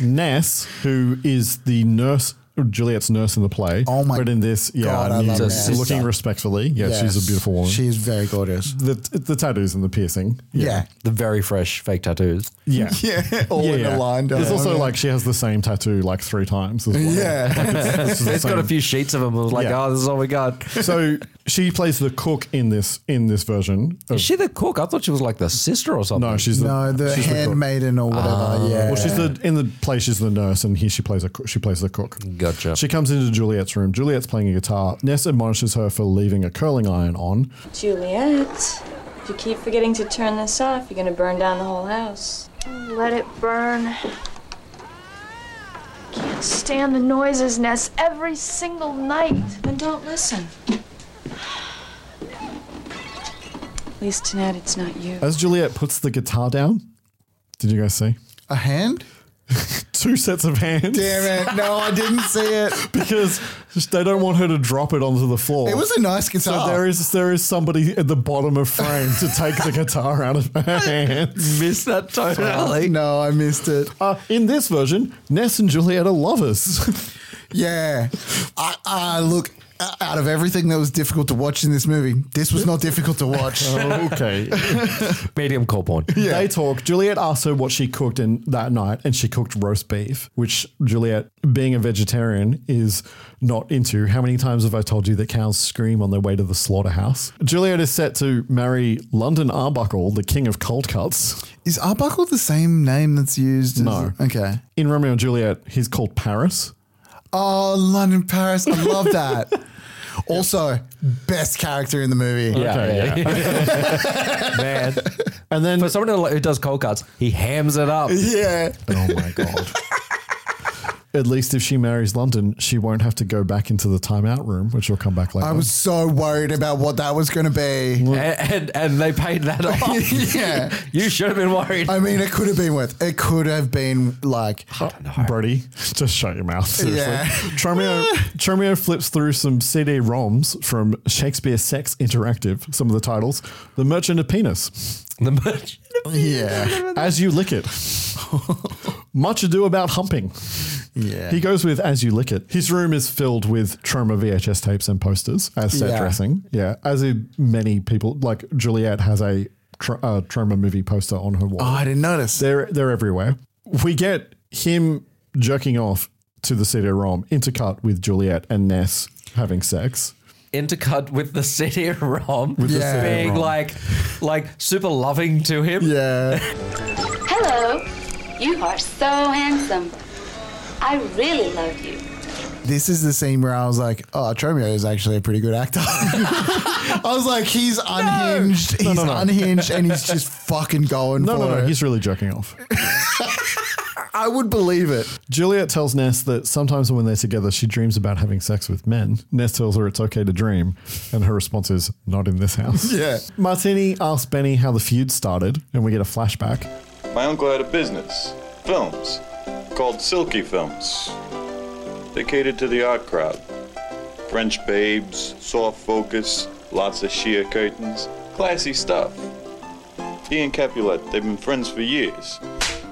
Speaker 1: Ness, who is the nurse, Juliet's nurse in the play. Oh
Speaker 2: my
Speaker 1: But in this, yeah,
Speaker 2: God, I
Speaker 1: I mean,
Speaker 2: love
Speaker 1: just
Speaker 2: Ness.
Speaker 1: looking respectfully. Yeah, she's
Speaker 2: Yes.
Speaker 1: a beautiful woman.
Speaker 2: She is very gorgeous.
Speaker 1: the, the tattoos and the piercing.
Speaker 2: Yeah.
Speaker 3: the very fresh fake tattoos.
Speaker 1: Yeah.
Speaker 2: [LAUGHS] Yeah, all in a line.
Speaker 1: There's
Speaker 2: down.
Speaker 1: also like she has the same tattoo like three times. As well.
Speaker 2: Yeah. [LAUGHS]
Speaker 1: Like, it's- it's the
Speaker 3: It's got a
Speaker 1: same-
Speaker 3: few sheets of them. I was like,
Speaker 1: Yeah.
Speaker 3: oh, this is all we got.
Speaker 1: [LAUGHS] So she plays the cook in this in this version. of-
Speaker 3: Is she the cook? I thought she was like the sister or something. Ah.
Speaker 1: no, she's the
Speaker 2: no, the
Speaker 1: she's cook.
Speaker 2: handmaiden or whatever. yeah,
Speaker 1: Well, she's the in the play. She's the nurse, and here she plays a cook- she plays the cook.
Speaker 3: Gotcha.
Speaker 1: She comes into Juliet's room. Juliet's playing a guitar. Ness admonishes her for leaving a curling iron on.
Speaker 17: Juliet, if you keep forgetting to turn this off, you're gonna burn down the whole
Speaker 18: [LAUGHS]
Speaker 17: house.
Speaker 8: let it burn. Can't stand the noises, Ness, every single night.
Speaker 17: Then don't listen. At least tonight it's not you.
Speaker 1: As Juliet puts the guitar down, did you guys see
Speaker 2: a hand?
Speaker 1: [LAUGHS] two sets of hands?
Speaker 2: Damn it! No, I didn't see it.
Speaker 1: [LAUGHS] because they don't want her to drop it onto the floor.
Speaker 2: It was a nice
Speaker 1: So
Speaker 2: guitar.
Speaker 1: there is there is somebody at the bottom of frame to take the guitar out of her
Speaker 3: [LAUGHS]
Speaker 1: hands.
Speaker 3: Missed that totally.
Speaker 2: No, I missed it.
Speaker 1: Uh, in this version, Ness and Juliet are [LAUGHS] lovers.
Speaker 2: Yeah. I, I look o- out of everything that was difficult to watch in this movie, this was not difficult to
Speaker 1: [LAUGHS]
Speaker 2: watch.
Speaker 1: Oh, okay.
Speaker 3: [LAUGHS] medium core porn.
Speaker 1: They talk. Juliet asks her what she cooked in that night, and she cooked roast beef, which Juliet, being a vegetarian, is not into. How many times have I told you that cows scream on their way to the slaughterhouse? Juliet is set to marry London Arbuckle, the king of cold cuts.
Speaker 2: Is Arbuckle the same name that's used? As,
Speaker 1: No.
Speaker 2: Okay.
Speaker 1: In Romeo and Juliet, he's called Paris.
Speaker 2: Oh, London, Paris. I love
Speaker 1: [LAUGHS]
Speaker 2: that. also, best character in the movie.
Speaker 3: [LAUGHS] Yeah, [LAUGHS] Man.
Speaker 1: And then
Speaker 3: for someone who, who does cold cuts, he hams it up.
Speaker 2: [LAUGHS] Yeah.
Speaker 1: Oh my god. At least if she marries London, she won't have to go back into the timeout room, which will come back later.
Speaker 2: I was so worried about what that was going to be.
Speaker 3: And, and they
Speaker 2: [LAUGHS]
Speaker 3: paid that off.
Speaker 2: yeah.
Speaker 3: You should have been worried.
Speaker 2: I mean, it could have been worth. It could have been like
Speaker 1: Brody, [LAUGHS] just shut your mouth. Seriously.
Speaker 2: Yeah. [LAUGHS]
Speaker 1: Tromeo, Tromeo flips through some CD ROMs from Shakespeare Sex Interactive, some of the titles The Merchant of Penis.
Speaker 3: The Merchant
Speaker 1: [LAUGHS]
Speaker 2: Yeah.
Speaker 1: As You Lick It. Much Ado About Humping.
Speaker 2: Yeah.
Speaker 1: He goes with As You Lick It. His room is filled with Troma VHS tapes and posters as set
Speaker 2: Yeah.
Speaker 1: dressing. Yeah. As in many people, like Juliet has a tr- uh, Troma movie poster on her wall.
Speaker 2: Oh, I didn't notice.
Speaker 1: They're they're everywhere. We get him jerking off to the CD-ROM intercut with Juliet and Ness having sex.
Speaker 3: Intercut with the CD-ROM,
Speaker 1: With the
Speaker 3: just being
Speaker 1: CD-ROM.
Speaker 3: like, like super loving to him.
Speaker 2: Yeah.
Speaker 19: Hello. You are so handsome. I really love you.
Speaker 2: This is the scene where I was like, "Oh, Tromeo is actually a pretty good actor." [LAUGHS] I was like, "He's unhinged.
Speaker 1: No,
Speaker 2: he's
Speaker 1: no, no.
Speaker 2: unhinged, and he's just fucking going
Speaker 1: No,
Speaker 2: for
Speaker 1: no, no.
Speaker 2: it."
Speaker 1: He's really jerking [LAUGHS] off.
Speaker 2: I would believe it.
Speaker 1: Juliet tells Ness that sometimes when they're together, she dreams about having sex with men. Ness tells her it's okay to dream, and her response is, not in this house. [LAUGHS]
Speaker 12: Yeah.
Speaker 1: Martini asks Benny how the feud started, and we get a flashback.
Speaker 12: My uncle had a business, films, called Silky Films. They catered to the art crowd. French babes, soft focus, lots of sheer curtains, classy stuff. He and Capulet, they've been friends for years.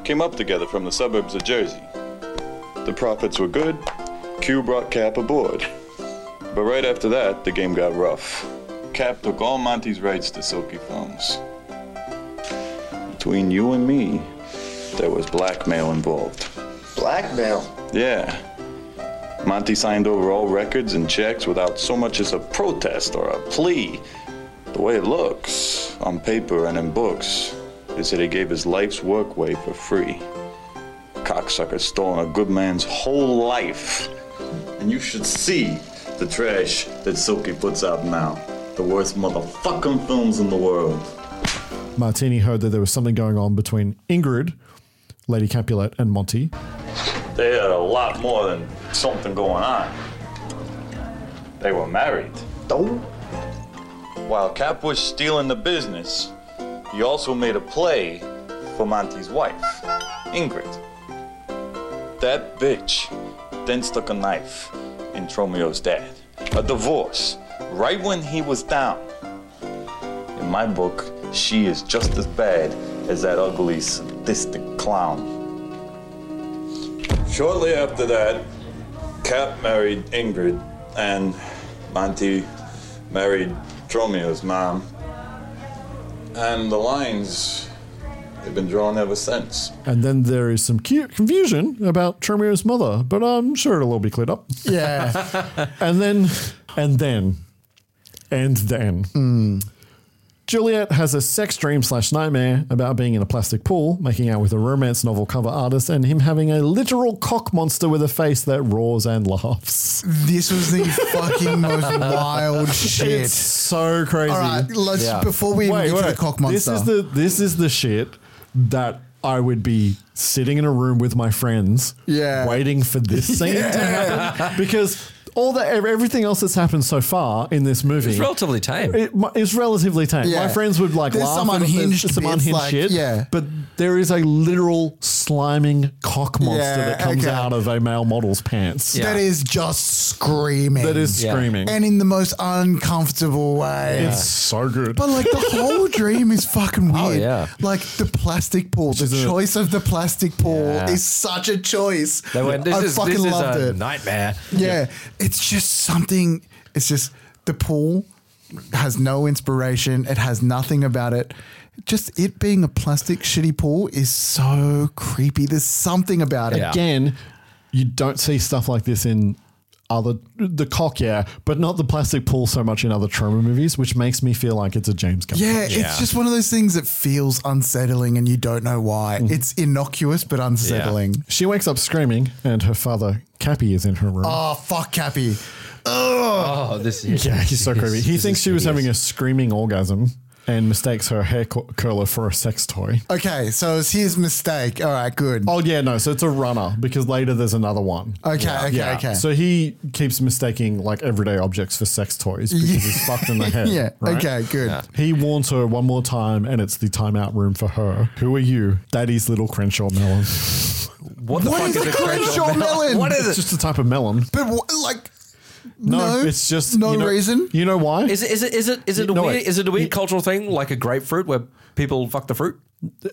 Speaker 12: Came up together from the suburbs of Jersey. The profits were good. Q brought Cap aboard. But right after that, the game got rough. Cap took all Monty's rights to Silky Films. Between you and me, there was blackmail involved.
Speaker 10: Blackmail.
Speaker 12: Yeah. Monty signed over all records and checks without so much as a protest or a plea. The way it looks, on paper and in books, is that he gave his life's work away for free. Cocksucker's stolen a good man's whole life. And you should see the trash that Silky puts out now. The worst motherfucking films in the world.
Speaker 1: Martini heard that there was something going on between Ingrid, Lady Capulet, and Monty.
Speaker 12: They had a lot more than something going on. They were married. Oh. While Cap was stealing the business, he also made a play for Monty's wife, Ingrid. That bitch then stuck a knife in Tromeo's dad. A divorce, right when he was down. In my book, she is just as bad as that ugly, sadistic clown. Shortly after that, Cap married Ingrid, and Monty married Tromeo's mom. And the lines have been drawn ever
Speaker 1: [LAUGHS]
Speaker 12: since.
Speaker 1: And then there is some cute confusion about Tromeo's mother, but I'm sure it'll all be
Speaker 2: [LAUGHS]
Speaker 1: cleared up.
Speaker 2: Yeah.
Speaker 1: and then, and then, and then.
Speaker 2: Hmm.
Speaker 1: Juliet has a sex dream slash nightmare about being in a plastic pool, making out with a romance novel cover artist, and him having a literal cock monster with a face that roars and laughs.
Speaker 2: This was the fucking
Speaker 1: [LAUGHS]
Speaker 2: most wild shit.
Speaker 1: It's so crazy.
Speaker 2: All right, let's before we even
Speaker 1: Wait,
Speaker 2: get to
Speaker 1: wait.
Speaker 2: the cock
Speaker 1: This
Speaker 2: monster.
Speaker 1: is the this is the shit that I would be sitting in a room with my friends,
Speaker 2: [LAUGHS] Yeah.
Speaker 1: waiting for this scene to
Speaker 2: Yeah.
Speaker 1: happen because all that ev- everything else that's happened so far in this movie
Speaker 3: It's relatively tame.
Speaker 1: It, mi- it's relatively tame.
Speaker 2: Yeah.
Speaker 1: My friends would like
Speaker 2: There's
Speaker 1: laugh.
Speaker 2: some
Speaker 1: at it,
Speaker 2: unhinged
Speaker 1: some
Speaker 2: bits,
Speaker 1: unhinged
Speaker 2: like,
Speaker 1: shit.
Speaker 2: yeah.
Speaker 1: but there is a [LAUGHS] literal sliming cock monster
Speaker 2: Yeah,
Speaker 1: that comes
Speaker 2: okay.
Speaker 1: out of a male model's pants.
Speaker 2: That is just screaming.
Speaker 1: That is Yeah. screaming.
Speaker 2: And in the most uncomfortable way.
Speaker 1: It's so good.
Speaker 2: But
Speaker 1: [LAUGHS]
Speaker 2: like the whole dream is fucking weird.
Speaker 3: yeah.
Speaker 2: Like the plastic pool, the
Speaker 3: a-
Speaker 2: choice of the plastic pool
Speaker 3: Yeah.
Speaker 2: is such a choice.
Speaker 3: They went, this
Speaker 2: I
Speaker 3: is,
Speaker 2: fucking
Speaker 3: this is
Speaker 2: loved
Speaker 3: a
Speaker 2: it.
Speaker 3: nightmare.
Speaker 2: Yeah. It's just something. It's just the pool has no inspiration. It has nothing about it. Just it being a plastic shitty pool is so creepy. There's something about it.
Speaker 1: Again, you don't see stuff like this in other the cock, yeah, but not the plastic pool so much in other trauma movies, which makes me feel like it's a James Gunn.
Speaker 2: Yeah, it's just one of those things that feels unsettling and you don't know why. It's innocuous but unsettling.
Speaker 1: She wakes up screaming, and her father Cappy is in her room.
Speaker 2: Oh, fuck Cappy.
Speaker 3: Oh, this is
Speaker 1: yeah, he's so creepy. He
Speaker 3: this
Speaker 1: thinks
Speaker 3: is
Speaker 1: she was
Speaker 3: hideous.
Speaker 1: having a screaming orgasm and mistakes her hair cu- curler for a sex toy.
Speaker 2: Okay, so it's his mistake. All right, good.
Speaker 1: Oh yeah, no. So it's a runner because later there's another one.
Speaker 2: Okay, okay, okay.
Speaker 1: So he keeps mistaking like everyday objects for sex toys because
Speaker 2: Yeah.
Speaker 1: he's fucked in the head.
Speaker 2: Yeah,
Speaker 1: right?
Speaker 2: okay, good.
Speaker 1: He warns her one more time, and it's the timeout room for her. Who are you, Daddy's little Crenshaw melon?
Speaker 3: [LAUGHS] What the What fuck is is a a Crenshaw Crenshaw melon? melon? What is
Speaker 1: It's
Speaker 3: it?
Speaker 1: just a type of melon.
Speaker 2: But like,
Speaker 1: no, it's just you know- You know why?
Speaker 3: Is it is it is it is it a
Speaker 1: No,
Speaker 3: weird
Speaker 1: wait.
Speaker 3: is it a weird
Speaker 1: You-
Speaker 3: cultural thing like a grapefruit where people fuck the fruit?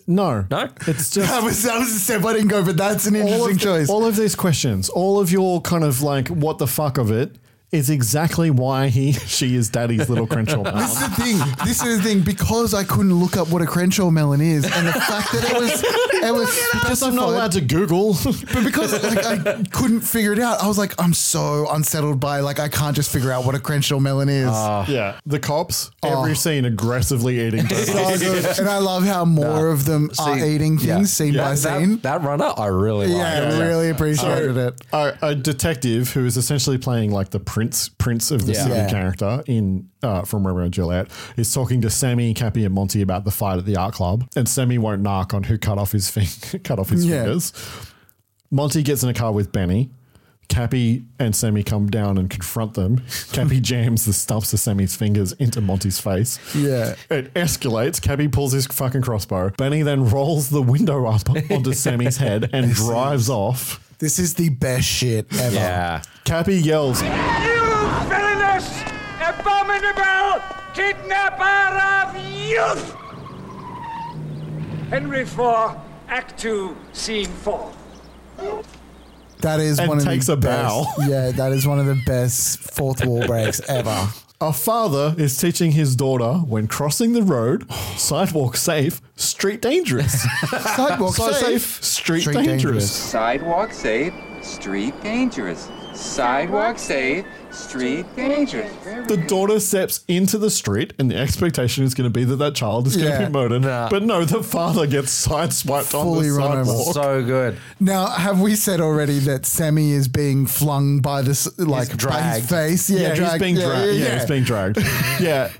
Speaker 1: No,
Speaker 3: no.
Speaker 1: It's just
Speaker 2: that was that was a step I didn't go, but that's an interesting
Speaker 1: all of,
Speaker 2: choice.
Speaker 1: all of these questions, all of your kind of like what the fuck of it is exactly why he [LAUGHS] she is daddy's little
Speaker 2: [LAUGHS]
Speaker 1: Crenshaw
Speaker 2: This is
Speaker 1: melon.
Speaker 2: the thing. This is the thing because I couldn't look up what a Crenshaw melon is, and the fact that it was it was
Speaker 1: [LAUGHS] Because I'm not allowed to Google.
Speaker 2: but because like, I couldn't figure it out, I was like, I'm so unsettled by like I can't just figure out what a Crenshaw melon is.
Speaker 1: yeah, the cops every scene aggressively eating.
Speaker 2: Oh. [LAUGHS] So
Speaker 1: donuts.
Speaker 2: good. and I love how more of them are
Speaker 1: See,
Speaker 2: eating things
Speaker 1: yeah.
Speaker 2: scene
Speaker 1: Yeah,
Speaker 2: by
Speaker 1: that-
Speaker 2: scene.
Speaker 3: That runner, I really like.
Speaker 2: Yeah, I really appreciated
Speaker 1: So,
Speaker 2: it.
Speaker 1: A, a detective who is essentially playing like the prince prince of the
Speaker 3: Yeah.
Speaker 1: city
Speaker 3: Yeah.
Speaker 1: character in uh, from Romeo and Juliet is talking to Sammy, Cappy, and Monty about the fight at the art club, and Sammy won't narc on who cut off his fing- [LAUGHS] cut off his
Speaker 2: Yeah.
Speaker 1: fingers. Monty gets in a car with Benny. Cappy and Sammy come down and confront
Speaker 2: [LAUGHS]
Speaker 1: them. Cappy jams the stumps of Sammy's fingers into Monty's face.
Speaker 2: Yeah.
Speaker 1: It escalates. Cappy pulls his fucking crossbow. Benny then rolls the window up
Speaker 2: [LAUGHS]
Speaker 1: onto Sammy's head and drives off.
Speaker 2: This is the best shit ever.
Speaker 3: Yeah.
Speaker 1: Cappy yells,
Speaker 14: You villainous, abominable kidnapper of youth! Henry IV, Act Two,
Speaker 1: [LAUGHS]
Speaker 14: Scene Four.
Speaker 2: That is
Speaker 1: And
Speaker 2: one
Speaker 1: takes
Speaker 2: of
Speaker 1: a
Speaker 2: the
Speaker 1: bow.
Speaker 2: best. [LAUGHS] Yeah, that is one of the best fourth
Speaker 1: [LAUGHS]
Speaker 2: wall breaks ever.
Speaker 1: A father is teaching his daughter when crossing the road, sidewalk safe, street dangerous.
Speaker 2: [LAUGHS] Sidewalk
Speaker 1: Side
Speaker 2: safe,
Speaker 1: street, dangerous.
Speaker 20: Sidewalk safe, street dangerous. Sidewalk safe, street dangerous.
Speaker 1: The daughter steps into the street, and the expectation is going to be that that child is going to
Speaker 2: Yeah.
Speaker 1: be murdered.
Speaker 2: Nah.
Speaker 1: But no, the father gets sideswiped on
Speaker 2: Fully
Speaker 1: the
Speaker 2: run over.
Speaker 1: sidewalk.
Speaker 3: So good.
Speaker 2: Now, have we said already that Sammy is being flung by this like by his
Speaker 3: dragged.
Speaker 2: face?
Speaker 1: Yeah, he's
Speaker 2: dragged.
Speaker 1: being
Speaker 2: Yeah,
Speaker 1: dragged. Yeah,
Speaker 2: yeah,
Speaker 1: he's
Speaker 2: yeah. [LAUGHS]
Speaker 1: being dragged. yeah,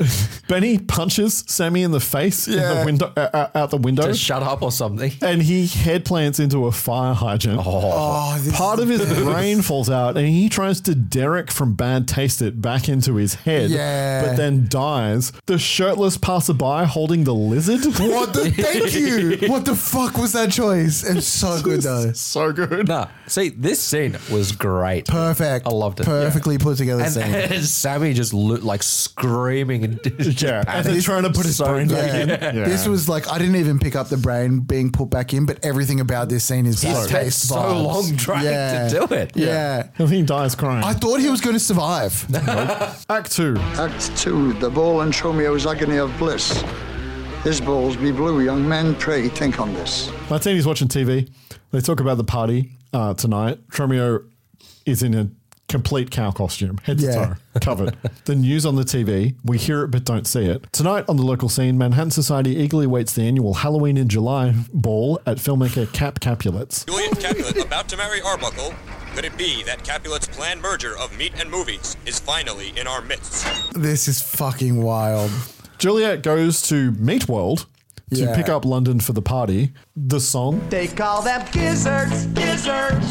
Speaker 1: Benny punches Sammy in the face in the
Speaker 2: Yeah.
Speaker 1: window, uh, uh, out the window.
Speaker 3: To shut up or something.
Speaker 1: and he headplants into a fire hydrant.
Speaker 2: Oh, this
Speaker 1: Part
Speaker 2: is
Speaker 1: of his
Speaker 2: the best.
Speaker 1: brain falls out, and he tries to Derek from Bad Taste It back into his head,
Speaker 2: Yeah.
Speaker 1: but then dies. The shirtless passerby holding the lizard.
Speaker 2: What the? Thank
Speaker 1: [LAUGHS]
Speaker 2: you. What the fuck was that choice? It's so good though.
Speaker 1: so good.
Speaker 3: Nah, see, this scene was great.
Speaker 2: Perfect.
Speaker 3: I loved it.
Speaker 2: Perfectly put together
Speaker 3: And,
Speaker 1: [LAUGHS]
Speaker 2: scene.
Speaker 3: and Sammy just lo- like screaming and [LAUGHS] just
Speaker 1: yeah, and
Speaker 3: panic.
Speaker 1: then trying to put his
Speaker 3: So
Speaker 1: brain back
Speaker 2: Yeah.
Speaker 1: in.
Speaker 2: This was like I didn't even pick up the brain being put back in, but everything about this scene is
Speaker 3: It
Speaker 2: bad
Speaker 3: takes
Speaker 2: taste
Speaker 3: so
Speaker 2: vibes.
Speaker 3: long trying to do it.
Speaker 2: Yeah.
Speaker 1: And he dies crying.
Speaker 2: I thought he was going to survive.
Speaker 1: [LAUGHS] Act two.
Speaker 4: Act 2 The Ball and Tromeo's Agony of Bliss. His balls be blue, young men, pray think on this.
Speaker 1: Martini's watching TV. They talk about the party uh, tonight. Tromeo is in a complete cow costume, head
Speaker 2: Yeah. [LAUGHS]
Speaker 1: to toe, covered. the news on the TV, we hear it but don't see it. Tonight on the local scene, Manhattan Society eagerly waits the annual Halloween in July ball at filmmaker Cap Capulet's.
Speaker 21: Julian Capulet about to marry Arbuckle. Could it be that Capulet's planned merger of meat and movies is finally in our midst?
Speaker 2: This is fucking wild.
Speaker 1: Juliet goes to Meat World to
Speaker 2: Yeah.
Speaker 1: pick up London for the party. The song.
Speaker 16: They call them gizzards, gizzards.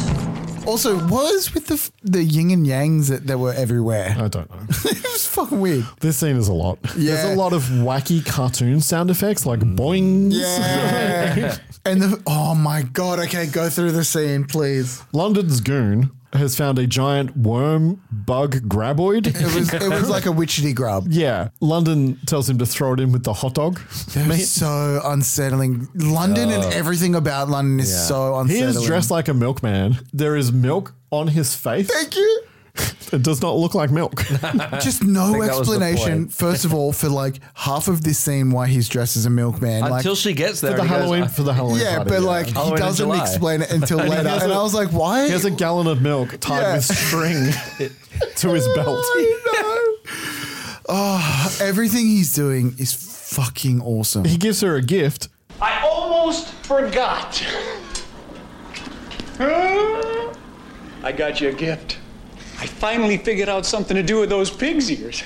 Speaker 2: Also, what is with the f- the yin and yangs that, that were everywhere?
Speaker 1: I don't know.
Speaker 2: [LAUGHS] it was fucking weird.
Speaker 1: This scene is a lot.
Speaker 2: Yeah.
Speaker 1: There's a lot of wacky
Speaker 3: [LAUGHS]
Speaker 1: cartoon sound effects like boings. [LAUGHS]
Speaker 2: Yeah. and the oh my god. Okay, go through the scene, please.
Speaker 1: London's goon has found a giant worm bug graboid.
Speaker 2: It was it was like a witchetty grub.
Speaker 1: yeah. London tells him to throw it in with the hot dog.
Speaker 2: It was so unsettling. London and everything about London is so
Speaker 1: He
Speaker 2: unsettling.
Speaker 1: is dressed like a milkman. There is milk on his face.
Speaker 2: Thank you.
Speaker 1: [LAUGHS] It does not look like milk.
Speaker 2: [LAUGHS] Just no explanation, first of all, for like half of this scene why he's dressed as a milkman. like-
Speaker 3: Until she gets there
Speaker 1: for the
Speaker 3: and he goes,
Speaker 1: Halloween.
Speaker 3: "I- Oh,
Speaker 1: for the Halloween,
Speaker 2: Yeah,
Speaker 1: party,
Speaker 2: but, like, he
Speaker 1: Halloween in
Speaker 2: doesn't
Speaker 1: July.
Speaker 2: explain
Speaker 1: [LAUGHS]
Speaker 2: it
Speaker 3: [LAUGHS]
Speaker 2: until
Speaker 1: he
Speaker 2: later,
Speaker 1: has
Speaker 2: and I was like, why?
Speaker 1: He has a gallon of milk tied
Speaker 2: Yeah.
Speaker 1: with string [LAUGHS] to his belt.
Speaker 2: Oh, everything he's doing is fucking awesome.
Speaker 1: He gives her a gift.
Speaker 15: I almost forgot.
Speaker 14: I got you a gift. I finally figured out something to do with those pig's ears.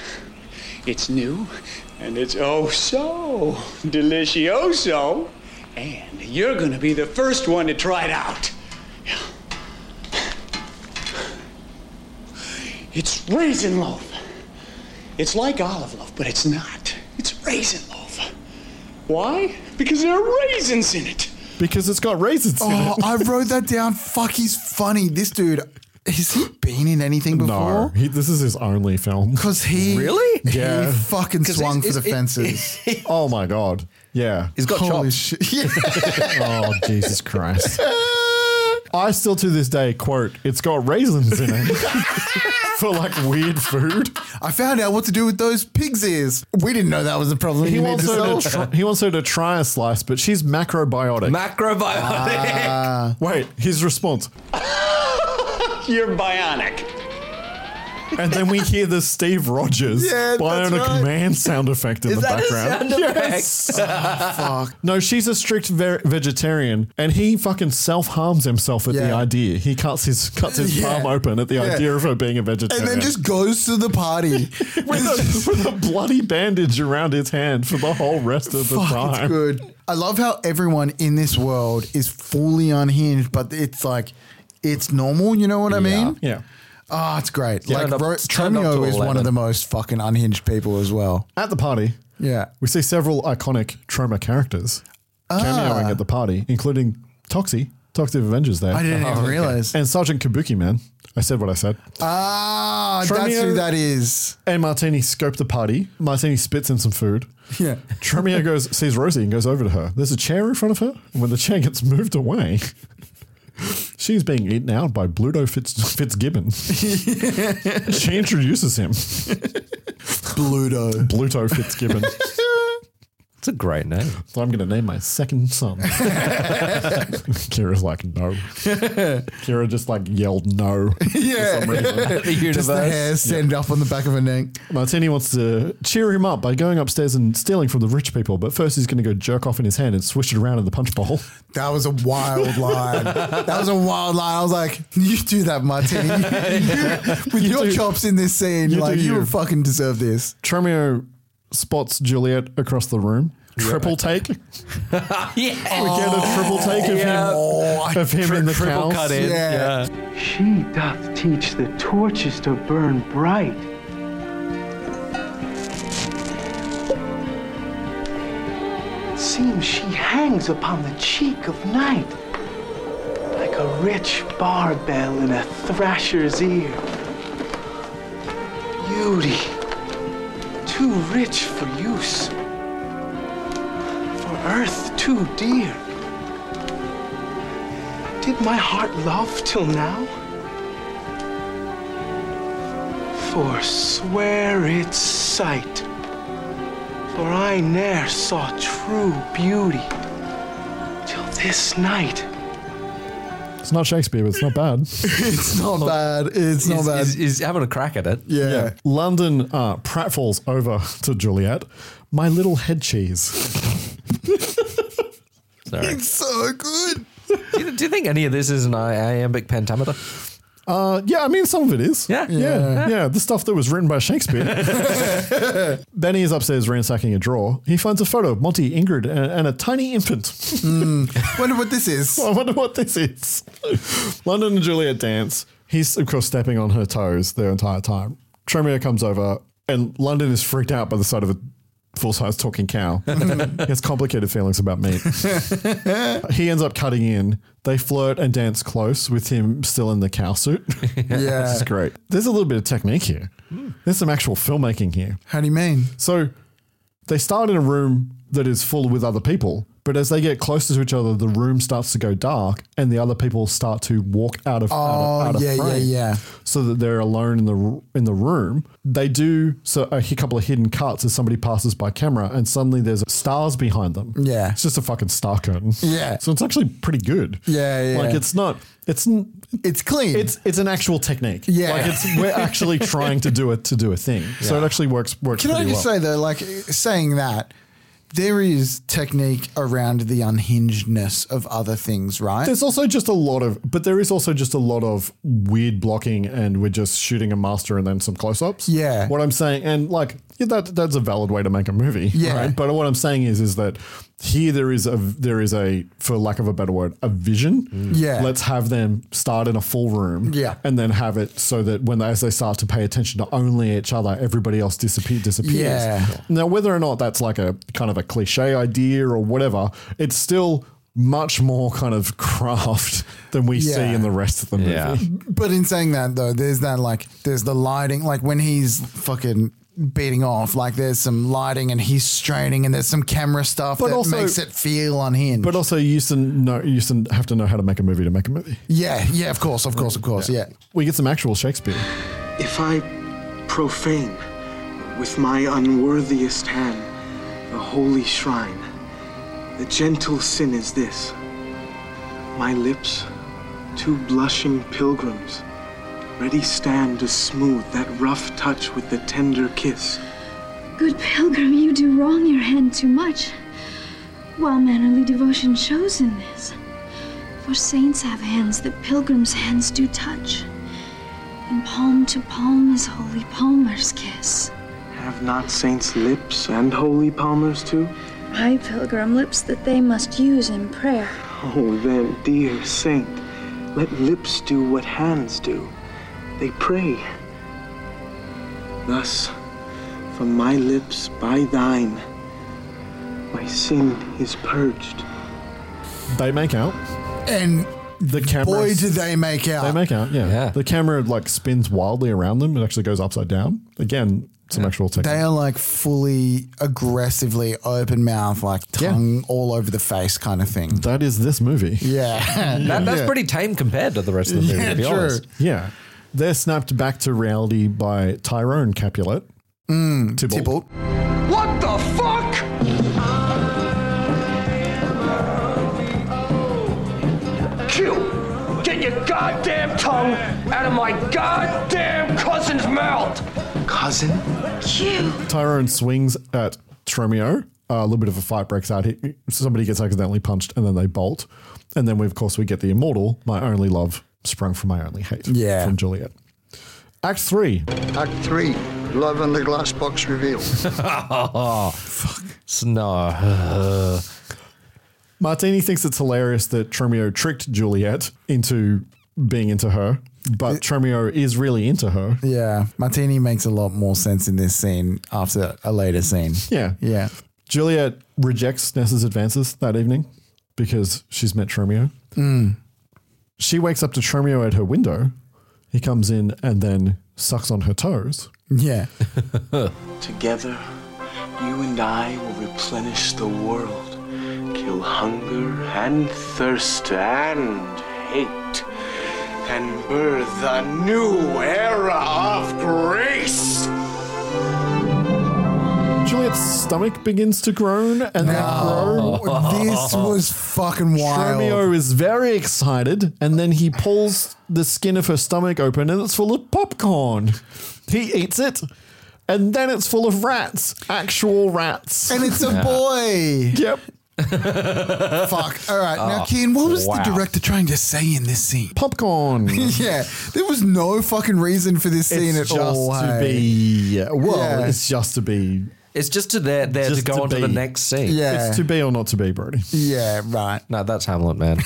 Speaker 14: It's new, and it's oh so delicioso. And you're gonna be the first one to try it out. It's raisin loaf. It's like olive loaf, but it's not. It's raisin loaf. Why? Because there are raisins in it. [LAUGHS]
Speaker 1: Because it's got raisins in
Speaker 2: Oh,
Speaker 1: it.
Speaker 2: I wrote
Speaker 1: [LAUGHS]
Speaker 2: that down. Fuck, he's funny. This dude, has he been in anything
Speaker 1: No,
Speaker 2: before?
Speaker 1: he, this is his only film.
Speaker 2: Because he
Speaker 3: Really?
Speaker 1: Yeah.
Speaker 2: he fucking
Speaker 3: 'Cause
Speaker 2: swung
Speaker 3: it's-
Speaker 2: for the
Speaker 3: it's- it-
Speaker 2: fences.
Speaker 3: [LAUGHS]
Speaker 1: oh my god. Yeah.
Speaker 3: He's got
Speaker 1: Holy
Speaker 3: chops.
Speaker 2: shit. [LAUGHS] Yeah.
Speaker 1: oh
Speaker 2: [LAUGHS]
Speaker 1: Jesus Christ. I still to this day quote, it's got raisins in it. [LAUGHS] For like weird food.
Speaker 2: I found out what to do with those pig's ears. We didn't know that was a problem.
Speaker 1: He
Speaker 2: you need
Speaker 1: wants,
Speaker 2: to
Speaker 1: her
Speaker 2: solve.
Speaker 1: to try, he wants her to try a slice, but she's macrobiotic.
Speaker 3: Macrobiotic.
Speaker 2: Ah.
Speaker 1: [LAUGHS] Wait, his response.
Speaker 14: You're bionic.
Speaker 1: And then we hear the
Speaker 2: [LAUGHS]
Speaker 1: Steve Rogers
Speaker 14: Yeah, that's
Speaker 1: bionic
Speaker 14: right.
Speaker 1: man sound effect in
Speaker 14: Is
Speaker 1: the
Speaker 14: that a
Speaker 1: background.
Speaker 14: sound effect? [LAUGHS]
Speaker 1: fuck. No, she's a strict ve- vegetarian, and he fucking self harms himself at the
Speaker 2: Yeah.
Speaker 1: idea. He cuts his cuts his
Speaker 2: Yeah.
Speaker 1: palm open at the
Speaker 2: Yeah.
Speaker 1: idea of her being a vegetarian,
Speaker 2: and then just goes to the party.
Speaker 1: [LAUGHS] with a, with a bloody bandage around his hand for the whole rest of the
Speaker 2: Fuck,
Speaker 1: time.
Speaker 2: it's good. I love how everyone in this world is fully unhinged, but it's like it's normal. You know what I mean?
Speaker 1: Yeah.
Speaker 2: Oh, it's great.
Speaker 1: Yeah.
Speaker 2: like
Speaker 1: Turned up-
Speaker 2: Ro-
Speaker 1: turned up to
Speaker 2: Tremio is one
Speaker 1: 11.
Speaker 2: of the most fucking unhinged people as well.
Speaker 1: At the party,
Speaker 2: yeah,
Speaker 1: we see several iconic Troma characters
Speaker 2: Ah.
Speaker 1: cameoing at the party, including Toxie, Toxie of Avengers. There,
Speaker 2: I didn't even
Speaker 1: okay.
Speaker 2: realize.
Speaker 1: And Sergeant Kabuki, man, I said what I said.
Speaker 2: Ah, that's who
Speaker 1: Tremio- [LAUGHS]
Speaker 2: that is.
Speaker 1: And Martini scoped the party. Martini spits in some food.
Speaker 2: Yeah. [LAUGHS]
Speaker 1: Tremio goes, sees Rosie and goes over to her. There's a chair in front of her. And when the chair gets moved away, [LAUGHS] she's being eaten out by Bluto Fitz,
Speaker 2: [LAUGHS]
Speaker 1: Fitzgibbon. she introduces him.
Speaker 2: Bluto.
Speaker 1: Bluto
Speaker 2: [LAUGHS]
Speaker 1: Fitzgibbon.
Speaker 3: It's a great name.
Speaker 1: So I'm going to name my
Speaker 2: [LAUGHS]
Speaker 1: second son. [LAUGHS] Kira's like, no. Kira just like yelled no.
Speaker 2: yeah, [LAUGHS]
Speaker 1: some reason. The
Speaker 2: just the
Speaker 1: universe.
Speaker 2: hair standing up on the back of her neck.
Speaker 1: Martini wants to cheer him up by going upstairs and stealing from the rich people, but first he's going to go jerk off in his hand and swish it around in the punch bowl.
Speaker 2: That was a
Speaker 1: [LAUGHS]
Speaker 2: wild line. that was a wild line. I was like, you do that, Martini.
Speaker 1: [LAUGHS]
Speaker 2: You- you- with your chops in this scene,
Speaker 1: you
Speaker 2: like
Speaker 1: do
Speaker 2: you
Speaker 1: you.
Speaker 2: would fucking deserve this.
Speaker 1: Tremio spots Juliet across the room.
Speaker 2: [LAUGHS]
Speaker 1: Triple take.
Speaker 3: yeah.
Speaker 1: We get a triple take
Speaker 2: Oh,
Speaker 1: of him, of him in the
Speaker 3: triple
Speaker 1: house.
Speaker 3: cut in. Yeah.
Speaker 15: She doth teach the torches to burn bright. Seems she hangs upon the cheek of night, like a rich barbell in a thrasher's ear. Beauty, too rich for use, for earth too dear. Did my heart love till now? Forswear its sight, for I ne'er saw true beauty till this night.
Speaker 1: It's not Shakespeare, but it's not
Speaker 2: [LAUGHS]
Speaker 1: bad.
Speaker 2: it's not bad. It's not
Speaker 3: He's,
Speaker 2: bad.
Speaker 3: he's- he's having a crack at it.
Speaker 2: yeah.
Speaker 1: London uh, pratfalls over to Juliet. My little head cheese.
Speaker 3: Sorry.
Speaker 2: so good.
Speaker 3: Do you, do you think any of this is an i- iambic pentameter?
Speaker 1: Uh, yeah, I mean, some of it is.
Speaker 3: Yeah.
Speaker 1: Yeah. Yeah. The stuff that was written
Speaker 2: [LAUGHS]
Speaker 1: by Shakespeare. Benny is upstairs ransacking a drawer. He finds a photo of Monty, Ingrid, and, and a tiny infant.
Speaker 2: Hmm. Wonder what this is.
Speaker 1: [LAUGHS] I wonder what this is. London and Juliet dance. He's, of course, stepping on her toes the entire time. Tremere comes over, and London is freaked out by the sight of a full size
Speaker 2: [LAUGHS]
Speaker 1: talking cow. he has complicated feelings about meat. he ends up cutting in. They flirt and dance close with him still in the cow suit.
Speaker 12: [LAUGHS]
Speaker 2: Yeah.
Speaker 1: Which is [LAUGHS] great. There's a little bit of technique here. There's some actual filmmaking here.
Speaker 2: How do you mean?
Speaker 1: So they start in a room that is full with other people, But as they get closer to each other, the room starts to go dark, and the other people start to walk out of out
Speaker 2: Oh,
Speaker 1: of, out of
Speaker 2: yeah, yeah,
Speaker 1: frame
Speaker 2: yeah.
Speaker 1: so that they're alone in the r- in the room. They do so a hi- couple of hidden cuts as somebody passes by camera, and suddenly there's stars behind them.
Speaker 2: Yeah.
Speaker 1: it's just a fucking star curtain.
Speaker 2: Yeah.
Speaker 1: so it's actually pretty good.
Speaker 2: Yeah, yeah.
Speaker 1: Like it's not. It's n-
Speaker 2: it's clean.
Speaker 1: It's it's an actual technique.
Speaker 2: Yeah.
Speaker 1: like it's we're
Speaker 2: [LAUGHS]
Speaker 1: actually trying to do it to do a thing. So
Speaker 2: Yeah.
Speaker 1: it actually works works.
Speaker 2: Can I
Speaker 1: pretty
Speaker 2: just
Speaker 1: well.
Speaker 2: say though, like saying that, there is technique around the unhingedness of other things, right?
Speaker 1: There's also just a lot of, but there is also just a lot of weird blocking, and we're just shooting a master and then some close-ups.
Speaker 2: Yeah.
Speaker 1: what I'm saying, and like yeah, that that's a valid way to make a movie.
Speaker 2: Yeah.
Speaker 1: but what I'm saying is, is that here there is a there is a, for lack of a better word, a vision.
Speaker 2: Mm. Yeah.
Speaker 1: let's have them start in a full room.
Speaker 2: Yeah.
Speaker 1: and then have it so that when they, as they start to pay attention to only each other, everybody else disappear disappears.
Speaker 2: Yeah.
Speaker 1: Now, whether or not that's like a kind of a cliche idea or whatever, it's still much more kind of craft than we
Speaker 2: Yeah.
Speaker 1: see in the rest of the movie.
Speaker 2: But in saying that though, there's that like there's the lighting, like when he's fucking beating off, like there's some lighting and he's straining and there's some camera stuff
Speaker 1: But
Speaker 2: that
Speaker 1: also-
Speaker 2: makes it feel unhinged.
Speaker 1: But also, you used to know, you used to have to know how to make a movie to make a movie.
Speaker 2: yeah, yeah, of course, of course, of course, yeah.
Speaker 1: We get some actual Shakespeare.
Speaker 15: If I profane with my unworthiest hand the holy shrine, the gentle sin is this my lips, two blushing pilgrims, ready stand to smooth that rough touch with the tender kiss.
Speaker 8: Good pilgrim, you do wrong your hand too much. While mannerly devotion shows in this, for saints have hands that pilgrims' hands do touch, and palm to palm is holy palmer's kiss.
Speaker 15: Have not saints lips and holy palmers too?
Speaker 8: My pilgrim lips that they must use in prayer.
Speaker 15: Oh, then, dear saint, let lips do what hands do. They pray. Thus, from my lips by thine, my sin is purged.
Speaker 1: They make out.
Speaker 2: And
Speaker 1: the camera.
Speaker 2: Boy, did they make out.
Speaker 1: They make out. Yeah. The camera like spins wildly around them. It actually goes [LAUGHS] upside down. Again, some actual technique.
Speaker 2: They are like fully aggressively open mouth, like tongue all over the face kind of thing.
Speaker 1: That is this movie.
Speaker 2: [LAUGHS] Yeah. [LAUGHS]
Speaker 3: That, that's
Speaker 2: Yeah.
Speaker 3: pretty tame compared to the rest of the movie, to be honest.
Speaker 1: Yeah. They're snapped back to reality by Tyrone Capulet. Mm, Tybalt.
Speaker 10: What the fuck?
Speaker 5: Q, get your goddamn tongue out of my goddamn cousin's mouth!
Speaker 15: Cousin?
Speaker 5: Q.
Speaker 1: Tyrone swings at Tromeo. Uh, a little bit of a fight breaks out. He, somebody gets accidentally punched and then they bolt. And then, we, of course, we get the immortal, My Only Love, sprung from My Only Hate.
Speaker 4: Yeah.
Speaker 1: From Juliet. Act three.
Speaker 4: Act three, love in the glass box
Speaker 1: [LAUGHS]
Speaker 4: revealed.
Speaker 3: Oh, fuck. Snow. [SIGHS]
Speaker 1: Martini thinks it's hilarious that Tromeo tricked Juliet into being into her, but Tromeo is really into her.
Speaker 2: Yeah. Martini makes a lot more sense in this scene after a later scene.
Speaker 1: Yeah.
Speaker 2: Yeah.
Speaker 1: Juliet rejects Nessa's advances that evening because she's met Tromeo.
Speaker 2: Mm.
Speaker 1: She wakes up to Tromeo at her window. He comes in and then sucks on her toes.
Speaker 2: Yeah.
Speaker 15: Together, you and I will replenish the world, kill hunger and thirst and hate, and birth a new era of grace.
Speaker 1: [LAUGHS] Juliet's stomach begins to groan and then grow.
Speaker 2: Ah. This was fucking wild.
Speaker 1: Tromeo is very excited, and then he pulls the skin of her stomach open, and it's full of popcorn. He eats it, and then it's full of rats, actual rats,
Speaker 2: And it's a
Speaker 1: [LAUGHS]
Speaker 2: boy.
Speaker 1: Yep.
Speaker 2: Fuck. All right. now,
Speaker 1: Oh,
Speaker 2: Keen, what was
Speaker 1: wow.
Speaker 2: the director trying to say in this scene?
Speaker 1: Popcorn.
Speaker 2: [LAUGHS] yeah. There was no fucking reason for this scene
Speaker 1: it's
Speaker 2: at
Speaker 1: just
Speaker 2: all.
Speaker 1: to
Speaker 2: hey.
Speaker 1: be. Well,
Speaker 2: Yeah.
Speaker 1: it's just to be.
Speaker 3: It's just to there, there to
Speaker 1: just
Speaker 3: go on to the
Speaker 1: be.
Speaker 3: next scene.
Speaker 2: Yeah.
Speaker 1: It's to be or not to be, Brody.
Speaker 2: Yeah, right.
Speaker 3: No, that's Hamlet, man.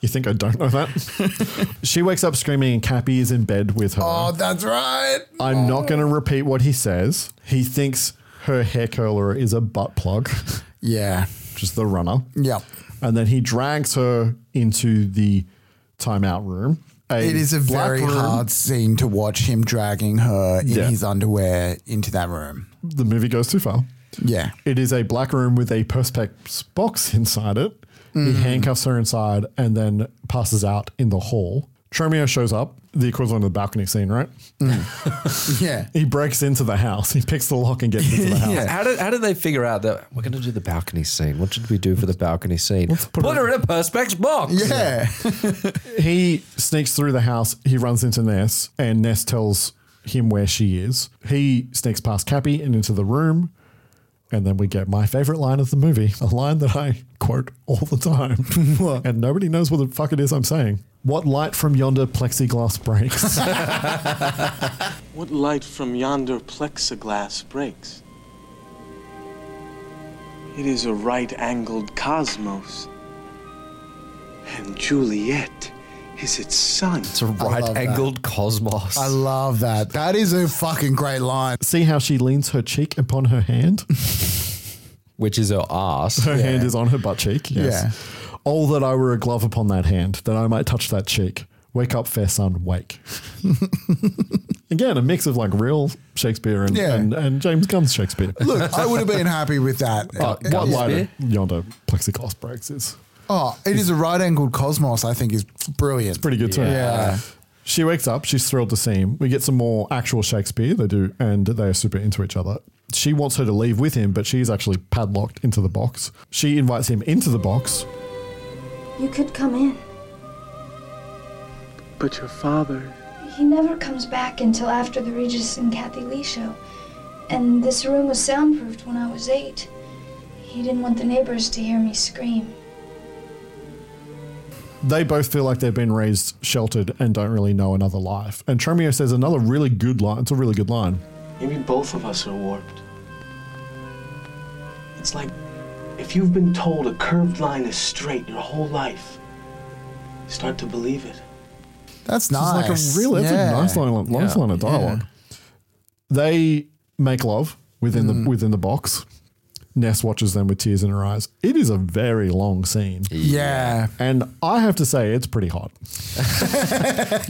Speaker 1: You think I don't know that? [LAUGHS] she wakes up screaming, and Cappy is in bed with her.
Speaker 2: Oh, that's right. Oh.
Speaker 1: I'm not going to repeat what he says. He thinks her hair curler is a butt plug.
Speaker 2: Yeah.
Speaker 1: Just the runner.
Speaker 2: Yep.
Speaker 1: And then he drags her into the timeout room.
Speaker 2: It is a
Speaker 1: black
Speaker 2: very
Speaker 1: room.
Speaker 2: hard scene to watch him dragging her in
Speaker 1: Yeah.
Speaker 2: his underwear into that room.
Speaker 1: The movie goes too far.
Speaker 2: Yeah.
Speaker 1: It is a black room with a perspex box inside it. He
Speaker 2: Mm.
Speaker 1: handcuffs her inside and then passes out in the hall. Tromeo shows up, the equivalent of the balcony scene, right?
Speaker 2: Mm.
Speaker 1: [LAUGHS]
Speaker 2: yeah.
Speaker 1: He breaks into the house. He picks the lock and gets into
Speaker 2: [LAUGHS]
Speaker 3: [LAUGHS]
Speaker 1: the house.
Speaker 3: How did how did they figure out that we're going to do the balcony scene? What should we do for the balcony scene? put, her in a perspex box.
Speaker 2: Yeah.
Speaker 1: he sneaks through the house. He runs into Ness, and Ness tells him where she is. He sneaks past Cappy and into the room. And then we get my favorite line of the movie, a line that I quote all the time.
Speaker 2: [LAUGHS]
Speaker 1: [LAUGHS] and nobody knows what the fuck it is I'm saying. What light from yonder plexiglass breaks?
Speaker 15: [LAUGHS] What light from yonder plexiglass breaks? It is a right angled cosmos. And Juliet is its sun. It's
Speaker 3: a
Speaker 2: right-angled [LAUGHS]
Speaker 3: cosmos.
Speaker 2: I love that. That is a fucking great line.
Speaker 1: See how she leans her cheek upon
Speaker 2: [LAUGHS]
Speaker 1: her hand?
Speaker 3: Which is her ass.
Speaker 1: Her hand is on her butt cheek. Yes. Oh, that I were a glove upon that hand, that I might touch that cheek. Wake up, fair
Speaker 2: [LAUGHS]
Speaker 1: son, wake. Again, a mix of like real Shakespeare and,
Speaker 2: Yeah.
Speaker 1: and, and James Gunn's Shakespeare.
Speaker 2: Look, I would have been happy with
Speaker 1: [LAUGHS]
Speaker 2: that.
Speaker 1: But
Speaker 2: Yeah.
Speaker 1: what light of yonder plexiglass breaks is
Speaker 2: Oh, it is a right angled cosmos, I think is brilliant. It's
Speaker 1: pretty good too.
Speaker 2: Yeah.
Speaker 1: She wakes up. She's thrilled to see him. We get some more actual Shakespeare. They do, and they are super into each other. She wants her to leave with him, but she's actually padlocked into the box. She invites him into the box.
Speaker 8: You could come in.
Speaker 15: But your father.
Speaker 8: He never comes back until after the Regis and Kathy Lee show. And this room was soundproofed when I was eight. He didn't want the neighbors to hear me scream.
Speaker 1: They both feel like they've been raised sheltered and don't really know another life. And Tromeo says another really good line. It's a really good line.
Speaker 15: Maybe both of us are warped. It's like if you've been told a curved line is straight your whole life, you start to believe it.
Speaker 2: That's
Speaker 1: It's
Speaker 2: nice.
Speaker 1: like a real, that's
Speaker 2: Yeah.
Speaker 1: a nice line, nice
Speaker 2: Yeah.
Speaker 1: line of dialogue. They make love within
Speaker 2: Mm.
Speaker 1: the within the box. Ness watches them with tears in her eyes. It is a very long scene.
Speaker 2: Yeah.
Speaker 1: And I have to say it's pretty hot.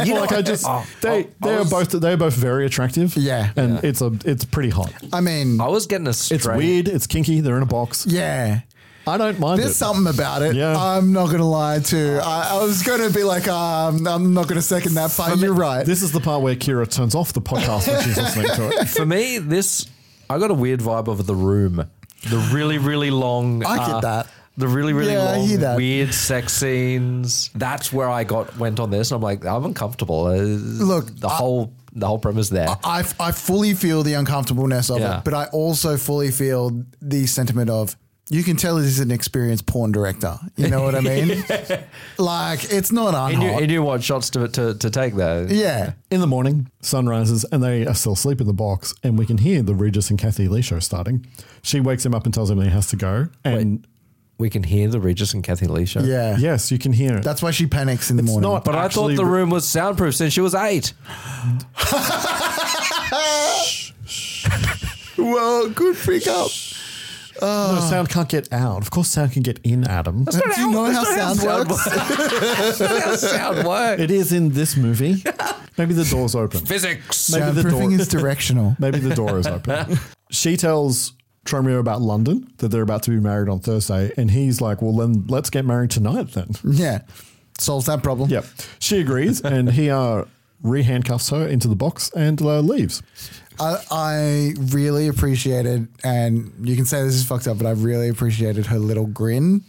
Speaker 2: You know
Speaker 1: like I
Speaker 2: what?
Speaker 1: just
Speaker 2: Oh,
Speaker 1: they
Speaker 2: I- I
Speaker 1: they
Speaker 2: was-
Speaker 1: are both they are both very attractive. Yeah. And
Speaker 2: Yeah.
Speaker 1: it's a it's pretty hot.
Speaker 2: I mean,
Speaker 3: I was getting a straight.
Speaker 1: It's weird, it's kinky, they're in a box.
Speaker 2: Yeah.
Speaker 1: I don't mind
Speaker 2: There's
Speaker 1: it.
Speaker 2: something about it.
Speaker 1: Yeah.
Speaker 2: I'm not going to lie to. I, I was going to be like, um, I'm not going to second that part. You're right.
Speaker 1: This is the part where Kira turns off the
Speaker 2: [LAUGHS]
Speaker 1: podcast when she's listening to it.
Speaker 3: [LAUGHS] For me, this I got a weird vibe of the room. The really, really long. uh,
Speaker 1: I get that.
Speaker 3: The really, really
Speaker 1: Yeah, I
Speaker 3: long,
Speaker 1: hear that.
Speaker 3: weird sex scenes. That's where I got went on this, and I'm like, I'm uncomfortable. Look, the whole the whole premise there.
Speaker 2: I, I fully feel the uncomfortableness of
Speaker 3: Yeah.
Speaker 2: it, but I also fully feel the sentiment of you can tell this is an experienced porn director. You know what
Speaker 1: [LAUGHS]
Speaker 2: I
Speaker 3: [LAUGHS]
Speaker 2: mean? Like it's not
Speaker 3: He knew,
Speaker 2: unhot.
Speaker 3: he knew what shots to, to, to take there.
Speaker 1: In the morning, sun rises and they are still asleep in the box, and we can hear the Regis and Kathy Lee show starting. She wakes him up and tells him he has to go. And
Speaker 3: we can hear the Regis and Kathy Lee show.
Speaker 2: Yeah.
Speaker 1: Yes, you can hear it.
Speaker 2: That's why she panics in the morning.
Speaker 3: but I thought the room was soundproof since she was eight.
Speaker 2: [LAUGHS] well, good pick up.
Speaker 1: no,
Speaker 3: Ah.
Speaker 1: sound can't get out. Of course, sound can get in, Adam.
Speaker 2: That's not Do you how- know that's how not how sound sound works? works. That's not how sound [LAUGHS] works.
Speaker 1: It is in this movie. Maybe the door's open.
Speaker 3: Physics.
Speaker 1: Maybe the
Speaker 2: Soundproofing
Speaker 1: door
Speaker 2: is directional.
Speaker 1: [LAUGHS] Maybe the door is open. she tells Tromeo about London that they're about to be married on Thursday, and he's like, "Well, then let's get married tonight, then."
Speaker 2: Yeah, solves that problem.
Speaker 1: Yep. She agrees, and he uh, re-handcuffs her into the box and uh, leaves.
Speaker 2: I, I really appreciated, and you can say this is fucked up, but I really appreciated her little grin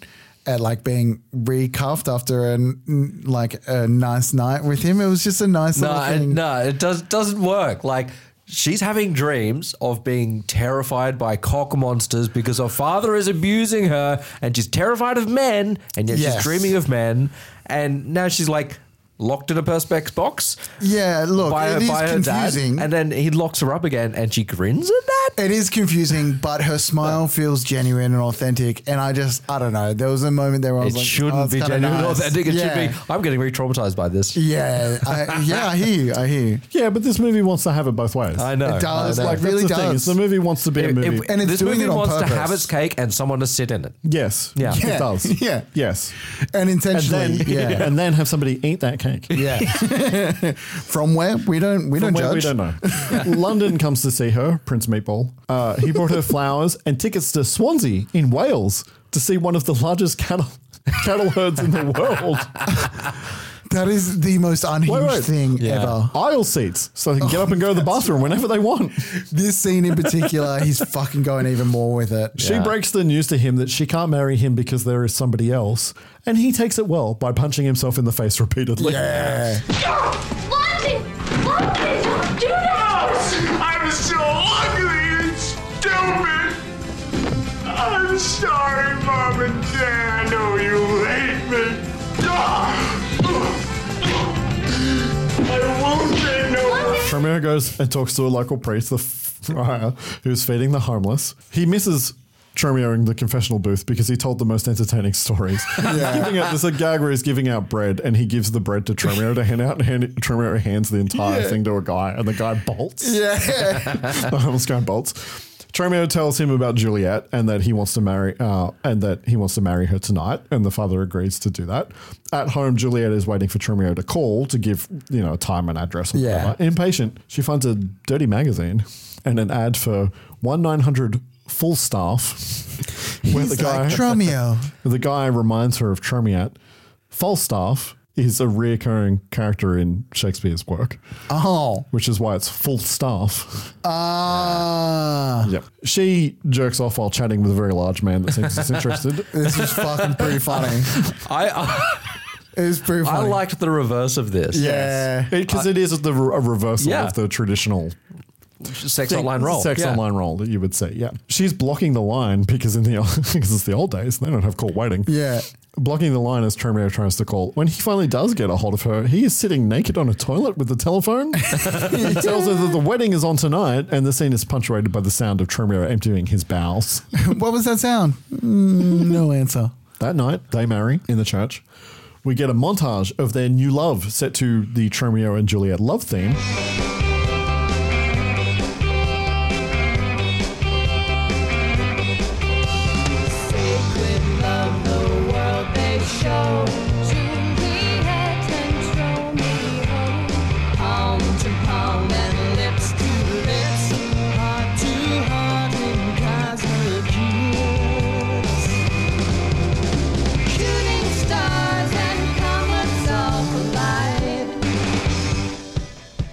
Speaker 2: at like being recuffed after a n- like a nice night with him. It was just a nice
Speaker 3: No,
Speaker 2: little
Speaker 3: it-
Speaker 2: thing.
Speaker 3: no, it does doesn't work. Like she's having dreams of being terrified by cock monsters because her father is abusing her, and she's terrified of men, and yet
Speaker 2: Yes.
Speaker 3: she's dreaming of men, and now she's like. Locked in a perspex box.
Speaker 2: Yeah, look, it is confusing.
Speaker 3: and then he locks her up again, and she grins at that.
Speaker 2: It is confusing, but her smile feels genuine and authentic. And I just, I don't know. There was a moment there where I was
Speaker 3: It
Speaker 2: like,
Speaker 3: shouldn't
Speaker 2: oh, it's
Speaker 3: be
Speaker 2: kinda
Speaker 3: genuine and
Speaker 2: nice.
Speaker 3: authentic. It
Speaker 2: Yeah.
Speaker 3: should be. I'm getting re-traumatized by this.
Speaker 2: Yeah, I, yeah, I
Speaker 3: [LAUGHS]
Speaker 2: hear you. I hear you.
Speaker 1: Yeah, but this movie wants to have it both ways.
Speaker 3: I know.
Speaker 2: It does,
Speaker 3: I know.
Speaker 2: like, really
Speaker 1: the thing,
Speaker 2: does.
Speaker 1: is the movie wants to be a
Speaker 3: It-
Speaker 1: movie,
Speaker 3: it- this movie wants to have its cake and someone to sit in it.
Speaker 1: Yes.
Speaker 3: Yeah.
Speaker 1: It
Speaker 2: [LAUGHS]
Speaker 1: does.
Speaker 2: Yeah.
Speaker 1: Yes.
Speaker 2: And
Speaker 1: And
Speaker 2: intentionally.
Speaker 1: then,
Speaker 2: yeah.
Speaker 1: [LAUGHS] and then have somebody eat that cake.
Speaker 2: Yeah.
Speaker 3: [LAUGHS]
Speaker 2: From where? We don't we
Speaker 1: From
Speaker 2: don't
Speaker 1: where
Speaker 2: judge.
Speaker 1: [LAUGHS] We don't know. London comes to see her, Prince Meatball, Hall. Uh, he brought her flowers and tickets to Swansea in Wales to see one of the largest cattle [LAUGHS] cattle herds in the world.
Speaker 2: That is the most unhinged thing ever.
Speaker 1: Aisle seats, so they can get up and go to the bathroom whenever they want.
Speaker 2: This scene [LAUGHS] in particular, he's fucking going even more with it.
Speaker 1: She breaks the news to him that she can't marry him because there is somebody else, and he takes it well by punching himself in the face repeatedly.
Speaker 2: Yeah.
Speaker 14: Blondie! Blondie, don't do that! I was Ah, so ugly and stupid! I'm sorry, Mom and Dad. I know you hate me. Ah. I won't say no more.
Speaker 1: Tremere goes and talks to a local priest, the friar, who's feeding the homeless. He misses Tremere in the confessional booth because he told the most
Speaker 2: [LAUGHS]
Speaker 1: entertaining stories.
Speaker 14: Yeah.
Speaker 1: giving out, there's a gag where he's giving out bread and he gives the bread to Tremere to hand out, and hand, Tremere hands the entire
Speaker 2: Yeah.
Speaker 1: thing to a guy, and the guy bolts.
Speaker 2: Yeah.
Speaker 1: [LAUGHS] the homeless guy bolts. Tremere tells him about Juliet and that he wants to marry, uh, and that he wants to marry her tonight, and the father agrees to do that. At home, Juliet is waiting for Tremere to call to give you know time and address. Or
Speaker 2: Yeah.
Speaker 1: whatever. Impatient, she finds a dirty magazine and an ad for one nine hundred full staff.
Speaker 2: He's like, "Tremere."
Speaker 1: [LAUGHS] the guy reminds her of Tremere. Falstaff is a reoccurring character in Shakespeare's work.
Speaker 2: Oh.
Speaker 1: Which is why it's full staff.
Speaker 2: Ah.
Speaker 1: Yep. She jerks off while chatting with a very large man that seems disinterested.
Speaker 2: [LAUGHS] This is fucking pretty funny.
Speaker 3: [LAUGHS] I,
Speaker 2: it was pretty
Speaker 3: I
Speaker 1: funny.
Speaker 3: liked the reverse of this.
Speaker 1: Because it is the, a reversal
Speaker 3: Yeah.
Speaker 1: of the traditional
Speaker 3: Sex
Speaker 1: thing-
Speaker 3: online role.
Speaker 1: Sex
Speaker 3: yeah.
Speaker 1: online role that you would say. Yeah. She's blocking the line because in the [LAUGHS] because it's the old days they don't have call waiting.
Speaker 2: Yeah.
Speaker 1: Blocking the line as Tremere tries to call. When he finally does get a hold of her, he is sitting naked on a toilet with the
Speaker 3: [LAUGHS]
Speaker 1: telephone. he tells her that the wedding is on tonight, and the scene is punctuated by the sound of Tremere emptying his
Speaker 3: [LAUGHS]
Speaker 1: bowels.
Speaker 2: what was that sound? Mm, no answer.
Speaker 1: That night, they marry in the church. We get a montage of their new love set to the Tremere and Juliet love theme.
Speaker 14: oh.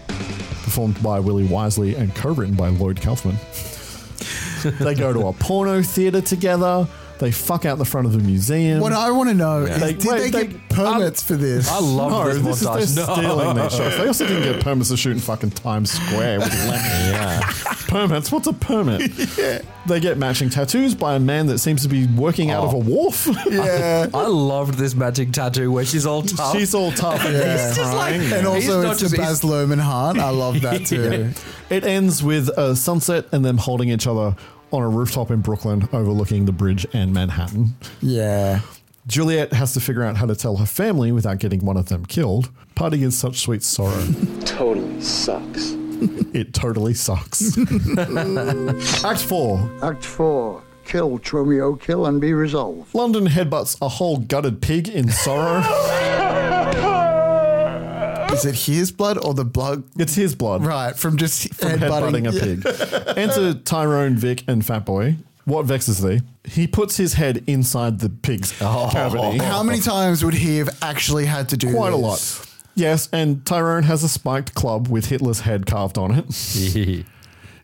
Speaker 1: performed by Willie Wisely and co-written by Lloyd
Speaker 2: [LAUGHS]
Speaker 1: Kaufman. they go to a porno theater together. They fuck out the front of a museum.
Speaker 2: What I want to know is, did
Speaker 1: wait,
Speaker 2: they, get permits for this?
Speaker 1: no, this is they're
Speaker 2: no.
Speaker 1: stealing their shots. They also didn't get permits to shoot in fucking Times Square with lemon. Permits? What's a permit? They get matching tattoos by a man that seems to be working out of a wharf.
Speaker 2: Oh.
Speaker 1: [LAUGHS]
Speaker 2: Yeah.
Speaker 3: I loved this magic tattoo where she's all tough.
Speaker 1: She's all tough.
Speaker 3: And he's just like,
Speaker 2: and also it's the Baz Luhrmann heart. I love
Speaker 3: [LAUGHS]
Speaker 2: that too.
Speaker 1: It ends with a sunset and them holding each other on a rooftop in Brooklyn overlooking the bridge and Manhattan.
Speaker 2: Yeah.
Speaker 1: Juliet has to figure out how to tell her family without getting one of them killed. Parting is such sweet sorrow.
Speaker 10: Totally sucks.
Speaker 1: it totally sucks. Act 4.
Speaker 4: Act 4. Kill, Tromeo, kill and be resolved.
Speaker 1: London headbutts a whole gutted pig in sorrow.
Speaker 2: Is it his blood or the blood?
Speaker 1: It's his blood.
Speaker 2: Right, from just
Speaker 1: [LAUGHS] from headbutting,
Speaker 2: Yeah. [LAUGHS]
Speaker 1: a pig. Enter Tyrone, Vic, and Fat Boy. What vexes thee? He puts his head inside the pig's cavity.
Speaker 2: Oh. How many times would he have actually had to do
Speaker 1: Quite a
Speaker 2: this?
Speaker 1: lot. Yes, and Tyrone has a spiked club with Hitler's head carved on
Speaker 2: [LAUGHS]
Speaker 1: it.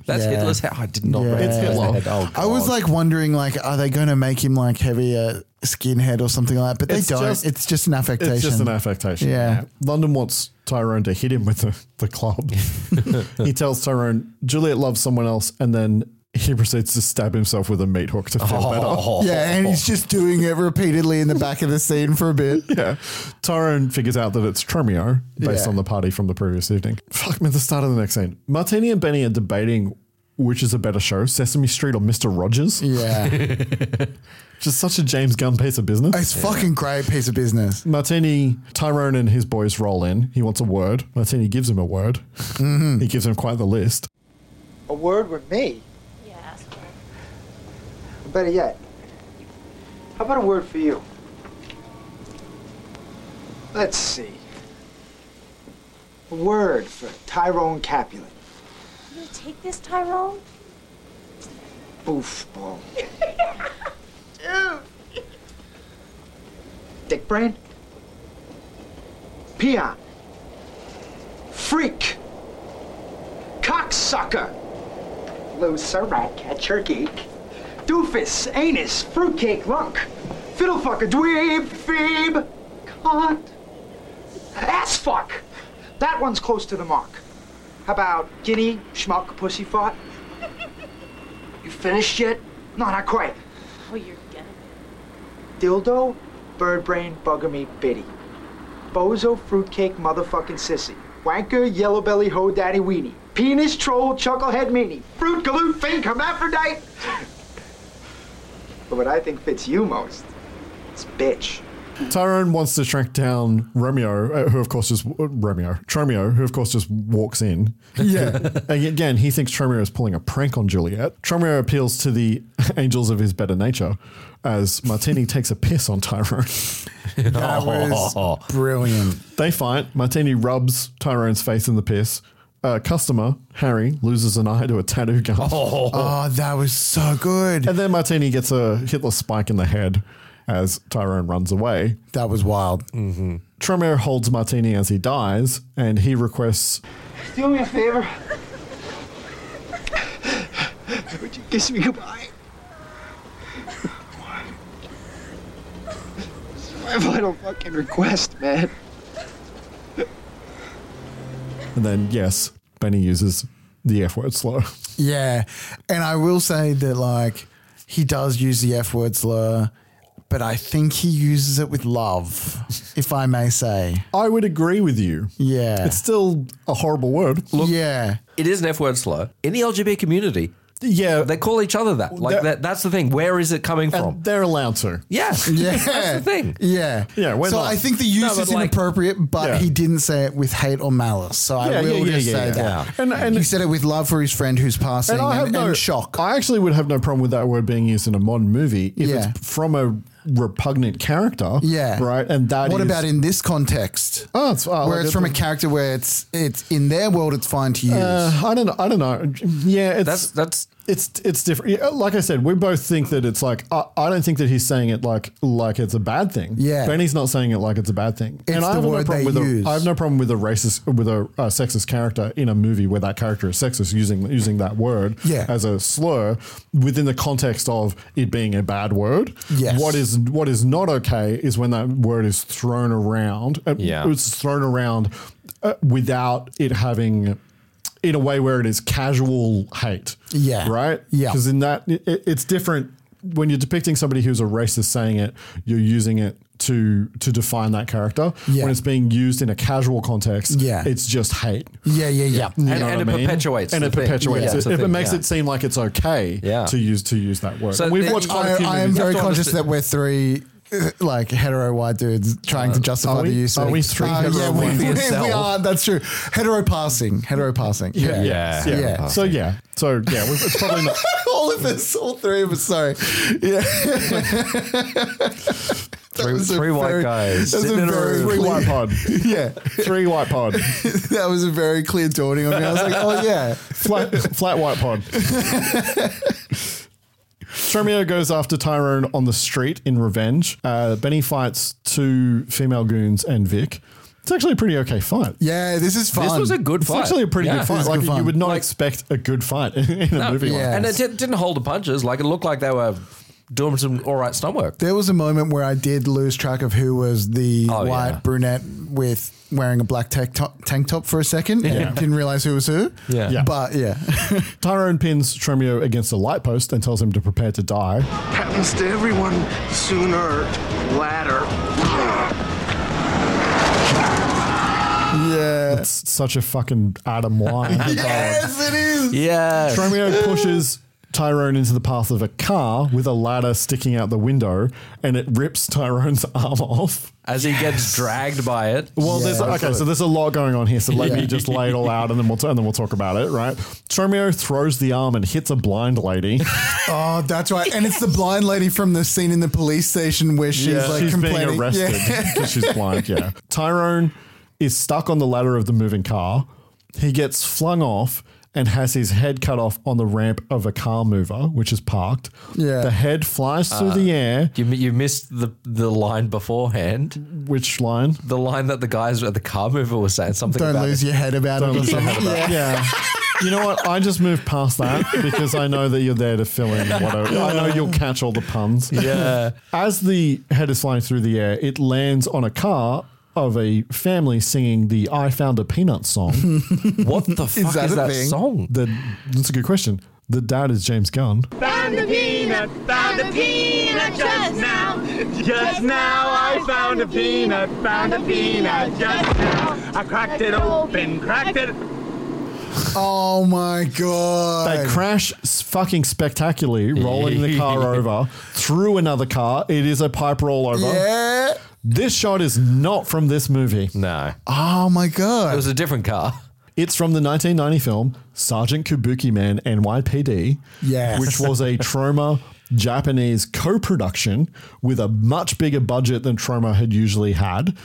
Speaker 3: That's
Speaker 2: Yeah.
Speaker 3: Hitler's head. I did not
Speaker 2: Yeah.
Speaker 3: recognize that head. Oh,
Speaker 2: I was
Speaker 3: God.
Speaker 2: like wondering, like, are they going to make him like heavier skinhead or something like that? But they
Speaker 1: It's
Speaker 2: don't.
Speaker 1: just-
Speaker 2: it's just an affectation.
Speaker 1: It's just an affectation.
Speaker 2: Yeah.
Speaker 1: London wants Tyrone to hit him with the, the club. [LAUGHS] he tells Tyrone, Juliet loves someone else, and then he proceeds to stab himself with a meat hook to feel better.
Speaker 2: Yeah, and he's just doing it repeatedly in the back of the scene for a bit.
Speaker 1: [LAUGHS] Yeah. Tyrone figures out that it's Tromeo based
Speaker 2: Yeah.
Speaker 1: on the party from the previous evening. Fuck man, the start of the next scene. Martini and Benny are debating which is a better show, Sesame Street or Mr. Rogers.
Speaker 2: Yeah.
Speaker 1: Just such a James Gunn piece of business.
Speaker 2: It's fucking great piece of business.
Speaker 1: Martini, Tyrone, and his boys roll in. He wants a word. Martini gives him a word.
Speaker 2: Mm-hmm.
Speaker 1: He gives him quite the list.
Speaker 10: [LAUGHS] A word with me?
Speaker 6: Yeah,
Speaker 10: Better yet, how about a word for you? Let's see. A word for Tyrone Capulet.
Speaker 2: [LAUGHS]
Speaker 13: You take this, Tyrone?
Speaker 15: Boofball.
Speaker 13: Dude.
Speaker 15: Dick Brain? Pia. Freak. Cocksucker. Loser, ratcatcher, geek. Doofus, anus, fruitcake, lunk. Fiddlefucker, dweeb, phoebe. Cunt. Ass fuck. That one's close to the mark. How about guinea, schmuck, pussyfart? You finished yet? No, not quite.
Speaker 13: Oh, you're getting
Speaker 15: Dildo, bird brain, bugger meat, biddy. Bozo, fruitcake, motherfucking sissy. Wanker, yellow belly, ho daddy, weenie. Penis, troll, chucklehead, meanie. Fruit, galoot, fink, hermaphrodite. [LAUGHS] but what I think fits you most is bitch.
Speaker 1: Tyrone wants to track down Romeo, uh, who of course just uh, Romeo, Tromeo, who of course just walks in.
Speaker 2: Yeah.
Speaker 1: [LAUGHS] and again, he thinks Tromeo is pulling a prank on Juliet. Tromeo appeals to the [LAUGHS] angels of his better nature as Martini takes a piss on Tyrone.
Speaker 2: [LAUGHS] That
Speaker 1: [LAUGHS]
Speaker 2: was brilliant.
Speaker 1: They fight. Martini rubs Tyrone's face in the piss. A customer, Harry, loses an eye to a tattoo gun.
Speaker 2: Oh, that was so good.
Speaker 1: And then Martini gets a Hitler spike in the head [LAUGHS] as Tyrone runs away.
Speaker 2: That was wild.
Speaker 1: Mm-hmm. Tremere holds Martini as he dies, and he requests
Speaker 15: Do me a favor. Would you kiss me [LAUGHS] goodbye? This is my vital fucking request, man.
Speaker 1: And then, yes, Benny uses the F word slow.
Speaker 2: Yeah. And I will say that, like, he does use the F word slur, but I think he uses it with love, if I may say.
Speaker 1: I would agree with you.
Speaker 2: Yeah.
Speaker 1: It's still a horrible word.
Speaker 2: yeah.
Speaker 3: It is an F word slur in the LGBT community.
Speaker 1: Yeah,
Speaker 3: they call each other that. Like
Speaker 1: That-
Speaker 3: that, that's the thing. Where is it coming
Speaker 1: And
Speaker 3: from?
Speaker 1: they're allowed to.
Speaker 3: Yeah,
Speaker 2: [LAUGHS] Yeah.
Speaker 3: that's the thing.
Speaker 2: Yeah.
Speaker 1: [LAUGHS] Yeah, we're
Speaker 2: So
Speaker 1: not-
Speaker 2: I think the use
Speaker 1: No, but
Speaker 2: is
Speaker 1: like-
Speaker 2: inappropriate, but
Speaker 1: Yeah.
Speaker 2: he didn't say it with hate or malice. So I
Speaker 1: Yeah,
Speaker 2: will
Speaker 1: yeah, yeah,
Speaker 2: just
Speaker 1: yeah,
Speaker 2: say
Speaker 1: yeah.
Speaker 2: that.
Speaker 1: Yeah. And- and-
Speaker 2: he said it with love for his friend who's passing and,
Speaker 1: I
Speaker 2: and shock.
Speaker 1: I actually would have no problem with that word being used in a modern movie if
Speaker 2: Yeah.
Speaker 1: it's from a repugnant character.
Speaker 2: Yeah.
Speaker 1: Right. And that
Speaker 2: What
Speaker 1: is-
Speaker 2: about in this context?
Speaker 1: Oh, it's, oh,
Speaker 2: where
Speaker 1: like
Speaker 2: it's from a character where it's it's in their world it's fine to use.
Speaker 1: Uh, I don't know. I don't know. Yeah, it's
Speaker 3: That's- that's-
Speaker 1: it's it's different. Yeah, Like I said, we both think that it's like I, I don't think that he's saying it like like it's a bad thing.
Speaker 2: Yeah.
Speaker 1: Benny's not saying it like it's a bad thing.
Speaker 2: It's the
Speaker 1: I have
Speaker 2: word they
Speaker 1: problem with
Speaker 2: use.
Speaker 1: A, I have no problem with a racist with a, uh sexist character in a movie where that character is sexist using using that word
Speaker 2: Yeah.
Speaker 1: as a slur within the context of it being a bad word.
Speaker 2: Yes.
Speaker 1: What is what is not okay is when that word is thrown around. Uh,
Speaker 3: Yeah.
Speaker 1: It's thrown around uh, without it having in a way where it is casual hate.
Speaker 2: Yeah.
Speaker 1: Right?
Speaker 2: Yeah.
Speaker 1: Because in that, it, it's different when you're depicting somebody who's a racist saying it, you're using it to to define that character.
Speaker 2: Yeah.
Speaker 1: When it's being used in a casual context,
Speaker 2: Yeah.
Speaker 1: it's just hate.
Speaker 2: yeah, yeah, yeah.
Speaker 1: You
Speaker 3: And-
Speaker 1: know
Speaker 3: and
Speaker 1: what
Speaker 3: it
Speaker 1: I mean?
Speaker 3: perpetuates
Speaker 1: And
Speaker 3: the
Speaker 1: it
Speaker 3: thing.
Speaker 1: perpetuates
Speaker 3: Yeah.
Speaker 1: it.
Speaker 3: It's a
Speaker 1: It,
Speaker 3: thing,
Speaker 1: makes
Speaker 3: yeah.
Speaker 1: it seem like it's okay
Speaker 3: Yeah.
Speaker 1: to use to use that word.
Speaker 3: So
Speaker 1: We've
Speaker 3: it-
Speaker 1: watched quite a
Speaker 2: I,
Speaker 1: few
Speaker 2: I am
Speaker 1: movies.
Speaker 2: very
Speaker 3: You have to
Speaker 2: conscious that
Speaker 3: understand-
Speaker 2: we're three uh, like hetero white dudes trying to justify
Speaker 1: Uh, are we-
Speaker 2: the use. of- Uh,
Speaker 1: are we three hetero
Speaker 2: yeah, we,
Speaker 1: white
Speaker 2: we,
Speaker 1: dudes?
Speaker 2: we are. That's true. Hetero passing. Hetero passing. Yeah.
Speaker 1: yeah.
Speaker 2: Yeah.
Speaker 1: So yeah. So yeah, we've- it's probably not
Speaker 2: [LAUGHS] all of us, all three of us. Sorry. Yeah. [LAUGHS]
Speaker 3: Three,
Speaker 2: was a
Speaker 3: three white
Speaker 2: very-
Speaker 3: guys
Speaker 2: that was
Speaker 3: sitting
Speaker 2: a
Speaker 3: in a
Speaker 2: very
Speaker 3: room.
Speaker 1: three white pod.
Speaker 2: [LAUGHS] yeah.
Speaker 1: Three white pod.
Speaker 2: That was a very clear dawning on me. I was like, oh yeah.
Speaker 1: flat, flat white pod. Tremio goes after Tyrone on the street in revenge. Uh, Benny fights two female goons and Vic. It's actually a pretty okay fight.
Speaker 2: Yeah, this is fun.
Speaker 3: This was a good
Speaker 1: It's
Speaker 3: fight.
Speaker 1: actually a pretty
Speaker 3: Yeah.
Speaker 1: good fight. Like
Speaker 2: good fun.
Speaker 1: you would not expect a good [LAUGHS] fight in a
Speaker 3: No,
Speaker 1: movie. like
Speaker 2: yeah.
Speaker 1: that.
Speaker 3: and it di- didn't hold the punches. Like it looked like they were doing some all right stunt work.
Speaker 2: There was a moment where I did lose track of who was the
Speaker 3: Oh,
Speaker 2: white
Speaker 3: yeah.
Speaker 2: brunette with wearing a black tank top, tank top for a second.
Speaker 1: Yeah.
Speaker 2: And didn't realize who was who.
Speaker 3: Yeah. Yeah.
Speaker 2: But yeah. [LAUGHS]
Speaker 1: Tyrone pins Tremio against a light post and tells him to prepare to die.
Speaker 15: Happens to everyone sooner or later.
Speaker 2: yeah.
Speaker 1: It's such a fucking Adam line.
Speaker 2: [LAUGHS] Yes, it is.
Speaker 3: Yeah.
Speaker 1: Tromeo pushes Tyrone into the path of a car with a ladder sticking out the window, and it rips Tyrone's [LAUGHS] arm off.
Speaker 3: As he gets dragged by it.
Speaker 1: Well, there's okay, so there's a lot going on here. So let me just lay it all out, and then we'll t- and then we'll talk about it. Right? Tromeo throws the arm and hits a blind lady.
Speaker 2: Oh, that's right. And it's the blind lady from the scene in the police station where [LAUGHS] she's like
Speaker 1: she's
Speaker 2: complaining.
Speaker 1: being arrested
Speaker 2: Yeah. [LAUGHS]
Speaker 1: because she's blind. Yeah, Tyrone is stuck on the ladder of the moving car. He gets flung off, and has his head cut off on the ramp of a car mover, which is parked.
Speaker 3: Yeah.
Speaker 1: The head flies through
Speaker 3: Uh,
Speaker 1: the air.
Speaker 3: You, mi- you missed the, the line beforehand.
Speaker 1: Which line?
Speaker 3: The line that the guys at the car mover were saying something
Speaker 2: Don't
Speaker 3: about.
Speaker 2: lose your head about
Speaker 1: Don't
Speaker 2: it. or
Speaker 1: lose your head
Speaker 2: something.
Speaker 1: about it. Yeah. You know what? I just moved past that because I know that you're there to fill in whatever. I know you'll catch all the puns.
Speaker 3: Yeah.
Speaker 1: As the head is flying through the air, it lands on a car of a family singing the I Found a Peanut song.
Speaker 3: [LAUGHS] what the fuck is that song?
Speaker 1: The, that's a good question. The dad is James Gunn.
Speaker 14: Found a peanut, found a peanut just now. Just now I found a peanut, found a peanut just now. I cracked it open, cracked it.
Speaker 2: Oh my god!
Speaker 1: They crash s- fucking spectacularly, rolling the
Speaker 3: [LAUGHS]
Speaker 1: car over through another car. It is a pipe rollover.
Speaker 2: Yeah.
Speaker 1: This shot is not from this movie.
Speaker 3: No.
Speaker 2: Oh my god!
Speaker 3: It was a different car.
Speaker 1: It's from the 1990 film Sergeant Kabuki Man NYPD,
Speaker 2: Yes.
Speaker 1: which was a Troma Japanese co-production with a much bigger budget than Troma had usually had,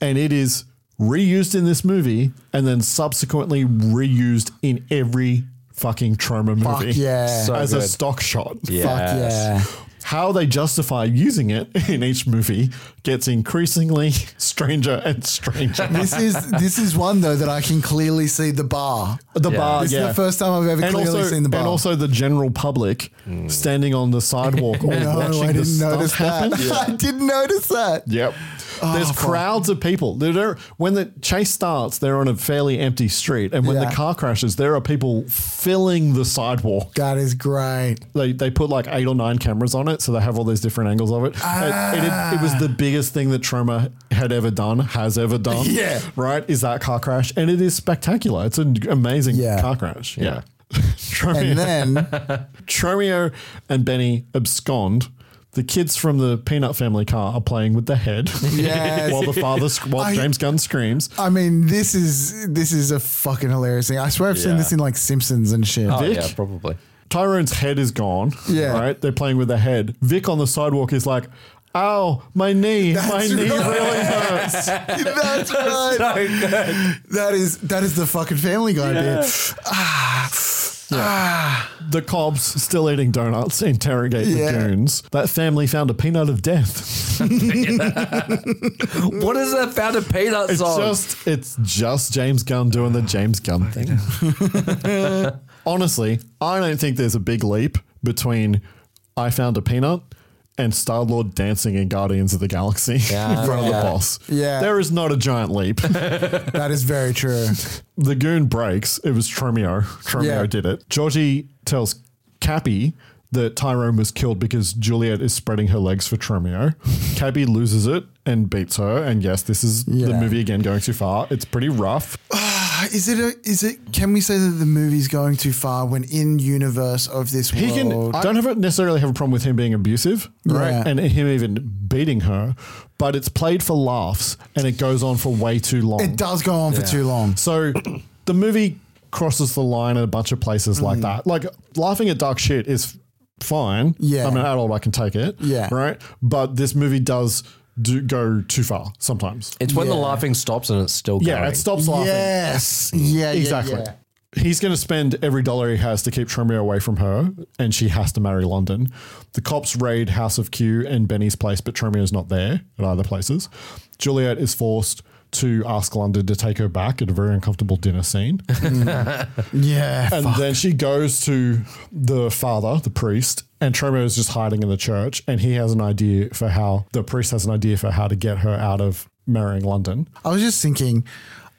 Speaker 1: and it is reused in this movie and then subsequently reused in every fucking Troma
Speaker 2: Fuck
Speaker 1: movie.
Speaker 2: yeah. So
Speaker 1: as a
Speaker 2: good.
Speaker 1: stock shot.
Speaker 2: Yes.
Speaker 1: How they justify using it [LAUGHS] in each movie gets increasingly [LAUGHS] stranger and stranger.
Speaker 2: this is this is one though that I can clearly see the bar.
Speaker 1: The bar.
Speaker 2: This
Speaker 1: yeah.
Speaker 2: is the first time I've ever
Speaker 1: And
Speaker 2: clearly
Speaker 1: also-
Speaker 2: seen the bar.
Speaker 1: And also the general public standing on
Speaker 2: [LAUGHS]
Speaker 1: the sidewalk or
Speaker 2: no, I
Speaker 1: watching
Speaker 2: didn't
Speaker 1: the
Speaker 2: notice
Speaker 1: stuff
Speaker 2: that.
Speaker 1: happen.
Speaker 2: [LAUGHS] I didn't notice that. Ah,
Speaker 1: Yep. There's
Speaker 2: fuck.
Speaker 1: crowds of people. They don't- when the chase starts, they're on a fairly empty street. And when
Speaker 2: Yeah.
Speaker 1: the car crashes, there are people filling the sidewalk.
Speaker 2: That is great.
Speaker 1: They, they put like eight or nine cameras on it. So they have all these different angles of it. It- it- it
Speaker 2: Ah.
Speaker 1: was the biggest thing that Troma had ever done, has ever done.
Speaker 2: Yeah.
Speaker 1: Right? Is that car crash. And it is spectacular. It's an amazing
Speaker 2: Yeah.
Speaker 1: car crash.
Speaker 2: Yeah.
Speaker 1: Yeah. [LAUGHS] Tromeo.
Speaker 2: And then-
Speaker 1: [LAUGHS] Tromeo and Benny abscond. The kids from the Peanut family car are playing with the head. [LAUGHS]
Speaker 2: Yes.
Speaker 1: while the father, sc- while
Speaker 2: I-
Speaker 1: James Gunn screams.
Speaker 2: I mean, this is this is a fucking hilarious thing. I swear I've seen
Speaker 1: Yeah. Oh,
Speaker 2: this in like Simpsons and shit.
Speaker 1: Vic?
Speaker 3: probably.
Speaker 1: Tyrone's head is gone. Yeah. Right? They're playing with the head. Vic on the sidewalk is like, ow, my knee, my knee
Speaker 2: [LAUGHS]
Speaker 1: really hurts.
Speaker 14: [LAUGHS]
Speaker 2: That's right. [LAUGHS] That is that is the fucking Family Guy
Speaker 1: Yeah.
Speaker 2: bit. Ah,
Speaker 1: The cops still eating donuts interrogate
Speaker 2: Yeah.
Speaker 1: the goons. That family found a peanut of death. [LAUGHS]
Speaker 3: [LAUGHS] what is that found a peanut
Speaker 1: It's
Speaker 3: song?
Speaker 1: just it's just James Gunn doing the James Gunn thing.
Speaker 2: [LAUGHS]
Speaker 1: Honestly, I don't think there's a big leap between I found a peanut and Star Lord dancing in Guardians of the Galaxy
Speaker 2: Yeah.
Speaker 1: [LAUGHS] in front of
Speaker 2: Yeah.
Speaker 1: the boss.
Speaker 2: Yeah.
Speaker 1: There is not a giant
Speaker 2: [LAUGHS]
Speaker 1: leap.
Speaker 2: that is very true.
Speaker 1: [LAUGHS] the goon breaks. It was Tromeo. Tromeo
Speaker 2: Yeah.
Speaker 1: did it. Georgie tells Cappy that Tyrone was killed because Juliet is spreading her legs for
Speaker 2: [LAUGHS]
Speaker 1: Tromeo. Cappy loses it and beats her. And yes, this is the
Speaker 2: Yeah.
Speaker 1: movie again going too far. It's pretty rough.
Speaker 2: Ah, is it a is it? Can we say that the movie's going too far when in universe of this
Speaker 1: He
Speaker 2: world?
Speaker 1: can. I don't have a- necessarily have a problem with him being abusive, right?
Speaker 2: Yeah.
Speaker 1: And him even beating her, but it's played for laughs and it goes on for way too long.
Speaker 2: it does go on for
Speaker 1: Yeah.
Speaker 2: too long. [COUGHS]
Speaker 1: So the movie crosses the line in a bunch of places like
Speaker 2: Mm.
Speaker 1: that. Like laughing at dark shit is fine.
Speaker 2: Yeah.
Speaker 1: I'm an adult, I can take it.
Speaker 2: Yeah.
Speaker 1: Right. But this movie does do go too far sometimes.
Speaker 3: It's when the
Speaker 1: Yeah.
Speaker 3: laughing stops and it's still
Speaker 1: Yeah,
Speaker 3: going.
Speaker 1: it stops laughing.
Speaker 2: Yes. Yeah. yeah,
Speaker 1: Exactly.
Speaker 2: yeah.
Speaker 1: He's going to spend every dollar he has to keep Tremere away from her, and she has to marry London. The cops raid House of Q and Benny's place, but Tremere's not there at either places. Juliet is forced to ask London to take her back at a very uncomfortable dinner scene.
Speaker 2: Yeah.
Speaker 1: and then she goes to the father, the priest, and Tremere is just hiding in the church, and he has an idea for how the priest has an idea for how to get her out of marrying London.
Speaker 2: I was just thinking,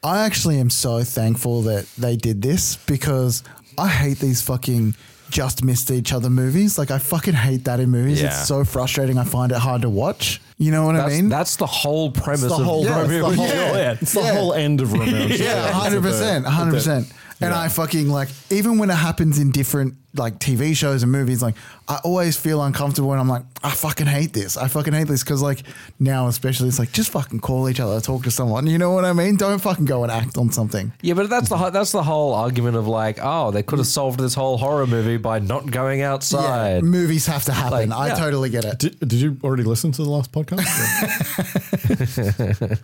Speaker 2: I actually am so thankful that they did this because I hate these fucking just missed each other movies. Like I fucking hate that in movies.
Speaker 3: Yeah.
Speaker 2: It's so frustrating. I find it hard to watch. You know what
Speaker 3: That's,
Speaker 2: I mean?
Speaker 3: that's the whole premise
Speaker 1: It's the
Speaker 3: of
Speaker 1: whole,
Speaker 2: Yeah, it's
Speaker 1: Romeo
Speaker 2: the
Speaker 1: and
Speaker 2: whole-
Speaker 1: Juliet.
Speaker 2: yeah.
Speaker 1: It's the
Speaker 2: Yeah.
Speaker 1: whole end of Romeo and Juliet.
Speaker 2: yeah, hundred percent, hundred percent. And I fucking like even when it happens in different like TV shows and movies, like I always feel uncomfortable and I'm like, I fucking hate this. I fucking hate this because like now especially it's like just fucking call each other, talk to someone. You know what I mean? Don't fucking go and act on something.
Speaker 3: Yeah, but that's the hu- that's the whole argument of like, oh, they
Speaker 1: Mm.
Speaker 3: could have solved this whole horror movie by not going outside.
Speaker 2: Movies have to happen.
Speaker 3: Like,
Speaker 2: I
Speaker 3: yeah.
Speaker 2: totally get it.
Speaker 1: Did, did you already listen to the
Speaker 2: [LAUGHS]
Speaker 1: last podcast?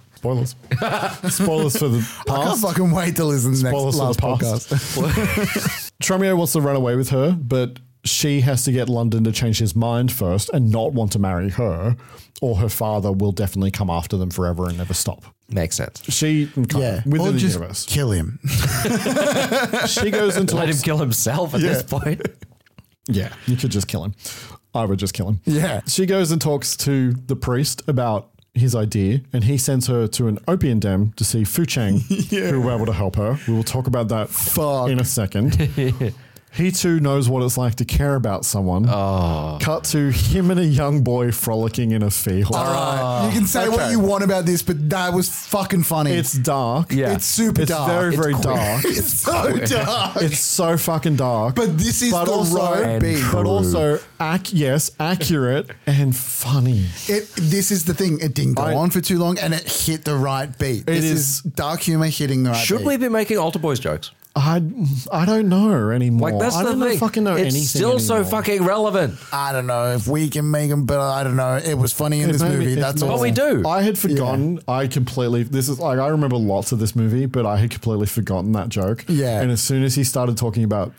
Speaker 1: [LAUGHS] Spoilers. Spoilers for the
Speaker 2: I can't
Speaker 1: past.
Speaker 2: fucking wait to listen to the next
Speaker 1: Spoilers for
Speaker 2: last
Speaker 1: the past. [LAUGHS]
Speaker 2: podcast.
Speaker 1: Tromeo wants to run away with her, but she has to get London to change his mind first and not want to marry her, or her father will definitely come after them forever and never stop.
Speaker 3: Makes sense.
Speaker 1: She, yeah,
Speaker 2: yeah,
Speaker 1: within
Speaker 2: or
Speaker 1: the
Speaker 2: just
Speaker 1: universe.
Speaker 2: kill him.
Speaker 3: [LAUGHS]
Speaker 1: she goes into
Speaker 3: Let him kill himself at this point.
Speaker 1: Yeah, you could just kill him. [LAUGHS] I would just kill him.
Speaker 2: Yeah.
Speaker 1: She goes and talks to the priest about his idea, and he sends her to an opium den to
Speaker 2: [LAUGHS]
Speaker 1: see Fuchang, who were able to help her. We will talk about that in
Speaker 2: [LAUGHS]
Speaker 1: a second. He too knows what it's like to care about someone.
Speaker 2: Oh.
Speaker 1: Cut to him and a young boy frolicking in a field.
Speaker 2: All right, you can say what you want about this, but that was fucking funny.
Speaker 1: It's dark.
Speaker 2: Yeah. It's super
Speaker 1: It's
Speaker 2: dark.
Speaker 1: very,
Speaker 2: It's
Speaker 1: very
Speaker 2: quick.
Speaker 1: dark.
Speaker 2: [LAUGHS] It's so dark.
Speaker 1: It's so fucking dark.
Speaker 2: But this is the right beat.
Speaker 1: But also, ac- yes, accurate and funny.
Speaker 2: It, this is the thing. It didn't go on for too long, and it hit the right beat. this
Speaker 1: is-
Speaker 2: is, dark humor hitting the right.
Speaker 3: Should
Speaker 2: beat.
Speaker 3: we be making Alter Boys jokes?
Speaker 1: I I don't know anymore.
Speaker 3: Like that's
Speaker 1: Oh, I
Speaker 3: the
Speaker 1: don't know-
Speaker 3: thing.
Speaker 1: fucking know
Speaker 3: it's
Speaker 1: anything
Speaker 3: still so
Speaker 1: anymore.
Speaker 3: fucking relevant.
Speaker 2: I don't know if we can make them, but I don't know. It was funny in
Speaker 1: It
Speaker 2: this
Speaker 1: made me-
Speaker 2: movie.
Speaker 1: it
Speaker 2: That's
Speaker 1: made
Speaker 2: all
Speaker 1: me- I had forgotten. I completely. This is like I remember lots of this movie, but I had completely forgotten that joke.
Speaker 2: Yeah.
Speaker 1: And as soon as he started talking about.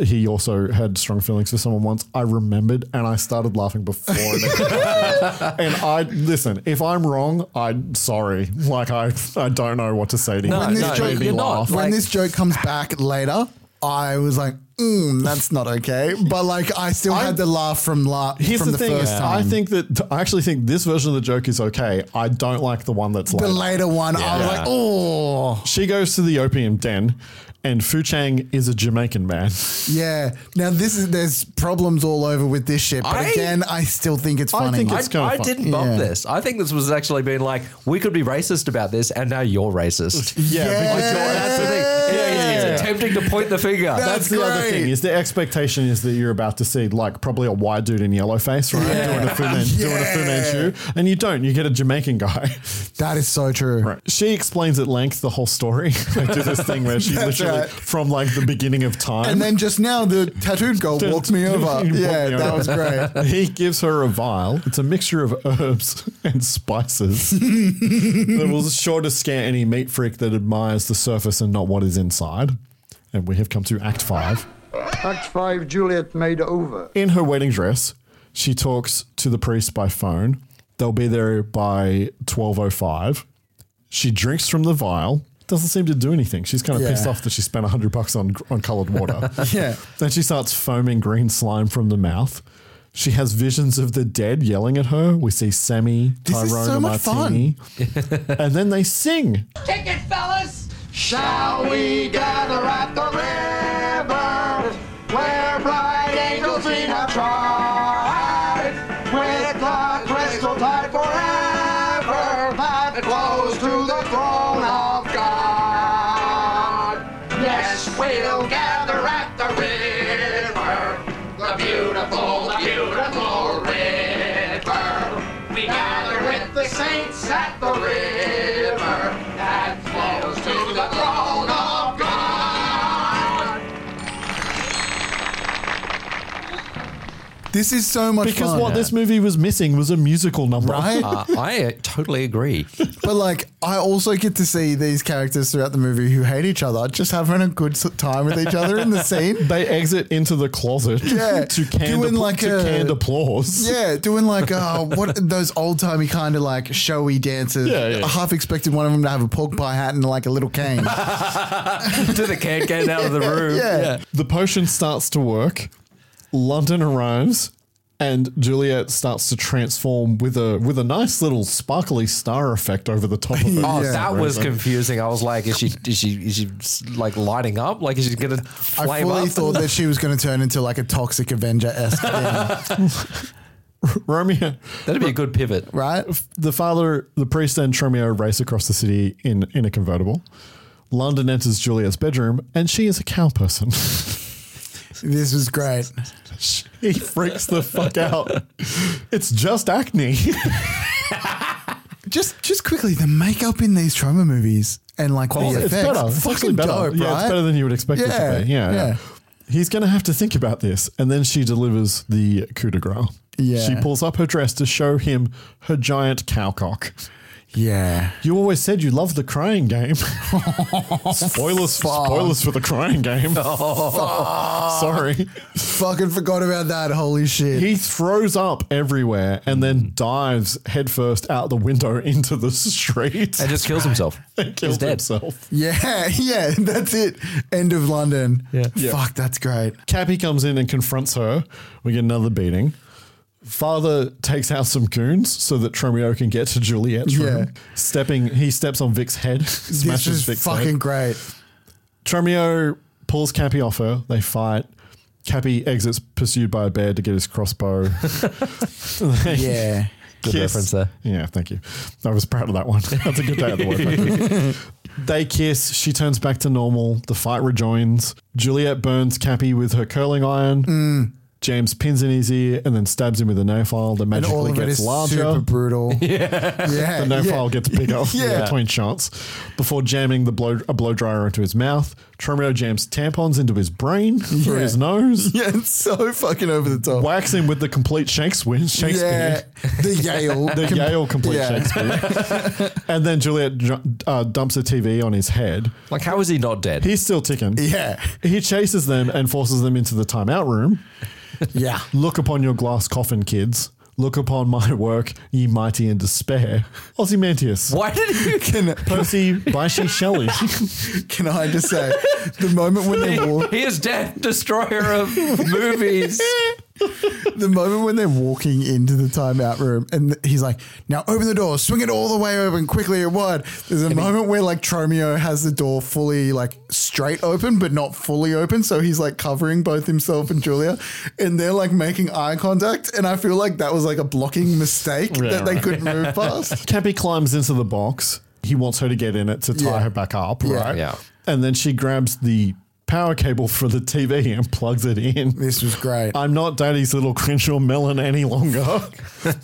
Speaker 1: He also had strong feelings for someone once. I remembered, and I started laughing before. it- [LAUGHS] and I listen. If I'm wrong, I'm sorry. Like I, I don't know what to say to you.
Speaker 2: when this joke,
Speaker 1: Made me laugh.
Speaker 2: when this joke comes back later, I was like, mm, "That's not okay." But like, I still had the laugh from la-
Speaker 1: Here's
Speaker 2: from
Speaker 1: the,
Speaker 2: the,
Speaker 1: thing.
Speaker 2: first time.
Speaker 1: I think that I actually think this version of the joke is okay. I don't like the one that's
Speaker 2: the later one, I was
Speaker 1: Yeah.
Speaker 2: like, "Oh,
Speaker 1: She goes to the opium den, and Fuchang is a Jamaican man.
Speaker 2: yeah." Now this is there's problems all over with this shit, but
Speaker 3: I-
Speaker 2: again, I still think it's funny.
Speaker 3: I, I didn't bump this. I think this was actually being like, we could be racist about this, and now you're racist.
Speaker 1: Yeah,
Speaker 3: Like,
Speaker 1: because-
Speaker 3: that's the thing. It- it's-
Speaker 1: [LAUGHS] Yeah.
Speaker 3: It's attempting to point the finger.
Speaker 1: That's, the other thing is the expectation is that you're about to see like probably a white dude in yellow face, right? Doing a Fu Man, doing a Fu Manchu, and you don't. You get a Jamaican guy.
Speaker 2: That is so true.
Speaker 1: Right. She explains at length the whole story. [LAUGHS] I do this thing where
Speaker 2: [LAUGHS]
Speaker 1: she
Speaker 2: That's
Speaker 1: literally
Speaker 2: right.
Speaker 1: from like the beginning of time.
Speaker 2: And then just now, the tattooed girl walked me
Speaker 1: [LAUGHS]
Speaker 2: over.
Speaker 1: He
Speaker 2: Yeah,
Speaker 1: walked me
Speaker 2: that
Speaker 1: over.
Speaker 2: was great.
Speaker 1: [LAUGHS] He gives her a vial. It's a mixture of herbs [LAUGHS]
Speaker 2: [LAUGHS]
Speaker 1: and spices that will sure to scare any meat freak that admires the surface and not what is inside. And we have come to Act Five.
Speaker 4: Act 5, Juliet made over.
Speaker 1: In her wedding dress, she talks to the priest by phone. They'll be there by twelve oh five. She drinks from the vial. Doesn't seem to do anything. She's kind of
Speaker 2: Yeah.
Speaker 1: pissed off that she spent hundred bucks on on colored water.
Speaker 2: [LAUGHS] Yeah.
Speaker 1: Then she starts foaming green slime from the mouth. She has visions of the dead yelling at her. We see Sammy,
Speaker 2: This
Speaker 1: Tyrone,
Speaker 2: is so
Speaker 1: and
Speaker 2: much [LAUGHS]
Speaker 1: Martini. and then they sing.
Speaker 14: Take it, fellas! Shall we gather at the river where bright angels in a tribe with the crystal tide forever that glows to the throne of God? Yes, we'll gather at the river, the beautiful, the beautiful river. We gather with the saints at the river that flows to the throne of God.
Speaker 2: This is so much
Speaker 1: Because
Speaker 2: fun.
Speaker 1: what this movie was missing was a musical number.
Speaker 2: Right?
Speaker 3: [LAUGHS] Uh, I uh,
Speaker 1: [LAUGHS]
Speaker 3: totally agree.
Speaker 2: but like, I also get to see these characters throughout the movie who hate each other just having a good s- time with each other
Speaker 1: [LAUGHS]
Speaker 2: in the scene.
Speaker 1: They exit into the closet
Speaker 2: Yeah,
Speaker 1: [LAUGHS] to canned,
Speaker 2: doing
Speaker 1: appla-
Speaker 2: like
Speaker 1: to
Speaker 2: a-
Speaker 1: canned applause.
Speaker 2: Yeah, doing like uh,
Speaker 3: [LAUGHS]
Speaker 2: what those old timey kind of like showy dances.
Speaker 1: Yeah, yeah.
Speaker 2: I half expected one of them to have a pork pie hat and like a little cane.
Speaker 3: to the can can out
Speaker 1: [LAUGHS]
Speaker 3: of the room.
Speaker 2: Yeah.
Speaker 1: The potion starts to work. London arrives, and Juliet starts to transform with a with a nice little sparkly star effect over the
Speaker 2: [LAUGHS]
Speaker 1: top of it.
Speaker 3: Oh,
Speaker 1: for
Speaker 3: that
Speaker 1: some
Speaker 3: was
Speaker 1: reason.
Speaker 3: confusing. I was like, is she is she is she s- like lighting up? Like is she gonna flame
Speaker 2: I fully
Speaker 3: up?
Speaker 2: thought that
Speaker 3: [LAUGHS]
Speaker 2: she was going to turn into like a toxic Avenger
Speaker 1: [LAUGHS]
Speaker 2: esque thing,
Speaker 1: Romeo.
Speaker 3: That'd be a good pivot.
Speaker 2: right?
Speaker 1: The father, the priest, and Tromeo race across the city in in a convertible. London enters Juliet's bedroom, and she is a cow person.
Speaker 2: This was great.
Speaker 1: he freaks the fuck [LAUGHS]
Speaker 3: [LAUGHS]
Speaker 1: out. It's just acne.
Speaker 2: [LAUGHS] Just just quickly, the makeup in these trauma movies and like the
Speaker 1: It's
Speaker 2: effects,
Speaker 1: better. It's
Speaker 2: fucking
Speaker 1: actually better.
Speaker 2: dope,
Speaker 1: yeah,
Speaker 2: right?
Speaker 1: it's better than you would expect it
Speaker 2: Yeah,
Speaker 1: to be. Yeah.
Speaker 2: yeah.
Speaker 1: He's going to have to think about this. And then she delivers the coup de grace.
Speaker 2: Yeah.
Speaker 1: She pulls up her dress to show him her giant cow cock.
Speaker 2: Yeah.
Speaker 1: You always said you loved the crying
Speaker 2: [LAUGHS]
Speaker 1: game. spoilers, spoilers for the crying game. [LAUGHS] Sorry.
Speaker 2: Fucking forgot about that. Holy shit. Mm.
Speaker 1: He throws up everywhere and then dives headfirst out the window [LAUGHS] into the street
Speaker 3: And just
Speaker 1: [LAUGHS]
Speaker 3: kills himself.
Speaker 1: and
Speaker 3: He's
Speaker 1: kills
Speaker 3: dead.
Speaker 1: himself.
Speaker 2: Yeah, [LAUGHS] yeah, that's it. End of London. Yeah. Fuck, that's great.
Speaker 1: Cappy comes in and confronts her. We get another beating. Father takes out some goons so that Tromeo can get to Juliet's room. Stepping, he steps on Vic's head, [LAUGHS]
Speaker 2: This
Speaker 1: smashes
Speaker 2: is
Speaker 1: Vic's
Speaker 2: fucking
Speaker 1: head.
Speaker 2: great.
Speaker 1: Tromeo pulls Cappy off her. They fight. Cappy exits pursued by a bear to get his
Speaker 2: [LAUGHS]
Speaker 1: crossbow. [LAUGHS]
Speaker 2: Yeah.
Speaker 3: Good
Speaker 1: Kiss.
Speaker 3: reference there.
Speaker 1: Yeah, thank you. I was proud of that one. [LAUGHS] That's a good day at the work. actually. they kiss. She turns back to normal. The fight rejoins. Juliet burns Cappy with her curling iron. James pins in his ear and then stabs him with a nail file that
Speaker 2: Mm. And all
Speaker 1: magically
Speaker 2: of it
Speaker 1: gets
Speaker 2: is
Speaker 1: larger.
Speaker 2: super brutal.
Speaker 1: [LAUGHS] Yeah.
Speaker 2: Yeah,
Speaker 1: The nail
Speaker 2: yeah.
Speaker 1: file
Speaker 2: [LAUGHS]
Speaker 1: gets bigger
Speaker 2: Yeah.
Speaker 1: between shots before jamming the blow a blow dryer into his mouth. Tromeo jams tampons into his brain through
Speaker 2: Yeah.
Speaker 1: his
Speaker 2: [LAUGHS]
Speaker 1: nose.
Speaker 2: Yeah, it's so fucking over the top.
Speaker 1: Whacks him with the complete Shakespeare.
Speaker 2: Yeah,
Speaker 1: Shakespeare.
Speaker 2: [LAUGHS] the Yale.
Speaker 1: the
Speaker 2: com-
Speaker 1: Yale complete
Speaker 2: yeah.
Speaker 1: Shakespeare. [LAUGHS] and then Juliet ju- uh, dumps a TV on his head.
Speaker 3: Like, how is he not dead?
Speaker 1: He's still ticking.
Speaker 2: Yeah.
Speaker 1: He chases them and forces them into the timeout room.
Speaker 2: [LAUGHS] Yeah.
Speaker 1: Look upon your glass coffin, kids. Look upon my work, ye mighty in despair. Ozymandias.
Speaker 3: Why did you
Speaker 2: [LAUGHS] Can,
Speaker 1: Percy Bysshe Shelley.
Speaker 2: [LAUGHS] can I just say, the moment when they're walking,
Speaker 3: [LAUGHS] He is death destroyer of movies.
Speaker 2: the moment when they're walking into the timeout room, and he's like, "Now open the door, swing it all the way open quickly and wide." There's a moment where like Tromeo has the door fully like straight open, but not fully open, so he's like covering both himself and Julia, and they're like making eye contact, and I feel like that was like a blocking mistake
Speaker 1: Yeah,
Speaker 2: that they
Speaker 1: right.
Speaker 2: couldn't move past.
Speaker 1: Cappy climbs into the box. He wants her to get in it to tie
Speaker 2: Yeah.
Speaker 1: her back up,
Speaker 2: Yeah.
Speaker 1: right?
Speaker 3: Yeah.
Speaker 1: And then she grabs the power cable for the TV and plugs it in.
Speaker 2: This was great.
Speaker 1: I'm not daddy's little Crenshaw melon
Speaker 2: [LAUGHS]
Speaker 1: any longer.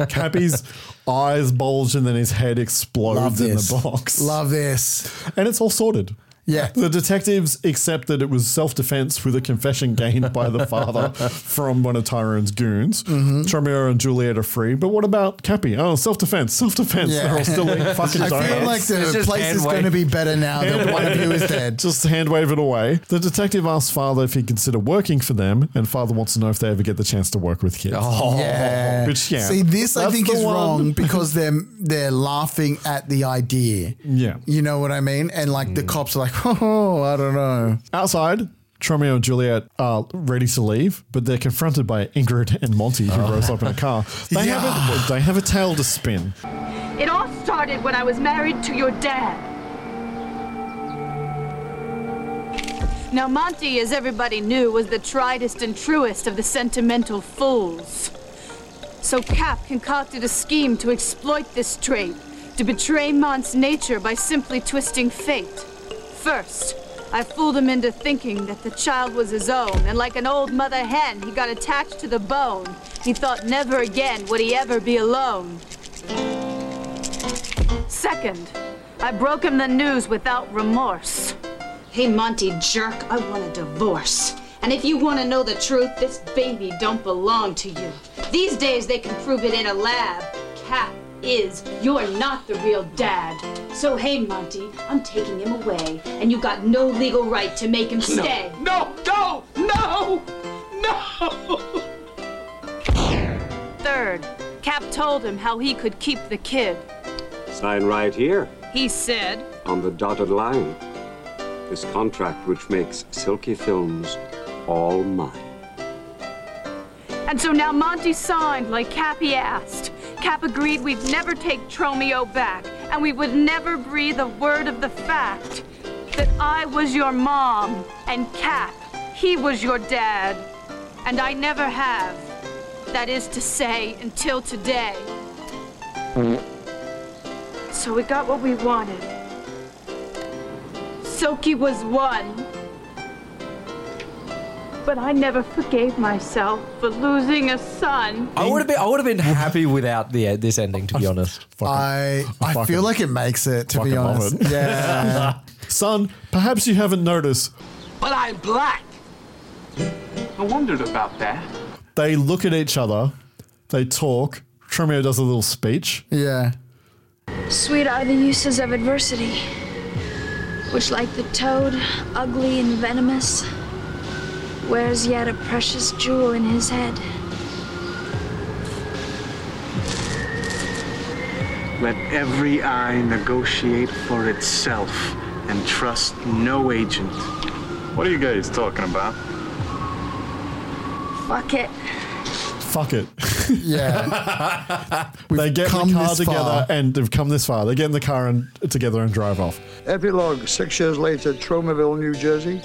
Speaker 1: Cappy's eyes bulge and then his head
Speaker 2: Love
Speaker 1: explodes in
Speaker 2: this.
Speaker 1: the box.
Speaker 2: Love this.
Speaker 1: And it's all sorted.
Speaker 2: Yeah.
Speaker 1: The detectives accept that it was self defense with a confession gained by
Speaker 2: [LAUGHS]
Speaker 1: the father from one of Tyrone's goons.
Speaker 2: Mm-hmm.
Speaker 1: Tremere and Juliet are free. But what about Cappy? Oh, self defense, self defense. They're all
Speaker 2: [LAUGHS]
Speaker 1: still eating fucking
Speaker 2: I feel
Speaker 1: donuts.
Speaker 2: like
Speaker 3: It's
Speaker 2: the
Speaker 3: just
Speaker 2: place is
Speaker 3: hand wave.
Speaker 2: going to be better now that one of you
Speaker 1: [LAUGHS]
Speaker 2: is dead.
Speaker 1: Just hand wave it away. The detective asks father if he'd consider working for them, and father wants to know if they ever get the chance to work with kids.
Speaker 3: Oh.
Speaker 2: Yeah.
Speaker 1: Which, yeah.
Speaker 2: See, this I
Speaker 1: That's
Speaker 2: think
Speaker 1: the
Speaker 2: is
Speaker 1: one. [LAUGHS]
Speaker 2: wrong because they're they're laughing at the idea.
Speaker 1: Yeah. Mm.
Speaker 2: You know what I mean? And like the cops are like, [LAUGHS] oh, I don't know.
Speaker 1: Outside, Tromeo and Juliet are ready to leave, but they're confronted by Ingrid and Monty, who rose up in a car. They have a, they have a tale to spin.
Speaker 9: It all started when I was married to your dad. Now, Monty, as everybody knew, was the triedest and truest of the sentimental fools. So Cap concocted a scheme to exploit this trait, to betray Mont's nature by simply twisting fate. First, I fooled him into thinking that the child was his own, and like an old mother hen, he got attached to the bone. He thought never again would he ever be alone. Second, I broke him the news without remorse.
Speaker 22: Hey, Monty, jerk, I want a divorce. And if you want to know the truth, this baby don't belong to you. These days they can prove it in a lab. Cap is, you're not the real dad. So, hey, Monty, I'm taking him away, and you got no legal right to make him stay.
Speaker 5: No, no, no, no.
Speaker 9: Third, Cap told him how he could keep the kid.
Speaker 23: Sign right here
Speaker 9: He said,
Speaker 23: on the dotted line. This contract, which makes Silky Films all mine.
Speaker 9: and so now Monty signed like Cappy asked. Cap agreed we'd never take Tromeo back, and we would never breathe a word of the fact that I was your mom, and Cap, he was your dad, and I never have. That is to say, until today. So we got what we wanted. Silky was one. But I never forgave myself for losing a son.
Speaker 3: I would have been. I would have been happy without the this ending. To be honest,
Speaker 2: I I
Speaker 3: fucking-
Speaker 2: feel like it makes it to
Speaker 1: Fucking
Speaker 2: be
Speaker 1: love
Speaker 2: honest.
Speaker 1: it.
Speaker 2: Yeah.
Speaker 1: [LAUGHS] Son, perhaps you haven't noticed.
Speaker 5: But I'm black.
Speaker 23: I wondered about that.
Speaker 1: They look at each other, they talk. Tromeo does a little speech.
Speaker 2: Yeah.
Speaker 7: Sweet are the uses of adversity, which, like the toad, ugly and venomous, wears yet a precious jewel in his head.
Speaker 15: Let every eye negotiate for itself and trust no agent.
Speaker 12: What are you guys talking about?
Speaker 7: Fuck it.
Speaker 1: Fuck it.
Speaker 2: Yeah.
Speaker 1: they get in the car
Speaker 4: this
Speaker 1: together
Speaker 4: far.
Speaker 1: and they've come this far. They get in the car and together and drive off.
Speaker 4: [LAUGHS] Epilogue, six years later, Tromaville, New Jersey,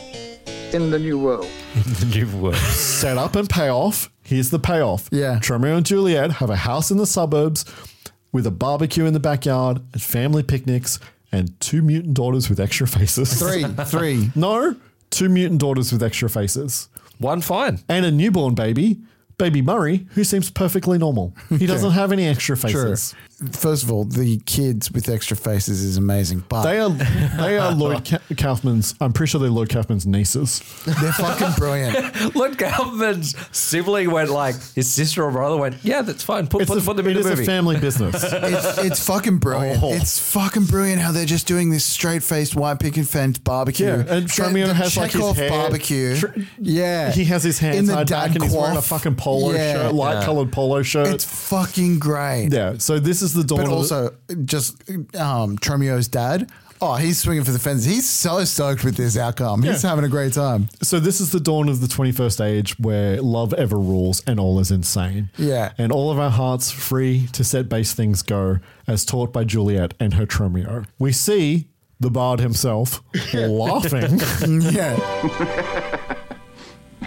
Speaker 4: in the New World.
Speaker 1: [LAUGHS] You've worked. Set up and pay off. Here's the payoff. Yeah. Romeo and Juliet have a house in the suburbs with a barbecue in the backyard and family picnics and two mutant daughters with extra faces. [LAUGHS]
Speaker 2: Three, three.
Speaker 1: No, two mutant daughters with extra faces. One fine. And a newborn baby, baby Murray, who seems perfectly [LAUGHS] normal. He doesn't have any extra faces.
Speaker 2: Sure. First of all, the kids with extra faces is amazing, but
Speaker 1: They are they are Lloyd Ka- Kaufman's. I'm pretty sure they're Lloyd Kaufman's nieces.
Speaker 2: They're fucking brilliant.
Speaker 3: [LAUGHS] Look, Calvin's sibling went like his sister or brother went. Yeah, that's fine. Put, put,
Speaker 1: a-
Speaker 3: put them in
Speaker 1: it
Speaker 3: the
Speaker 1: is a
Speaker 3: movie.
Speaker 1: family business.
Speaker 2: [LAUGHS] it's, it's fucking brilliant.
Speaker 1: Oh.
Speaker 2: It's fucking brilliant how they're just doing this straight faced white picket fence barbecue.
Speaker 1: Yeah, and Tromeo
Speaker 2: The- the
Speaker 1: has, like, his
Speaker 2: Chekhov
Speaker 1: hair-
Speaker 2: barbecue.
Speaker 1: Tr-
Speaker 2: yeah, [LAUGHS]
Speaker 1: He has his hands tied back and he's wearing a
Speaker 2: quaff.
Speaker 1: fucking polo
Speaker 2: Yeah.
Speaker 1: shirt, light colored polo shirt.
Speaker 2: It's fucking great.
Speaker 1: Yeah. So this is the dawn.
Speaker 2: But
Speaker 1: of the-
Speaker 2: also, just um, Tromeo's dad. Oh, he's swinging for the fence. He's so stoked with this outcome. He's
Speaker 1: Yeah.
Speaker 2: having a great time.
Speaker 1: So this is the dawn of the 21st age where love ever rules and all is insane.
Speaker 2: Yeah.
Speaker 1: And all of our hearts free to set base things go as taught by Juliet and her Tromeo. We see the
Speaker 2: [LAUGHS]
Speaker 1: bard himself laughing.
Speaker 2: yeah.
Speaker 1: [LAUGHS]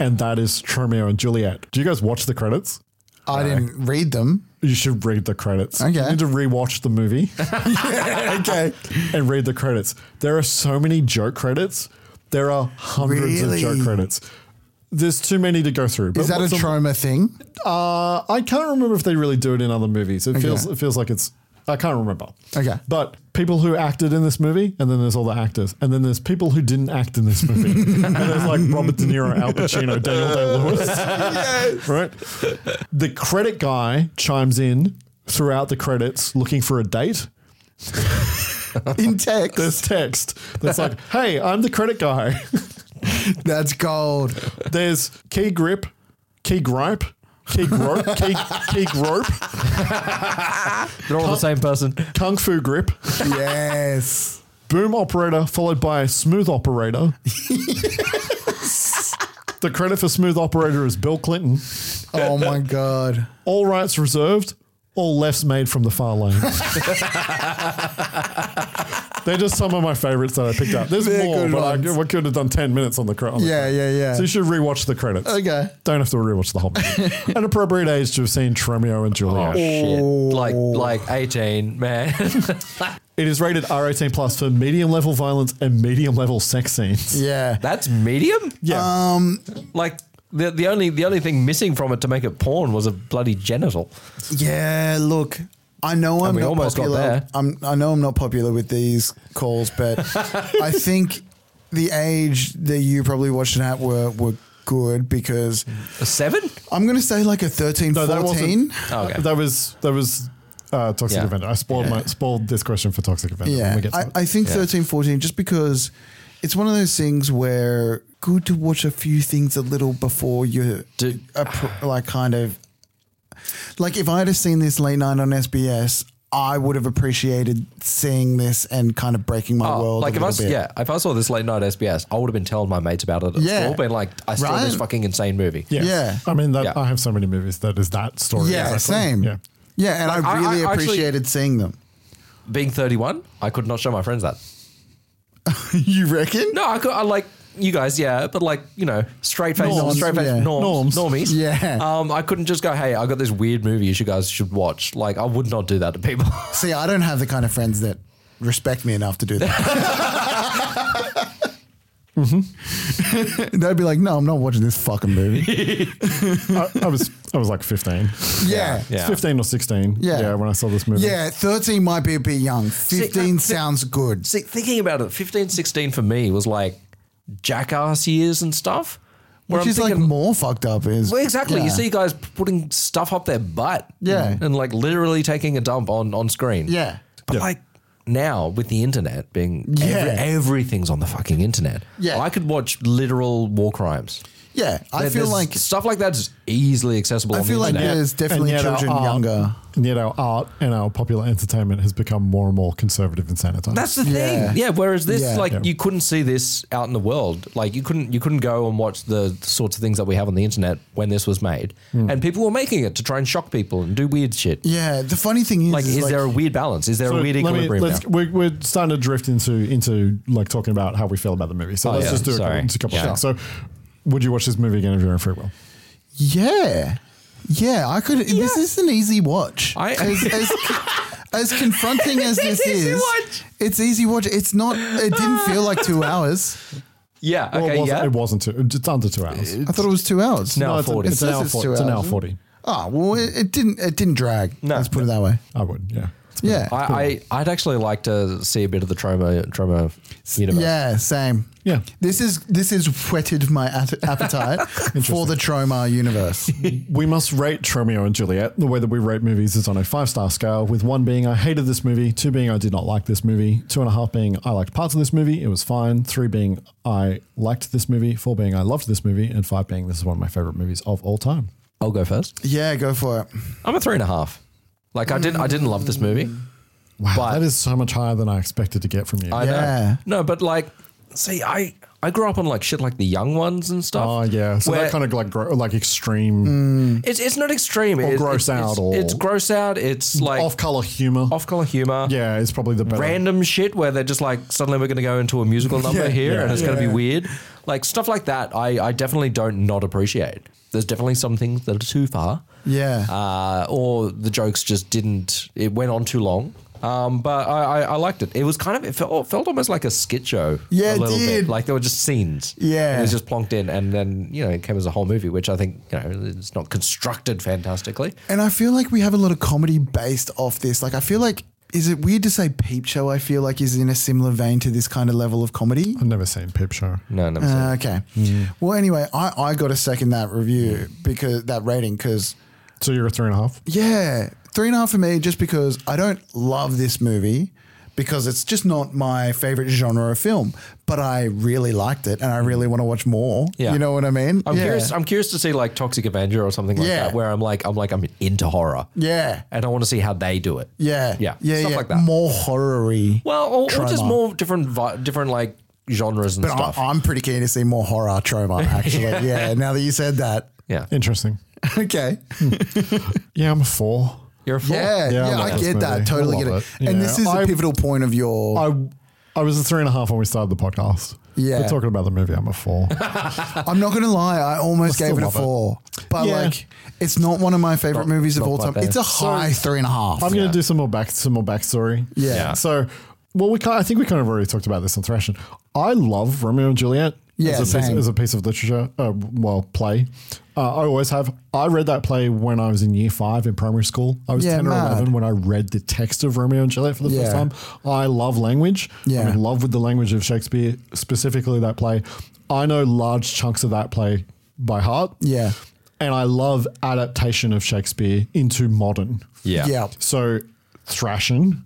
Speaker 1: And that is Tromeo and Juliet. Do you guys watch the credits?
Speaker 2: I didn't read them.
Speaker 1: You should read the credits.
Speaker 2: Okay.
Speaker 1: You need to rewatch
Speaker 2: [LAUGHS]
Speaker 1: the movie. okay. [LAUGHS] And read the credits. There are so many joke credits. There are hundreds
Speaker 2: Really?
Speaker 1: of joke credits. There's too many to go through.
Speaker 2: Is that a
Speaker 1: what's on-
Speaker 2: trauma thing?
Speaker 1: Uh, I can't remember if they really do it in other movies. It
Speaker 2: Okay.
Speaker 1: feels it feels like it's I can't remember.
Speaker 2: Okay.
Speaker 1: But people who acted in this movie, and then there's all the actors, and then there's people who didn't act in this
Speaker 2: [LAUGHS]
Speaker 1: movie. [LAUGHS] and there's like Robert De Niro, Al Pacino, Daniel
Speaker 2: [LAUGHS]
Speaker 1: Day Lewis. [LAUGHS] Right? The credit guy chimes in throughout the credits looking for a date.
Speaker 2: [LAUGHS] in text.
Speaker 1: There's text.
Speaker 2: [LAUGHS]
Speaker 1: That's like, hey, I'm the credit guy.
Speaker 2: That's gold.
Speaker 1: There's key grip, key gripe, key grope, key, key
Speaker 2: [LAUGHS]
Speaker 1: grope.
Speaker 3: They're all the same person.
Speaker 1: Kung Fu Grip.
Speaker 2: Yes.
Speaker 1: Boom operator followed by a smooth operator. the credit for smooth operator is Bill Clinton.
Speaker 2: Oh my god.
Speaker 1: All rights reserved. All lefts made from the
Speaker 2: [LAUGHS]
Speaker 1: far lane. They're just some of my favorites that I picked up. There's
Speaker 2: They're
Speaker 1: more,
Speaker 2: good
Speaker 1: but I,
Speaker 2: ones.
Speaker 1: we could have done 10 minutes on the credit.
Speaker 2: Yeah, yeah, yeah.
Speaker 1: So you should rewatch the credits.
Speaker 2: Okay.
Speaker 1: Don't have to rewatch the
Speaker 2: [LAUGHS]
Speaker 1: whole movie. An appropriate age to have seen Romeo and Juliet.
Speaker 3: Oh, shit. Like
Speaker 2: Oh.
Speaker 3: like 18, man.
Speaker 1: [LAUGHS] It is rated R18 plus for medium level violence and medium level sex scenes.
Speaker 2: Yeah.
Speaker 3: That's medium?
Speaker 1: Yeah.
Speaker 2: Um
Speaker 3: like the the only the only thing missing from it to make it porn was a bloody genital.
Speaker 2: Yeah, look, I know I'm
Speaker 3: we
Speaker 2: not
Speaker 3: almost got
Speaker 2: popular.
Speaker 3: there.
Speaker 2: I'm, I know I'm not popular with these calls,
Speaker 3: [LAUGHS]
Speaker 2: but I think the age that you probably watched it at were were good because
Speaker 3: a seven. Oh,
Speaker 2: I'm gonna say like a 13,
Speaker 1: No, that
Speaker 2: 14.
Speaker 1: wasn't. That was that was uh, toxic
Speaker 2: Yeah.
Speaker 1: Avenger. I spoiled my spoiled this question for toxic Avenger. when
Speaker 2: Yeah,
Speaker 1: we get to
Speaker 2: I,
Speaker 1: it.
Speaker 2: I think thirteen, fourteen, 13, 14, just because it's one of those things where good to watch a few things a little before you appro- like kind of like if I had have seen this late night on SBS, I would have appreciated seeing this and kind of breaking my world.
Speaker 3: Oh, like
Speaker 2: a
Speaker 3: if I
Speaker 2: little
Speaker 3: s-
Speaker 2: bit.
Speaker 3: yeah, if I saw this late night SBS, I would have been telling my mates about it at
Speaker 2: Yeah.
Speaker 3: school, been like, I saw this
Speaker 2: Right.
Speaker 3: fucking insane movie.
Speaker 1: Yeah. I mean, that,
Speaker 3: Yeah.
Speaker 1: I have so many movies that is that story.
Speaker 2: Yeah,
Speaker 1: exactly.
Speaker 2: same.
Speaker 1: Yeah.
Speaker 2: Yeah, and
Speaker 3: Like,
Speaker 2: I
Speaker 3: I-
Speaker 2: really
Speaker 3: I actually-
Speaker 2: appreciated seeing them.
Speaker 3: Being 31, I could not show my friends that.
Speaker 2: [LAUGHS] you reckon?
Speaker 3: No, I could. I like you guys, yeah, but like you know, straight face,
Speaker 2: Norms,
Speaker 3: straight face,
Speaker 2: yeah. Norms.
Speaker 3: norms, normies.
Speaker 2: Yeah.
Speaker 3: Um, I couldn't just go, hey, I got this weird movie you should- guys should watch. Like, I would not do that to people. [LAUGHS]
Speaker 2: See, I don't have the kind of friends that respect me enough to do that.
Speaker 3: [LAUGHS]
Speaker 2: [LAUGHS]
Speaker 3: Mm-hmm.
Speaker 2: They'd be like, "No, I'm not watching this fucking
Speaker 3: [LAUGHS]
Speaker 2: movie."
Speaker 1: I, I was I was like fifteen.
Speaker 2: Yeah.
Speaker 1: It's [LAUGHS] fifteen or sixteen.
Speaker 2: Yeah.
Speaker 1: when I saw this movie.
Speaker 2: Yeah, 13 might be a bit young. 15 sounds good.
Speaker 3: See, thinking about it, 15, 16 for me was like jackass years and stuff. Where
Speaker 2: Which
Speaker 3: I'm
Speaker 2: is like more fucked up. Is
Speaker 3: Well, exactly. You
Speaker 2: Yeah.
Speaker 3: see guys putting stuff up their butt.
Speaker 2: Yeah.
Speaker 3: And, like literally taking a dump on, on screen.
Speaker 2: Yeah.
Speaker 3: But like now with the internet being
Speaker 2: Yeah.
Speaker 3: every- everything's on the fucking internet.
Speaker 2: Yeah.
Speaker 3: I could watch literal war crimes.
Speaker 2: Yeah, I
Speaker 3: There-
Speaker 2: feel
Speaker 3: there's
Speaker 2: like-
Speaker 3: stuff like that's easily accessible.
Speaker 2: I
Speaker 3: on
Speaker 2: feel
Speaker 3: the
Speaker 2: like
Speaker 3: internet.
Speaker 2: there's definitely
Speaker 1: yet uh, our
Speaker 2: children
Speaker 1: art-
Speaker 2: younger.
Speaker 1: And yet our art and our popular entertainment has become more and more conservative and sanitized.
Speaker 3: That's the thing. Yeah. Whereas this,
Speaker 1: Yeah.
Speaker 3: like,
Speaker 1: Yeah.
Speaker 3: you couldn't see this out in the world. Like, you couldn't you couldn't go and watch the sorts of things that we have on the internet when this was made,
Speaker 2: Hmm.
Speaker 3: and people were making it to try and shock people and do weird shit.
Speaker 2: Yeah, the funny thing is,
Speaker 3: Like, is,
Speaker 2: like-
Speaker 3: there a weird balance? Is there
Speaker 1: So
Speaker 3: a weird
Speaker 1: let me-
Speaker 3: equilibrium?
Speaker 1: let's-
Speaker 3: now?
Speaker 1: we're, we're starting to drift into into like talking about how we feel about the movie. So
Speaker 3: Oh,
Speaker 1: let's
Speaker 3: yeah.
Speaker 1: just do a
Speaker 3: Sorry.
Speaker 1: couple, a couple
Speaker 3: Yeah.
Speaker 1: of things. So, would you watch this movie again of your own free will?
Speaker 2: Yeah. Yeah, I could. This is an easy watch.
Speaker 1: I-
Speaker 2: as, as, as confronting as this
Speaker 14: It's easy
Speaker 2: is,
Speaker 14: watch.
Speaker 2: it's easy watch. It's not. It didn't feel like two hours.
Speaker 3: Yeah.
Speaker 1: Well,
Speaker 2: okay,
Speaker 1: it wasn't,
Speaker 2: yeah.
Speaker 1: It wasn't two. It's under two hours.
Speaker 2: I thought it was two hours.
Speaker 1: No, it's an- it's
Speaker 2: It
Speaker 1: an
Speaker 2: says
Speaker 1: hour forty- it's an hour
Speaker 2: hours.
Speaker 1: 40.
Speaker 2: Oh well, it, it didn't. It didn't drag. No, let's put it that way.
Speaker 1: I would. Yeah.
Speaker 2: Yeah.
Speaker 3: I, I I'd actually like to see a bit of the trauma trauma universe.
Speaker 2: Yeah, same.
Speaker 1: Yeah.
Speaker 2: This is this is whetted my
Speaker 1: [LAUGHS]
Speaker 2: at- appetite for the trauma universe.
Speaker 1: we must rate Romeo and Juliet. The way that we rate movies is on a five star scale, with one being I hated this movie, two being I did not like this movie, two and a half being I liked parts of this movie, it was fine, three being I liked this movie, four being I loved this movie, and five being this is one of my favorite movies of all time.
Speaker 3: I'll go first.
Speaker 2: Yeah, go for it.
Speaker 3: I'm a three and a half. Like I didn't I didn't love this movie.
Speaker 1: Wow, that is so much higher than I expected to get from you.
Speaker 3: I know. No, but like, see, I I grew up on like shit like the young ones and stuff.
Speaker 1: Oh yeah, so
Speaker 3: Where-
Speaker 1: that kind of like gro- like
Speaker 2: Mm.
Speaker 1: extreme
Speaker 3: It's, it's not extreme.
Speaker 1: Mm. Or
Speaker 3: It-
Speaker 1: gross
Speaker 3: it's, it's,
Speaker 1: out or-
Speaker 3: it's gross out. It's like
Speaker 1: off color humor.
Speaker 3: Off color humor.
Speaker 1: Yeah, it's probably the better.
Speaker 3: random shit where they're just like suddenly we're going to go into a musical
Speaker 1: [LAUGHS]
Speaker 3: number
Speaker 1: Yeah,
Speaker 3: here
Speaker 1: yeah,
Speaker 3: and it's going to be
Speaker 1: yeah.
Speaker 3: weird. Like stuff like that, I I definitely don't not appreciate. There's definitely some things that are too far.
Speaker 2: Yeah.
Speaker 3: Uh, or the jokes just didn't. It went on too long. Um, but I, I, I liked it. It was kind of it felt, felt almost like a skit show.
Speaker 2: Yeah,
Speaker 3: a
Speaker 2: it
Speaker 3: little
Speaker 2: did.
Speaker 3: bit. Like there were just scenes.
Speaker 2: Yeah.
Speaker 3: it was just plonked in, and then you know it came as a whole movie, which I think you know it's not constructed fantastically.
Speaker 2: And I feel like we have a lot of comedy based off this. Like, I feel like, is it weird to say Peep Show? I feel like is in a similar vein to this kind of level of comedy.
Speaker 1: I've never seen Peep Show.
Speaker 3: No, never Hmm.
Speaker 2: Uh, okay. Well, anyway, I, I got to second that review because that rating because.
Speaker 1: So you're a three and a half?
Speaker 2: Yeah. Three and a half for me just because I don't love this movie because it's just not my favorite genre of film, but I really liked it and I really want to watch more.
Speaker 3: Yeah. Oh,
Speaker 2: You know what I mean?
Speaker 3: I'm
Speaker 2: yeah.
Speaker 3: curious. I'm curious to see like Toxic Avenger or something like
Speaker 2: Yeah.
Speaker 3: that, where I'm like, I'm like, I'm into horror.
Speaker 2: Yeah.
Speaker 3: and I want to see how they do it.
Speaker 2: yeah.
Speaker 3: Yeah.
Speaker 2: Yeah.
Speaker 3: Stuff
Speaker 2: yeah.
Speaker 3: like that.
Speaker 2: More horror-y.
Speaker 3: Well, or, or just
Speaker 2: trauma.
Speaker 3: more different, vi- different like genres and
Speaker 2: But
Speaker 3: stuff.
Speaker 2: I, I'm pretty keen to see more horror trauma, actually. yeah.
Speaker 3: [LAUGHS]
Speaker 2: Now that you said that.
Speaker 3: Yeah.
Speaker 1: Interesting.
Speaker 2: [LAUGHS] Okay.
Speaker 1: Yeah, I'm a four.
Speaker 3: You're a four.
Speaker 2: Yeah. Yeah. I
Speaker 1: love this
Speaker 2: get that.
Speaker 1: movie.
Speaker 2: Totally
Speaker 1: I
Speaker 2: get
Speaker 1: love
Speaker 2: it. And
Speaker 1: Yeah.
Speaker 2: this is a
Speaker 1: I- [LAUGHS]
Speaker 2: pivotal point of your.
Speaker 1: I, I was a three and a half when we started the podcast.
Speaker 2: Yeah.
Speaker 1: We're talking about the movie. I'm
Speaker 2: [LAUGHS]
Speaker 1: a four.
Speaker 2: I'm not gonna lie, I almost
Speaker 1: I
Speaker 2: gave it
Speaker 1: still
Speaker 2: a
Speaker 1: love it.
Speaker 2: four, but
Speaker 1: Yeah.
Speaker 2: like, it's not one of my favorite movies of
Speaker 1: not
Speaker 2: all
Speaker 1: my
Speaker 2: time.
Speaker 1: best.
Speaker 2: It's a
Speaker 1: So-
Speaker 2: high three and a half.
Speaker 1: I'm going to do some more back some more backstory.
Speaker 2: Yeah. Yeah.
Speaker 1: So, well, we kind I think we kind of already talked about this on Thrashing. I love Romeo and Juliet.
Speaker 2: Yeah,
Speaker 1: as a, piece,
Speaker 2: same.
Speaker 1: as a piece of literature, uh, well, play. Uh, I always have. I read that play when I was in year five in primary school. I was
Speaker 2: Yeah,
Speaker 1: 10 or
Speaker 2: mad.
Speaker 1: 11 when I read the text of Romeo and Juliet for the
Speaker 2: Yeah.
Speaker 1: first time. I love language.
Speaker 2: Yeah.
Speaker 1: I'm in love with the language of Shakespeare, specifically that play. I know large chunks of that play by heart.
Speaker 2: Yeah.
Speaker 1: And I love adaptation of Shakespeare into modern.
Speaker 2: Yeah. Yeah.
Speaker 1: So Thrashing,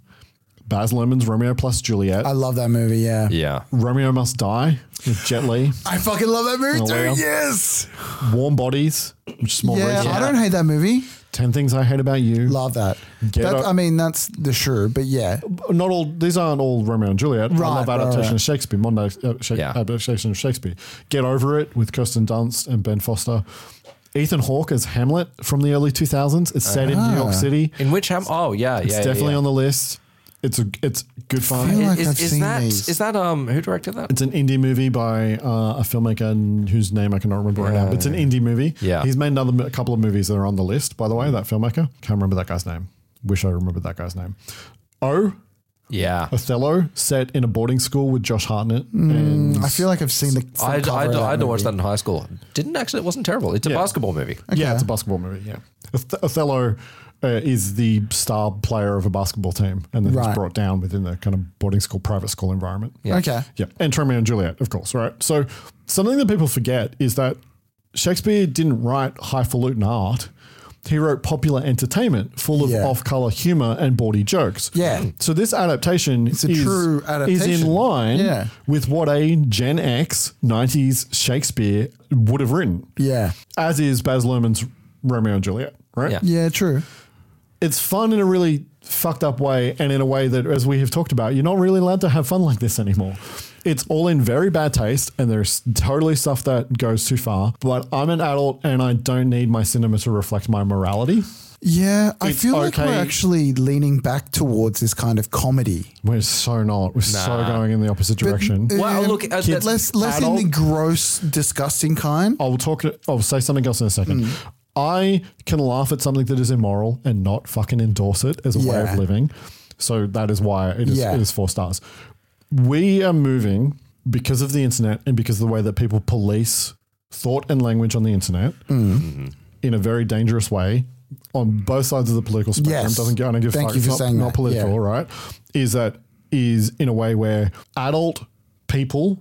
Speaker 1: Baz Luhrmann's Romeo plus Juliet.
Speaker 2: I love that movie. Yeah.
Speaker 3: Yeah.
Speaker 1: Romeo Must Die with
Speaker 2: [LAUGHS]
Speaker 1: Jet Li.
Speaker 2: I fucking love that movie
Speaker 1: Oh,
Speaker 2: too.
Speaker 1: wow.
Speaker 2: Yes.
Speaker 1: Warm Bodies, which is more
Speaker 2: Yeah,
Speaker 1: recent.
Speaker 2: I don't hate that movie.
Speaker 1: 10 Things I Hate About You.
Speaker 2: Love that.
Speaker 1: Get
Speaker 2: That-
Speaker 1: Up.
Speaker 2: I mean, that's the sure, but yeah,
Speaker 1: Not all, these aren't all Romeo and Juliet.
Speaker 2: Right,
Speaker 1: I love
Speaker 2: right,
Speaker 1: adaptation
Speaker 2: right.
Speaker 1: of Shakespeare, modern uh, Shak- adaptation of Shakespeare. Get Over It with Kirsten Dunst and Ben Foster. Ethan Hawke as Hamlet from the early 2000s. It's set in New York
Speaker 3: Ah.
Speaker 1: City.
Speaker 3: In which ham? Oh yeah, yeah.
Speaker 1: It's definitely on the list. It's a it's good fun.
Speaker 3: is, is, is that is that um who directed that?
Speaker 1: It's an indie movie by uh, a filmmaker n- whose name I cannot remember right now. But it's an indie movie.
Speaker 3: Yeah.
Speaker 1: he's made another mo- couple of movies that are on the list. By the way, that filmmaker can't remember that guy's name. Wish I remembered that guy's name. O
Speaker 3: Yeah.
Speaker 1: Othello, set in a boarding school with Josh Hartnett.
Speaker 2: Hmm, I feel like I've seen the. some
Speaker 3: I
Speaker 2: cover
Speaker 3: I
Speaker 2: of that
Speaker 3: I had to watch
Speaker 2: movie.
Speaker 3: that in high school. Didn't actually. It wasn't terrible. It's a basketball movie.
Speaker 1: Yeah, it's a basketball movie. Yeah, Oth- Othello uh, is the star player of a basketball team, and then
Speaker 2: Right.
Speaker 1: he's brought down within the kind of boarding school, private school environment.
Speaker 2: Yeah. Okay.
Speaker 1: yeah, and Romeo and Juliet, of course. Right. So something that people forget is that Shakespeare didn't write highfalutin art. He wrote popular entertainment full of off-color humor and bawdy jokes.
Speaker 2: Yeah.
Speaker 1: So this adaptation
Speaker 2: It's a
Speaker 1: is,
Speaker 2: true
Speaker 1: is
Speaker 2: adaptation.
Speaker 1: in line
Speaker 2: Yeah.
Speaker 1: with what a Gen X 90s Shakespeare would have written.
Speaker 2: Yeah.
Speaker 1: As is Baz Luhrmann's Romeo and Juliet, right?
Speaker 2: Yeah. Yeah, true.
Speaker 1: It's fun in a really fucked up way and in a way that, as we have talked about, you're not really allowed to have fun like this anymore. It's all in very bad taste and there's totally stuff that goes too far. But I'm an adult and I don't need my cinema to reflect my morality.
Speaker 2: Yeah, I
Speaker 1: It's
Speaker 2: feel like
Speaker 1: okay.
Speaker 2: we're actually leaning back towards this kind of comedy.
Speaker 1: We're so not. We're so
Speaker 2: Nah.
Speaker 1: going in the opposite direction.
Speaker 2: Um,
Speaker 1: Kids,
Speaker 2: less less in
Speaker 1: uh, adult-
Speaker 2: the gross, disgusting kind.
Speaker 1: I will talk. I'll say something else in a second.
Speaker 2: Hmm.
Speaker 1: I can laugh at something that is immoral and not fucking endorse it as a way
Speaker 2: Yeah.
Speaker 1: of living. So that is why it is,
Speaker 2: Yeah.
Speaker 1: it is four stars. We are moving because of the internet and because of the way that people police thought and language on the internet in a very dangerous way on both sides of the political spectrum.
Speaker 2: Yes.
Speaker 1: Doesn't go. I don't give a
Speaker 2: Thank
Speaker 1: fuck.
Speaker 2: you
Speaker 1: It's
Speaker 2: for
Speaker 1: not,
Speaker 2: saying
Speaker 1: not
Speaker 2: that.
Speaker 1: political,
Speaker 2: Yeah.
Speaker 1: right? Is that is in a way where adult people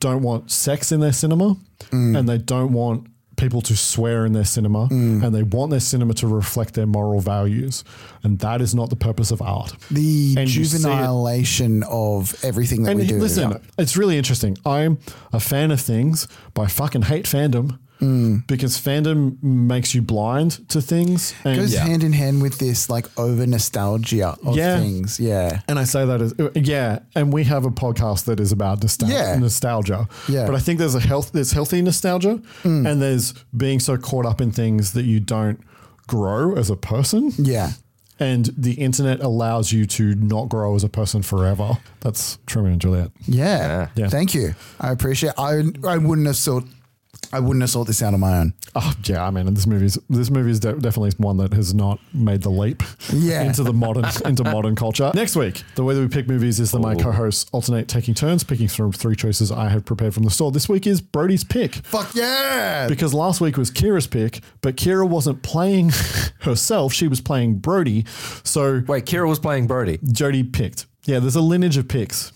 Speaker 1: don't want sex in their cinema
Speaker 2: Mm.
Speaker 1: and they don't want people to swear in their cinema
Speaker 2: Mm.
Speaker 1: and they want their cinema to reflect their moral values and that is not the purpose of art
Speaker 2: The
Speaker 1: And you see it-
Speaker 2: juvenilation of everything that
Speaker 1: and
Speaker 2: we do.
Speaker 1: listen it's really interesting i'm a fan of things but i fucking hate fandom
Speaker 2: Mm.
Speaker 1: because fandom makes you blind to things and
Speaker 2: goes hand in hand with this like over nostalgia of things. Yeah.
Speaker 1: And I say that as, yeah. And we have a podcast that is about nostalgia.
Speaker 2: Yeah.
Speaker 1: nostalgia.
Speaker 2: Yeah. Mm.
Speaker 1: But I think there's a health, there's healthy nostalgia and there's being so caught up in things that you don't grow as a person.
Speaker 2: Yeah.
Speaker 1: And the internet allows you to not grow as a person forever. That's Romeo and Juliet.
Speaker 2: Yeah. Thank you. I appreciate. I I wouldn't have sought. I wouldn't have sought this out on my own.
Speaker 1: Oh yeah, I mean this movie's this movie is de- definitely one that has not made the leap
Speaker 2: Yeah.
Speaker 1: into
Speaker 2: [LAUGHS]
Speaker 1: the modern into modern culture. Next week, the way that we pick movies is that my co-hosts alternate taking turns picking from three choices I have prepared from the store. This week is Brody's pick.
Speaker 2: Fuck yeah!
Speaker 1: Because last week was Kira's pick, but Kira wasn't playing [LAUGHS] herself; she was playing Brody. So
Speaker 3: wait, Kira was playing Brody.
Speaker 1: Jody picked. Yeah, there's a lineage of picks.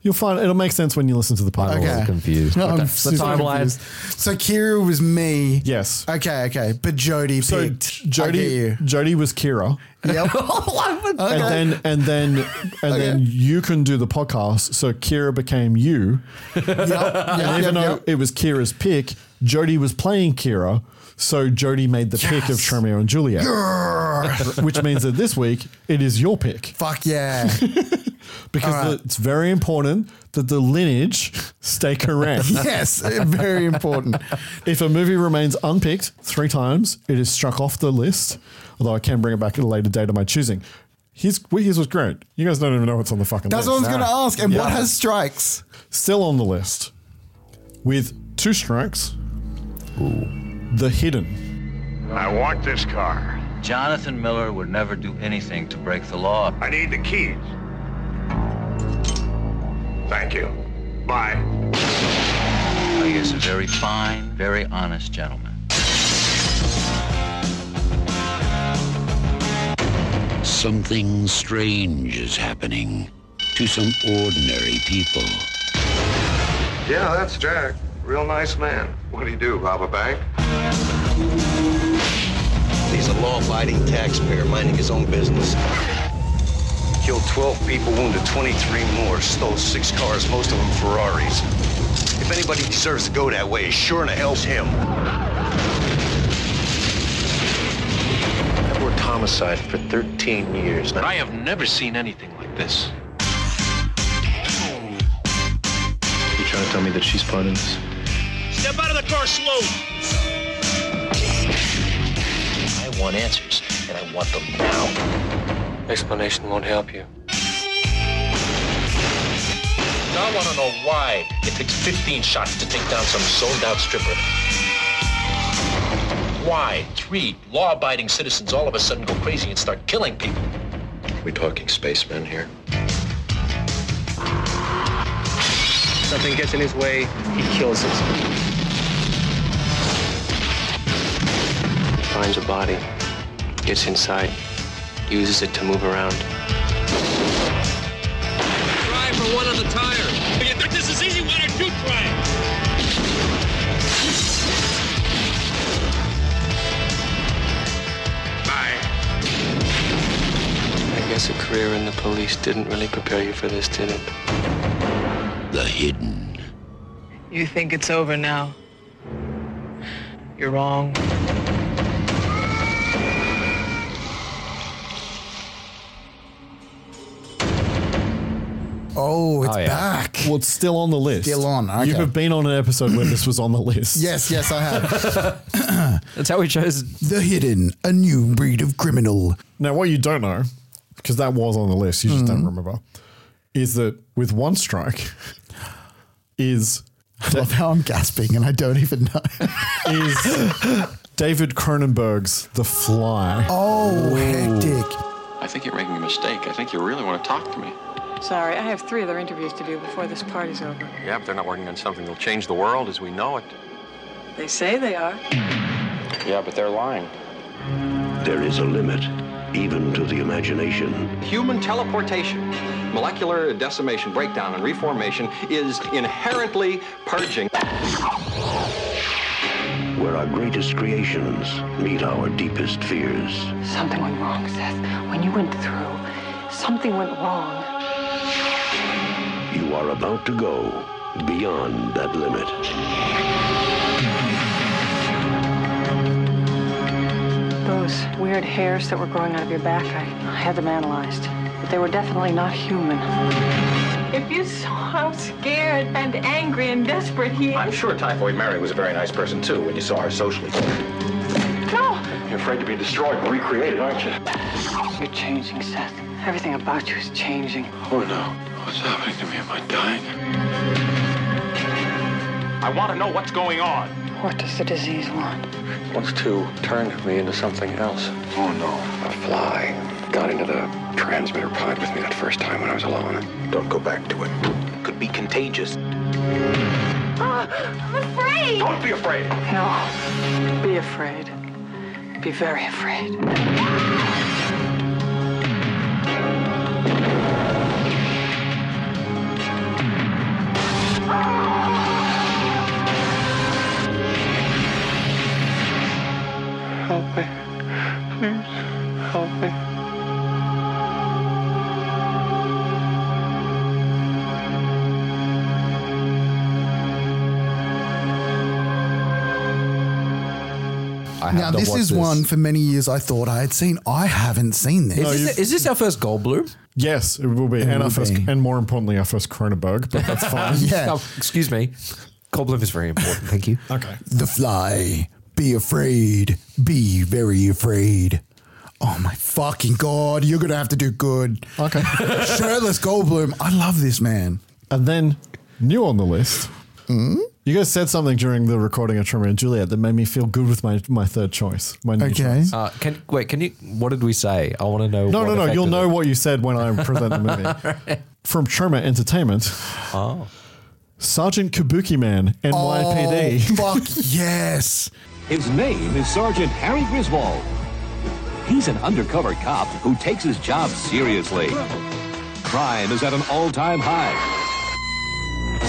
Speaker 1: You'll find it'll make sense when you listen to the podcast.
Speaker 2: No, I'm
Speaker 1: Okay.
Speaker 2: so confused. So Kira was me.
Speaker 1: Yes.
Speaker 2: Okay. Okay. But Jody
Speaker 1: So
Speaker 2: picked.
Speaker 1: Jody,
Speaker 2: I get you.
Speaker 1: Jody was Kira.
Speaker 2: Yep.
Speaker 1: [LAUGHS]
Speaker 2: Okay.
Speaker 1: And then and then and then you couldn't do the podcast, so Kira became you. and
Speaker 2: yep,
Speaker 1: even though
Speaker 2: yep.
Speaker 1: it was Kira's pick, Jody was playing Kira, so Jody made the pick of Romeo and Juliet.
Speaker 2: [LAUGHS]
Speaker 1: Which means that this week it is your pick.
Speaker 2: Fuck yeah.
Speaker 1: [LAUGHS] Because
Speaker 2: All right.
Speaker 1: the- it's very important that the lineage stay correct.
Speaker 2: [LAUGHS] Yes, very important.
Speaker 1: If a movie remains unpicked three times, it is struck off the list, although I can bring it back at a later date of my choosing. Here's, well, here's what's great. You guys don't even know what's on the fucking
Speaker 2: That's what I
Speaker 1: list.
Speaker 2: was going to ask. And what
Speaker 1: Yeah.
Speaker 2: has strikes?
Speaker 1: Still on the list with two strikes The Hidden.
Speaker 11: I want this car. Jonathan Miller would never do anything to break the law. I need the keys. Thank you. Bye. He is a very fine, very honest gentleman.
Speaker 17: Something strange is happening to some ordinary people.
Speaker 11: Yeah, that's Jack. Real nice man. What'd he do, rob a bank?
Speaker 19: He's a law-abiding taxpayer minding his own business. Killed 12 people, wounded 23 more, stole six cars, most of them Ferraris. If anybody deserves to go that way, it sure in the hell's him.
Speaker 11: I worked homicide for 13 years. Now, I have never seen anything like this. You trying to tell me that she's part of this?
Speaker 24: Step out of the car, slow.
Speaker 11: I want answers, and I want them now. Explanation won't help you. I want to know why it takes 15 shots to take down some sold-out stripper. Why three law-abiding citizens all of a sudden go crazy and start killing people? We talking spacemen here?
Speaker 19: Something gets in his way, he kills it.
Speaker 25: finds a body, gets inside, uses it to move around.
Speaker 21: Try for one on the tire. You think this is easy? Why don't you try it?
Speaker 14: career in the police didn't really prepare you for this, did it?
Speaker 26: The hidden.
Speaker 18: You think it's over now? You're wrong.
Speaker 2: Oh, it's back.
Speaker 1: Well, it's still on the list.
Speaker 2: Still on, okay.
Speaker 1: You have been on an episode where this was on the list.
Speaker 2: Yes, yes, I have.
Speaker 3: That's how we chose
Speaker 2: The Hidden, a new breed of criminal.
Speaker 1: Now, what you don't know, because that was on the list, you just
Speaker 2: Mm.
Speaker 1: don't remember, is that with one strike, is
Speaker 2: I love how I'm gasping and I don't even know.
Speaker 1: is David Cronenberg's The Fly.
Speaker 2: Oh, hectic.
Speaker 14: I think you're making a mistake. I think you really want to talk to me.
Speaker 27: Sorry, I have three other interviews to do before this party's over.
Speaker 14: Yeah, but they're not working on something that'll change the world as we know it.
Speaker 27: They say they are.
Speaker 14: Yeah, but they're lying.
Speaker 26: There is a limit, even to the imagination.
Speaker 14: Human teleportation, molecular decimation, breakdown, and reformation is inherently purging.
Speaker 26: Where our greatest creations meet our deepest fears.
Speaker 11: Something went wrong, Seth. When you went through, something went wrong.
Speaker 26: You are about to go beyond that limit.
Speaker 11: Those weird hairs that were growing out of your back, I, I had them analyzed. But they were definitely not human.
Speaker 27: If you saw how scared and angry and desperate he is.
Speaker 14: I'm sure Typhoid Mary was a very nice person, too, when you saw her socially.
Speaker 27: No!
Speaker 14: You're afraid to be destroyed and recreated, aren't you?
Speaker 11: You're changing, Seth. Everything about you is changing.
Speaker 14: Oh, no. What's happening to me? Am I dying? I want to know what's going on.
Speaker 11: What does the disease want?
Speaker 14: Wants to turn me into something else. Oh, no. A fly got into the transmitter pod with me that first time when I was alone. Don't go back to it. Could be contagious.
Speaker 27: I'm afraid!
Speaker 14: Don't be afraid!
Speaker 11: No. Be afraid. Be very afraid.
Speaker 14: Help me. Please, help me.
Speaker 3: I have
Speaker 2: Now,
Speaker 3: to
Speaker 2: this
Speaker 3: watch
Speaker 2: is one for many years I thought I had seen. I haven't seen this.
Speaker 3: Is, this, is this our first Goldblum?
Speaker 1: Yes, it will be.
Speaker 2: It
Speaker 1: and our
Speaker 2: will
Speaker 1: first,
Speaker 2: be.
Speaker 1: and more importantly, our first Cronenberg, but
Speaker 2: [LAUGHS]
Speaker 1: that's
Speaker 3: [LAUGHS]
Speaker 1: fine.
Speaker 3: Oh, excuse me. Goldblum is very important. Thank you.
Speaker 1: Okay.
Speaker 2: The Fly. Be afraid. Be very afraid. Oh my fucking god! You're gonna have to do good.
Speaker 1: Okay.
Speaker 2: [LAUGHS] Shirtless Goldblum. I love this man.
Speaker 1: And then new on the list. You guys said something during the recording of Romeo and Juliet that made me feel good with my, my third choice. My new choice.
Speaker 3: Uh, can wait? Can you? What did we say? I want to know.
Speaker 1: No,
Speaker 3: what
Speaker 1: no, no.
Speaker 3: affected
Speaker 1: You'll
Speaker 3: it.
Speaker 1: know what you said when I present the
Speaker 3: [LAUGHS]
Speaker 1: movie. From Troma Entertainment.
Speaker 3: Oh.
Speaker 1: Sergeant Kabuki Man, NYPD.
Speaker 2: Oh, fuck yes.
Speaker 16: His name is Sergeant Harry Griswold. He's an undercover cop who takes his job seriously. Crime is at an all time high.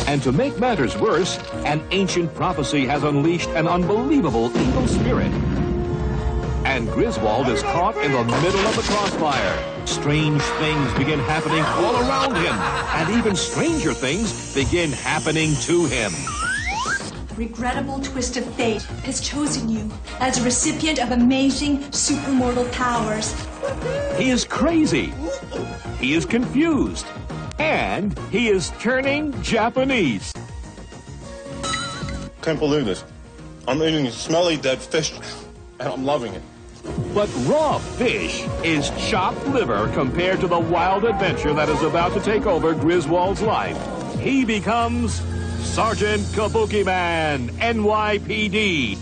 Speaker 16: And to make matters worse, an ancient prophecy has unleashed an unbelievable evil spirit. And Griswold is caught in the middle of the crossfire. Strange things begin happening all around him, and even stranger things begin happening to him.
Speaker 8: Regrettable twist of fate has chosen you as a recipient of amazing supermortal powers.
Speaker 16: He is crazy. He is confused. And he is turning Japanese.
Speaker 28: Can't believe this. I'm eating smelly dead fish, and I'm loving it.
Speaker 16: But raw fish is chopped liver compared to the wild adventure that is about to take over Griswold's life. He becomes Sergeant Kabuki Man, NYPD.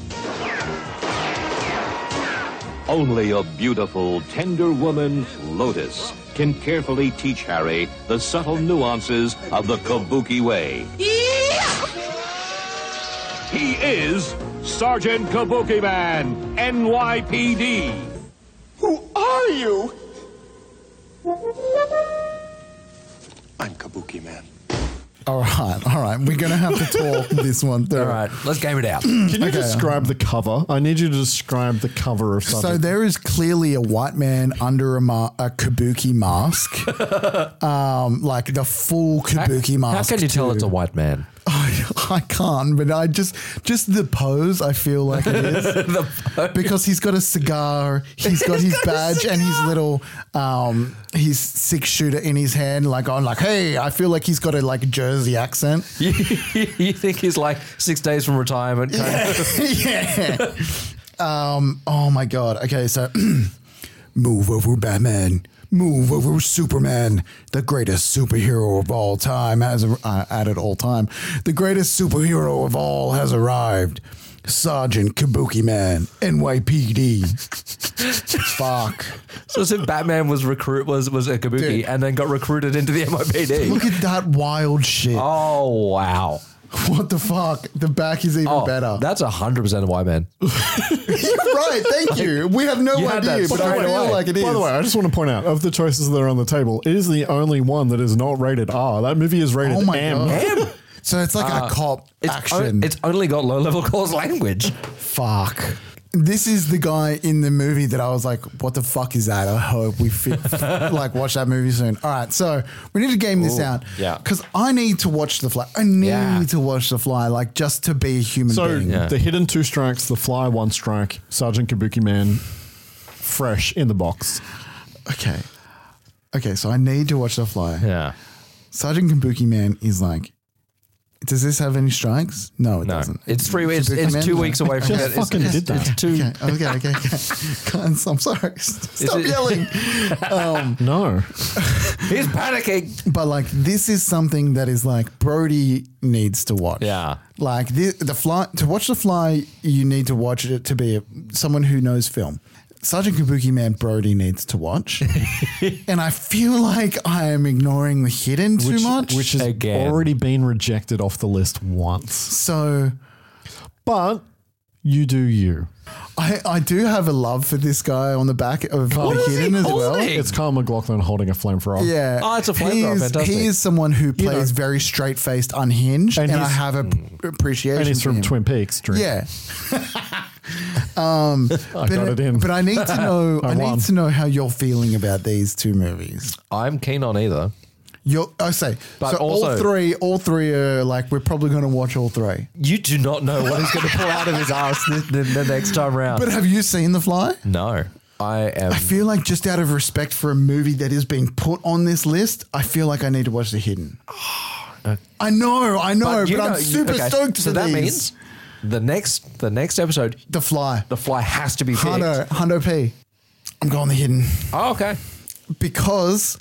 Speaker 16: Only a beautiful, tender woman, Lotus, can carefully teach Harry the subtle nuances of the Kabuki way. He is Sergeant Kabuki Man, NYPD.
Speaker 29: Who are you?
Speaker 28: I'm Kabuki Man.
Speaker 2: All right, all right. We're going to have to
Speaker 3: [LAUGHS]
Speaker 2: talk this one through. All right,
Speaker 3: let's game it out.
Speaker 1: Can you describe the cover? I need you to describe the cover of
Speaker 2: So
Speaker 1: something.
Speaker 2: there is clearly a white man under a, ma- a kabuki
Speaker 3: [LAUGHS]
Speaker 2: mask, um, like the full kabuki
Speaker 3: How
Speaker 2: mask.
Speaker 3: can you tell
Speaker 2: too.
Speaker 3: it's a white man?
Speaker 2: I, [LAUGHS] I can't, but I just just the pose. I feel like it is
Speaker 3: [LAUGHS] The
Speaker 2: [LAUGHS] because he's got a cigar, he's got his
Speaker 14: got a
Speaker 2: badge and his little um his six shooter in his hand. Like I'm like, hey, I feel like he's got a like Jersey accent.
Speaker 3: [LAUGHS] you, you think he's like six days from retirement? Kind Of.
Speaker 2: yeah. [LAUGHS] Um. Oh my god. Okay. So, [CLEARS THROAT] move over, Batman. Move over, Superman, the greatest superhero of all time has ar- uh, added all time. The greatest superhero of all has arrived. Sergeant Kabuki Man,
Speaker 3: [LAUGHS]
Speaker 2: NYPD. Fuck.
Speaker 3: So as if Batman was recruit was was a kabuki
Speaker 2: Dude.
Speaker 3: and then got recruited into the NYPD.
Speaker 2: Look at that wild shit.
Speaker 3: Oh wow.
Speaker 2: What the fuck? The back is even
Speaker 3: Oh,
Speaker 2: better.
Speaker 3: that's hundred percent a white man.
Speaker 2: You're right. Thank you. We have no
Speaker 1: You had
Speaker 2: idea,
Speaker 1: that
Speaker 2: but I
Speaker 1: straight
Speaker 2: feel
Speaker 1: away.
Speaker 2: like it is.
Speaker 1: By the way, I just want to point out of the choices that are on the table, it is the only one that is not rated R. That movie is rated
Speaker 2: Oh my
Speaker 1: [LAUGHS] M.
Speaker 2: god. So it's like
Speaker 1: Ah.
Speaker 3: Uh,
Speaker 2: a cop
Speaker 3: it's
Speaker 2: action.
Speaker 3: on- it's only got low level cause language.
Speaker 2: Fuck. This is the guy in the movie that I was like, what the fuck is that? I hope we fit,
Speaker 3: [LAUGHS]
Speaker 2: like watch that movie soon. All right, so we need to game this
Speaker 1: Ooh,
Speaker 2: out.
Speaker 1: yeah.
Speaker 2: Because I need to watch The Fly. I need to watch The Fly, like just to be a human
Speaker 1: So
Speaker 2: being.
Speaker 1: the hidden two strikes, the fly one strike, Sergeant Kabuki Man, fresh in the box.
Speaker 2: Okay. Okay, so I need to watch The Fly.
Speaker 3: Yeah.
Speaker 2: Sergeant Kabuki Man is like, does this have any strikes? No, it doesn't.
Speaker 3: It's three weeks.
Speaker 2: Kabuki
Speaker 3: It's
Speaker 2: Man?
Speaker 3: two
Speaker 2: [LAUGHS]
Speaker 3: weeks away
Speaker 2: I
Speaker 3: from
Speaker 2: just
Speaker 3: that. It's-
Speaker 2: fucking
Speaker 3: it's-
Speaker 2: did that.
Speaker 3: It's two.
Speaker 2: Okay, okay, okay. okay. [LAUGHS] Guys, I'm sorry. Stop
Speaker 3: it- [LAUGHS]
Speaker 2: yelling. Um,
Speaker 1: no. [LAUGHS]
Speaker 3: He's panicking.
Speaker 2: But like, this is something that is like Brody needs to watch.
Speaker 3: Yeah.
Speaker 2: Like the the fly to watch the fly, you need to watch it to be a, someone who knows film. Sergeant Kabuki Man Brody needs to
Speaker 1: [LAUGHS]
Speaker 2: watch, and I feel like I am ignoring the hidden too
Speaker 1: which,
Speaker 2: much,
Speaker 1: which has already been rejected off the list once.
Speaker 2: So,
Speaker 1: but you do you.
Speaker 2: I, I do have a love for this guy on the back of
Speaker 1: What
Speaker 2: the
Speaker 1: is
Speaker 2: hidden
Speaker 1: he
Speaker 2: as well.
Speaker 1: holding? It's Kyle McLaughlin holding a flamethrower.
Speaker 2: Yeah.
Speaker 1: Oh, it's a flamethrower,
Speaker 2: He is-
Speaker 1: fantastic.
Speaker 2: He is someone who
Speaker 1: know.
Speaker 2: plays very straight faced, unhinged, and,
Speaker 1: And
Speaker 2: I
Speaker 1: he's- Mm.
Speaker 2: have a p- appreciation.
Speaker 1: And he's
Speaker 2: for
Speaker 1: from
Speaker 2: him.
Speaker 1: Twin Peaks. Drew.
Speaker 2: Yeah.
Speaker 1: [LAUGHS]
Speaker 2: um,
Speaker 1: I
Speaker 2: but,
Speaker 1: got it in.
Speaker 2: But I need to know.
Speaker 1: [LAUGHS] I
Speaker 2: I,
Speaker 1: won.
Speaker 2: need to know how you're feeling about these two movies.
Speaker 3: I'm keen on either.
Speaker 2: You're, I say,
Speaker 3: But
Speaker 2: so all
Speaker 3: also-
Speaker 2: three, all three are like we're probably going to watch all three.
Speaker 3: You do not know what he's going to pull out of his ass the, the, the next time round.
Speaker 2: But have you seen The Fly?
Speaker 3: no, I am.
Speaker 2: I feel like just out of respect for a movie that is being put on this list, I feel like I need to watch The
Speaker 3: [SIGHS]
Speaker 2: Hidden. I know, I know, but,
Speaker 3: you
Speaker 2: I'm
Speaker 3: know- you-
Speaker 2: super
Speaker 3: okay,
Speaker 2: stoked
Speaker 3: So
Speaker 2: for
Speaker 3: that
Speaker 2: these.
Speaker 3: means the next the next episode,
Speaker 2: The Fly.
Speaker 3: the fly has to be picked.
Speaker 2: Hundo, Hundo P. I'm going The Hidden
Speaker 3: Oh, okay.
Speaker 2: because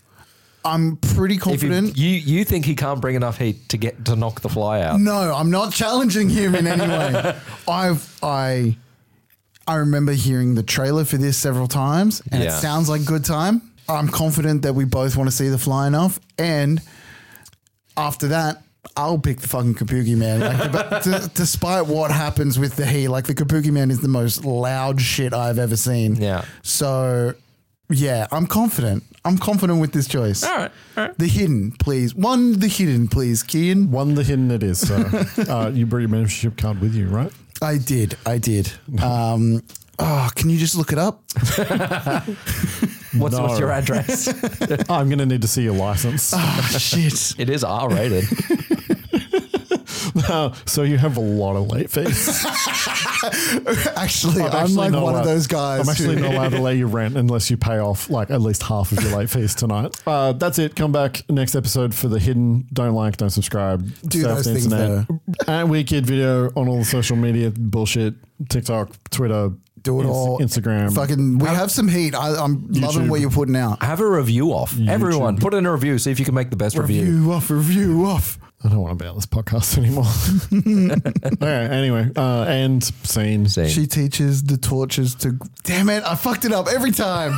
Speaker 2: I'm pretty
Speaker 3: If you,
Speaker 2: confident.
Speaker 3: you you think he can't bring enough heat to get to knock the fly out?
Speaker 2: no, I'm not challenging him in any way. I've I I remember hearing the trailer for this several times, and
Speaker 3: Yeah.
Speaker 2: it sounds like good time. I'm confident that we both want to see the fly enough, and after that. I'll pick the fucking Kabuki Man. Like, [LAUGHS] but d- despite what happens with the he, like the Kabuki Man is the most loud shit I've ever seen.
Speaker 3: Yeah.
Speaker 2: So, yeah, I'm confident. I'm confident with this choice.
Speaker 1: All right, all right.
Speaker 2: The hidden, please. One, the hidden, please, Kian.
Speaker 1: One the hidden it is.
Speaker 2: [LAUGHS]
Speaker 1: So uh, you brought your membership card with you, right?
Speaker 2: I did. I did. Um, oh, can you just look it
Speaker 1: [LAUGHS]
Speaker 2: up?
Speaker 3: What's, what's your address?
Speaker 1: [LAUGHS]
Speaker 3: Oh,
Speaker 1: I'm going to need to see your license.
Speaker 2: shit.
Speaker 3: [LAUGHS] It is
Speaker 1: [LAUGHS]
Speaker 3: R rated.
Speaker 1: Uh, so you have a lot of late fees.
Speaker 2: actually, I'm, like
Speaker 1: not
Speaker 2: one of
Speaker 1: allowed-
Speaker 2: [LAUGHS] those guys.
Speaker 1: I'm actually
Speaker 2: who- [LAUGHS]
Speaker 1: not allowed to let you rent unless you pay off like at least half of your late
Speaker 2: [LAUGHS]
Speaker 1: fees tonight. Uh, that's it. Come back next episode for the hidden. Don't like, don't subscribe.
Speaker 2: Do
Speaker 1: Stay off
Speaker 2: those
Speaker 1: the
Speaker 2: things
Speaker 1: internet. [LAUGHS] At Weird Kid Video on all the social media bullshit, TikTok, Twitter,
Speaker 2: Do it all.
Speaker 1: Instagram.
Speaker 2: Fucking, we have some heat. I, I'm loving
Speaker 1: YouTube.
Speaker 2: what you're putting out.
Speaker 3: Have a review off. Everyone, put in a review. See if you can make the best review.
Speaker 2: Review off, review off.
Speaker 1: I don't want to be on this podcast [LAUGHS] anymore. okay, anyway, uh, and scene.
Speaker 2: She teaches the torches to. Damn it! I fucked it up every
Speaker 1: [LAUGHS]
Speaker 2: time.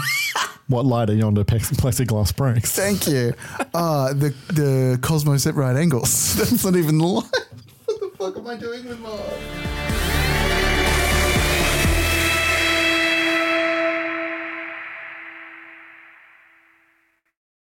Speaker 1: What light are yonder pex- plexiglass breaks?
Speaker 2: Thank you. Uh, the the [LAUGHS] cosmos at right angles. That's not even the line. What the fuck am I doing with my?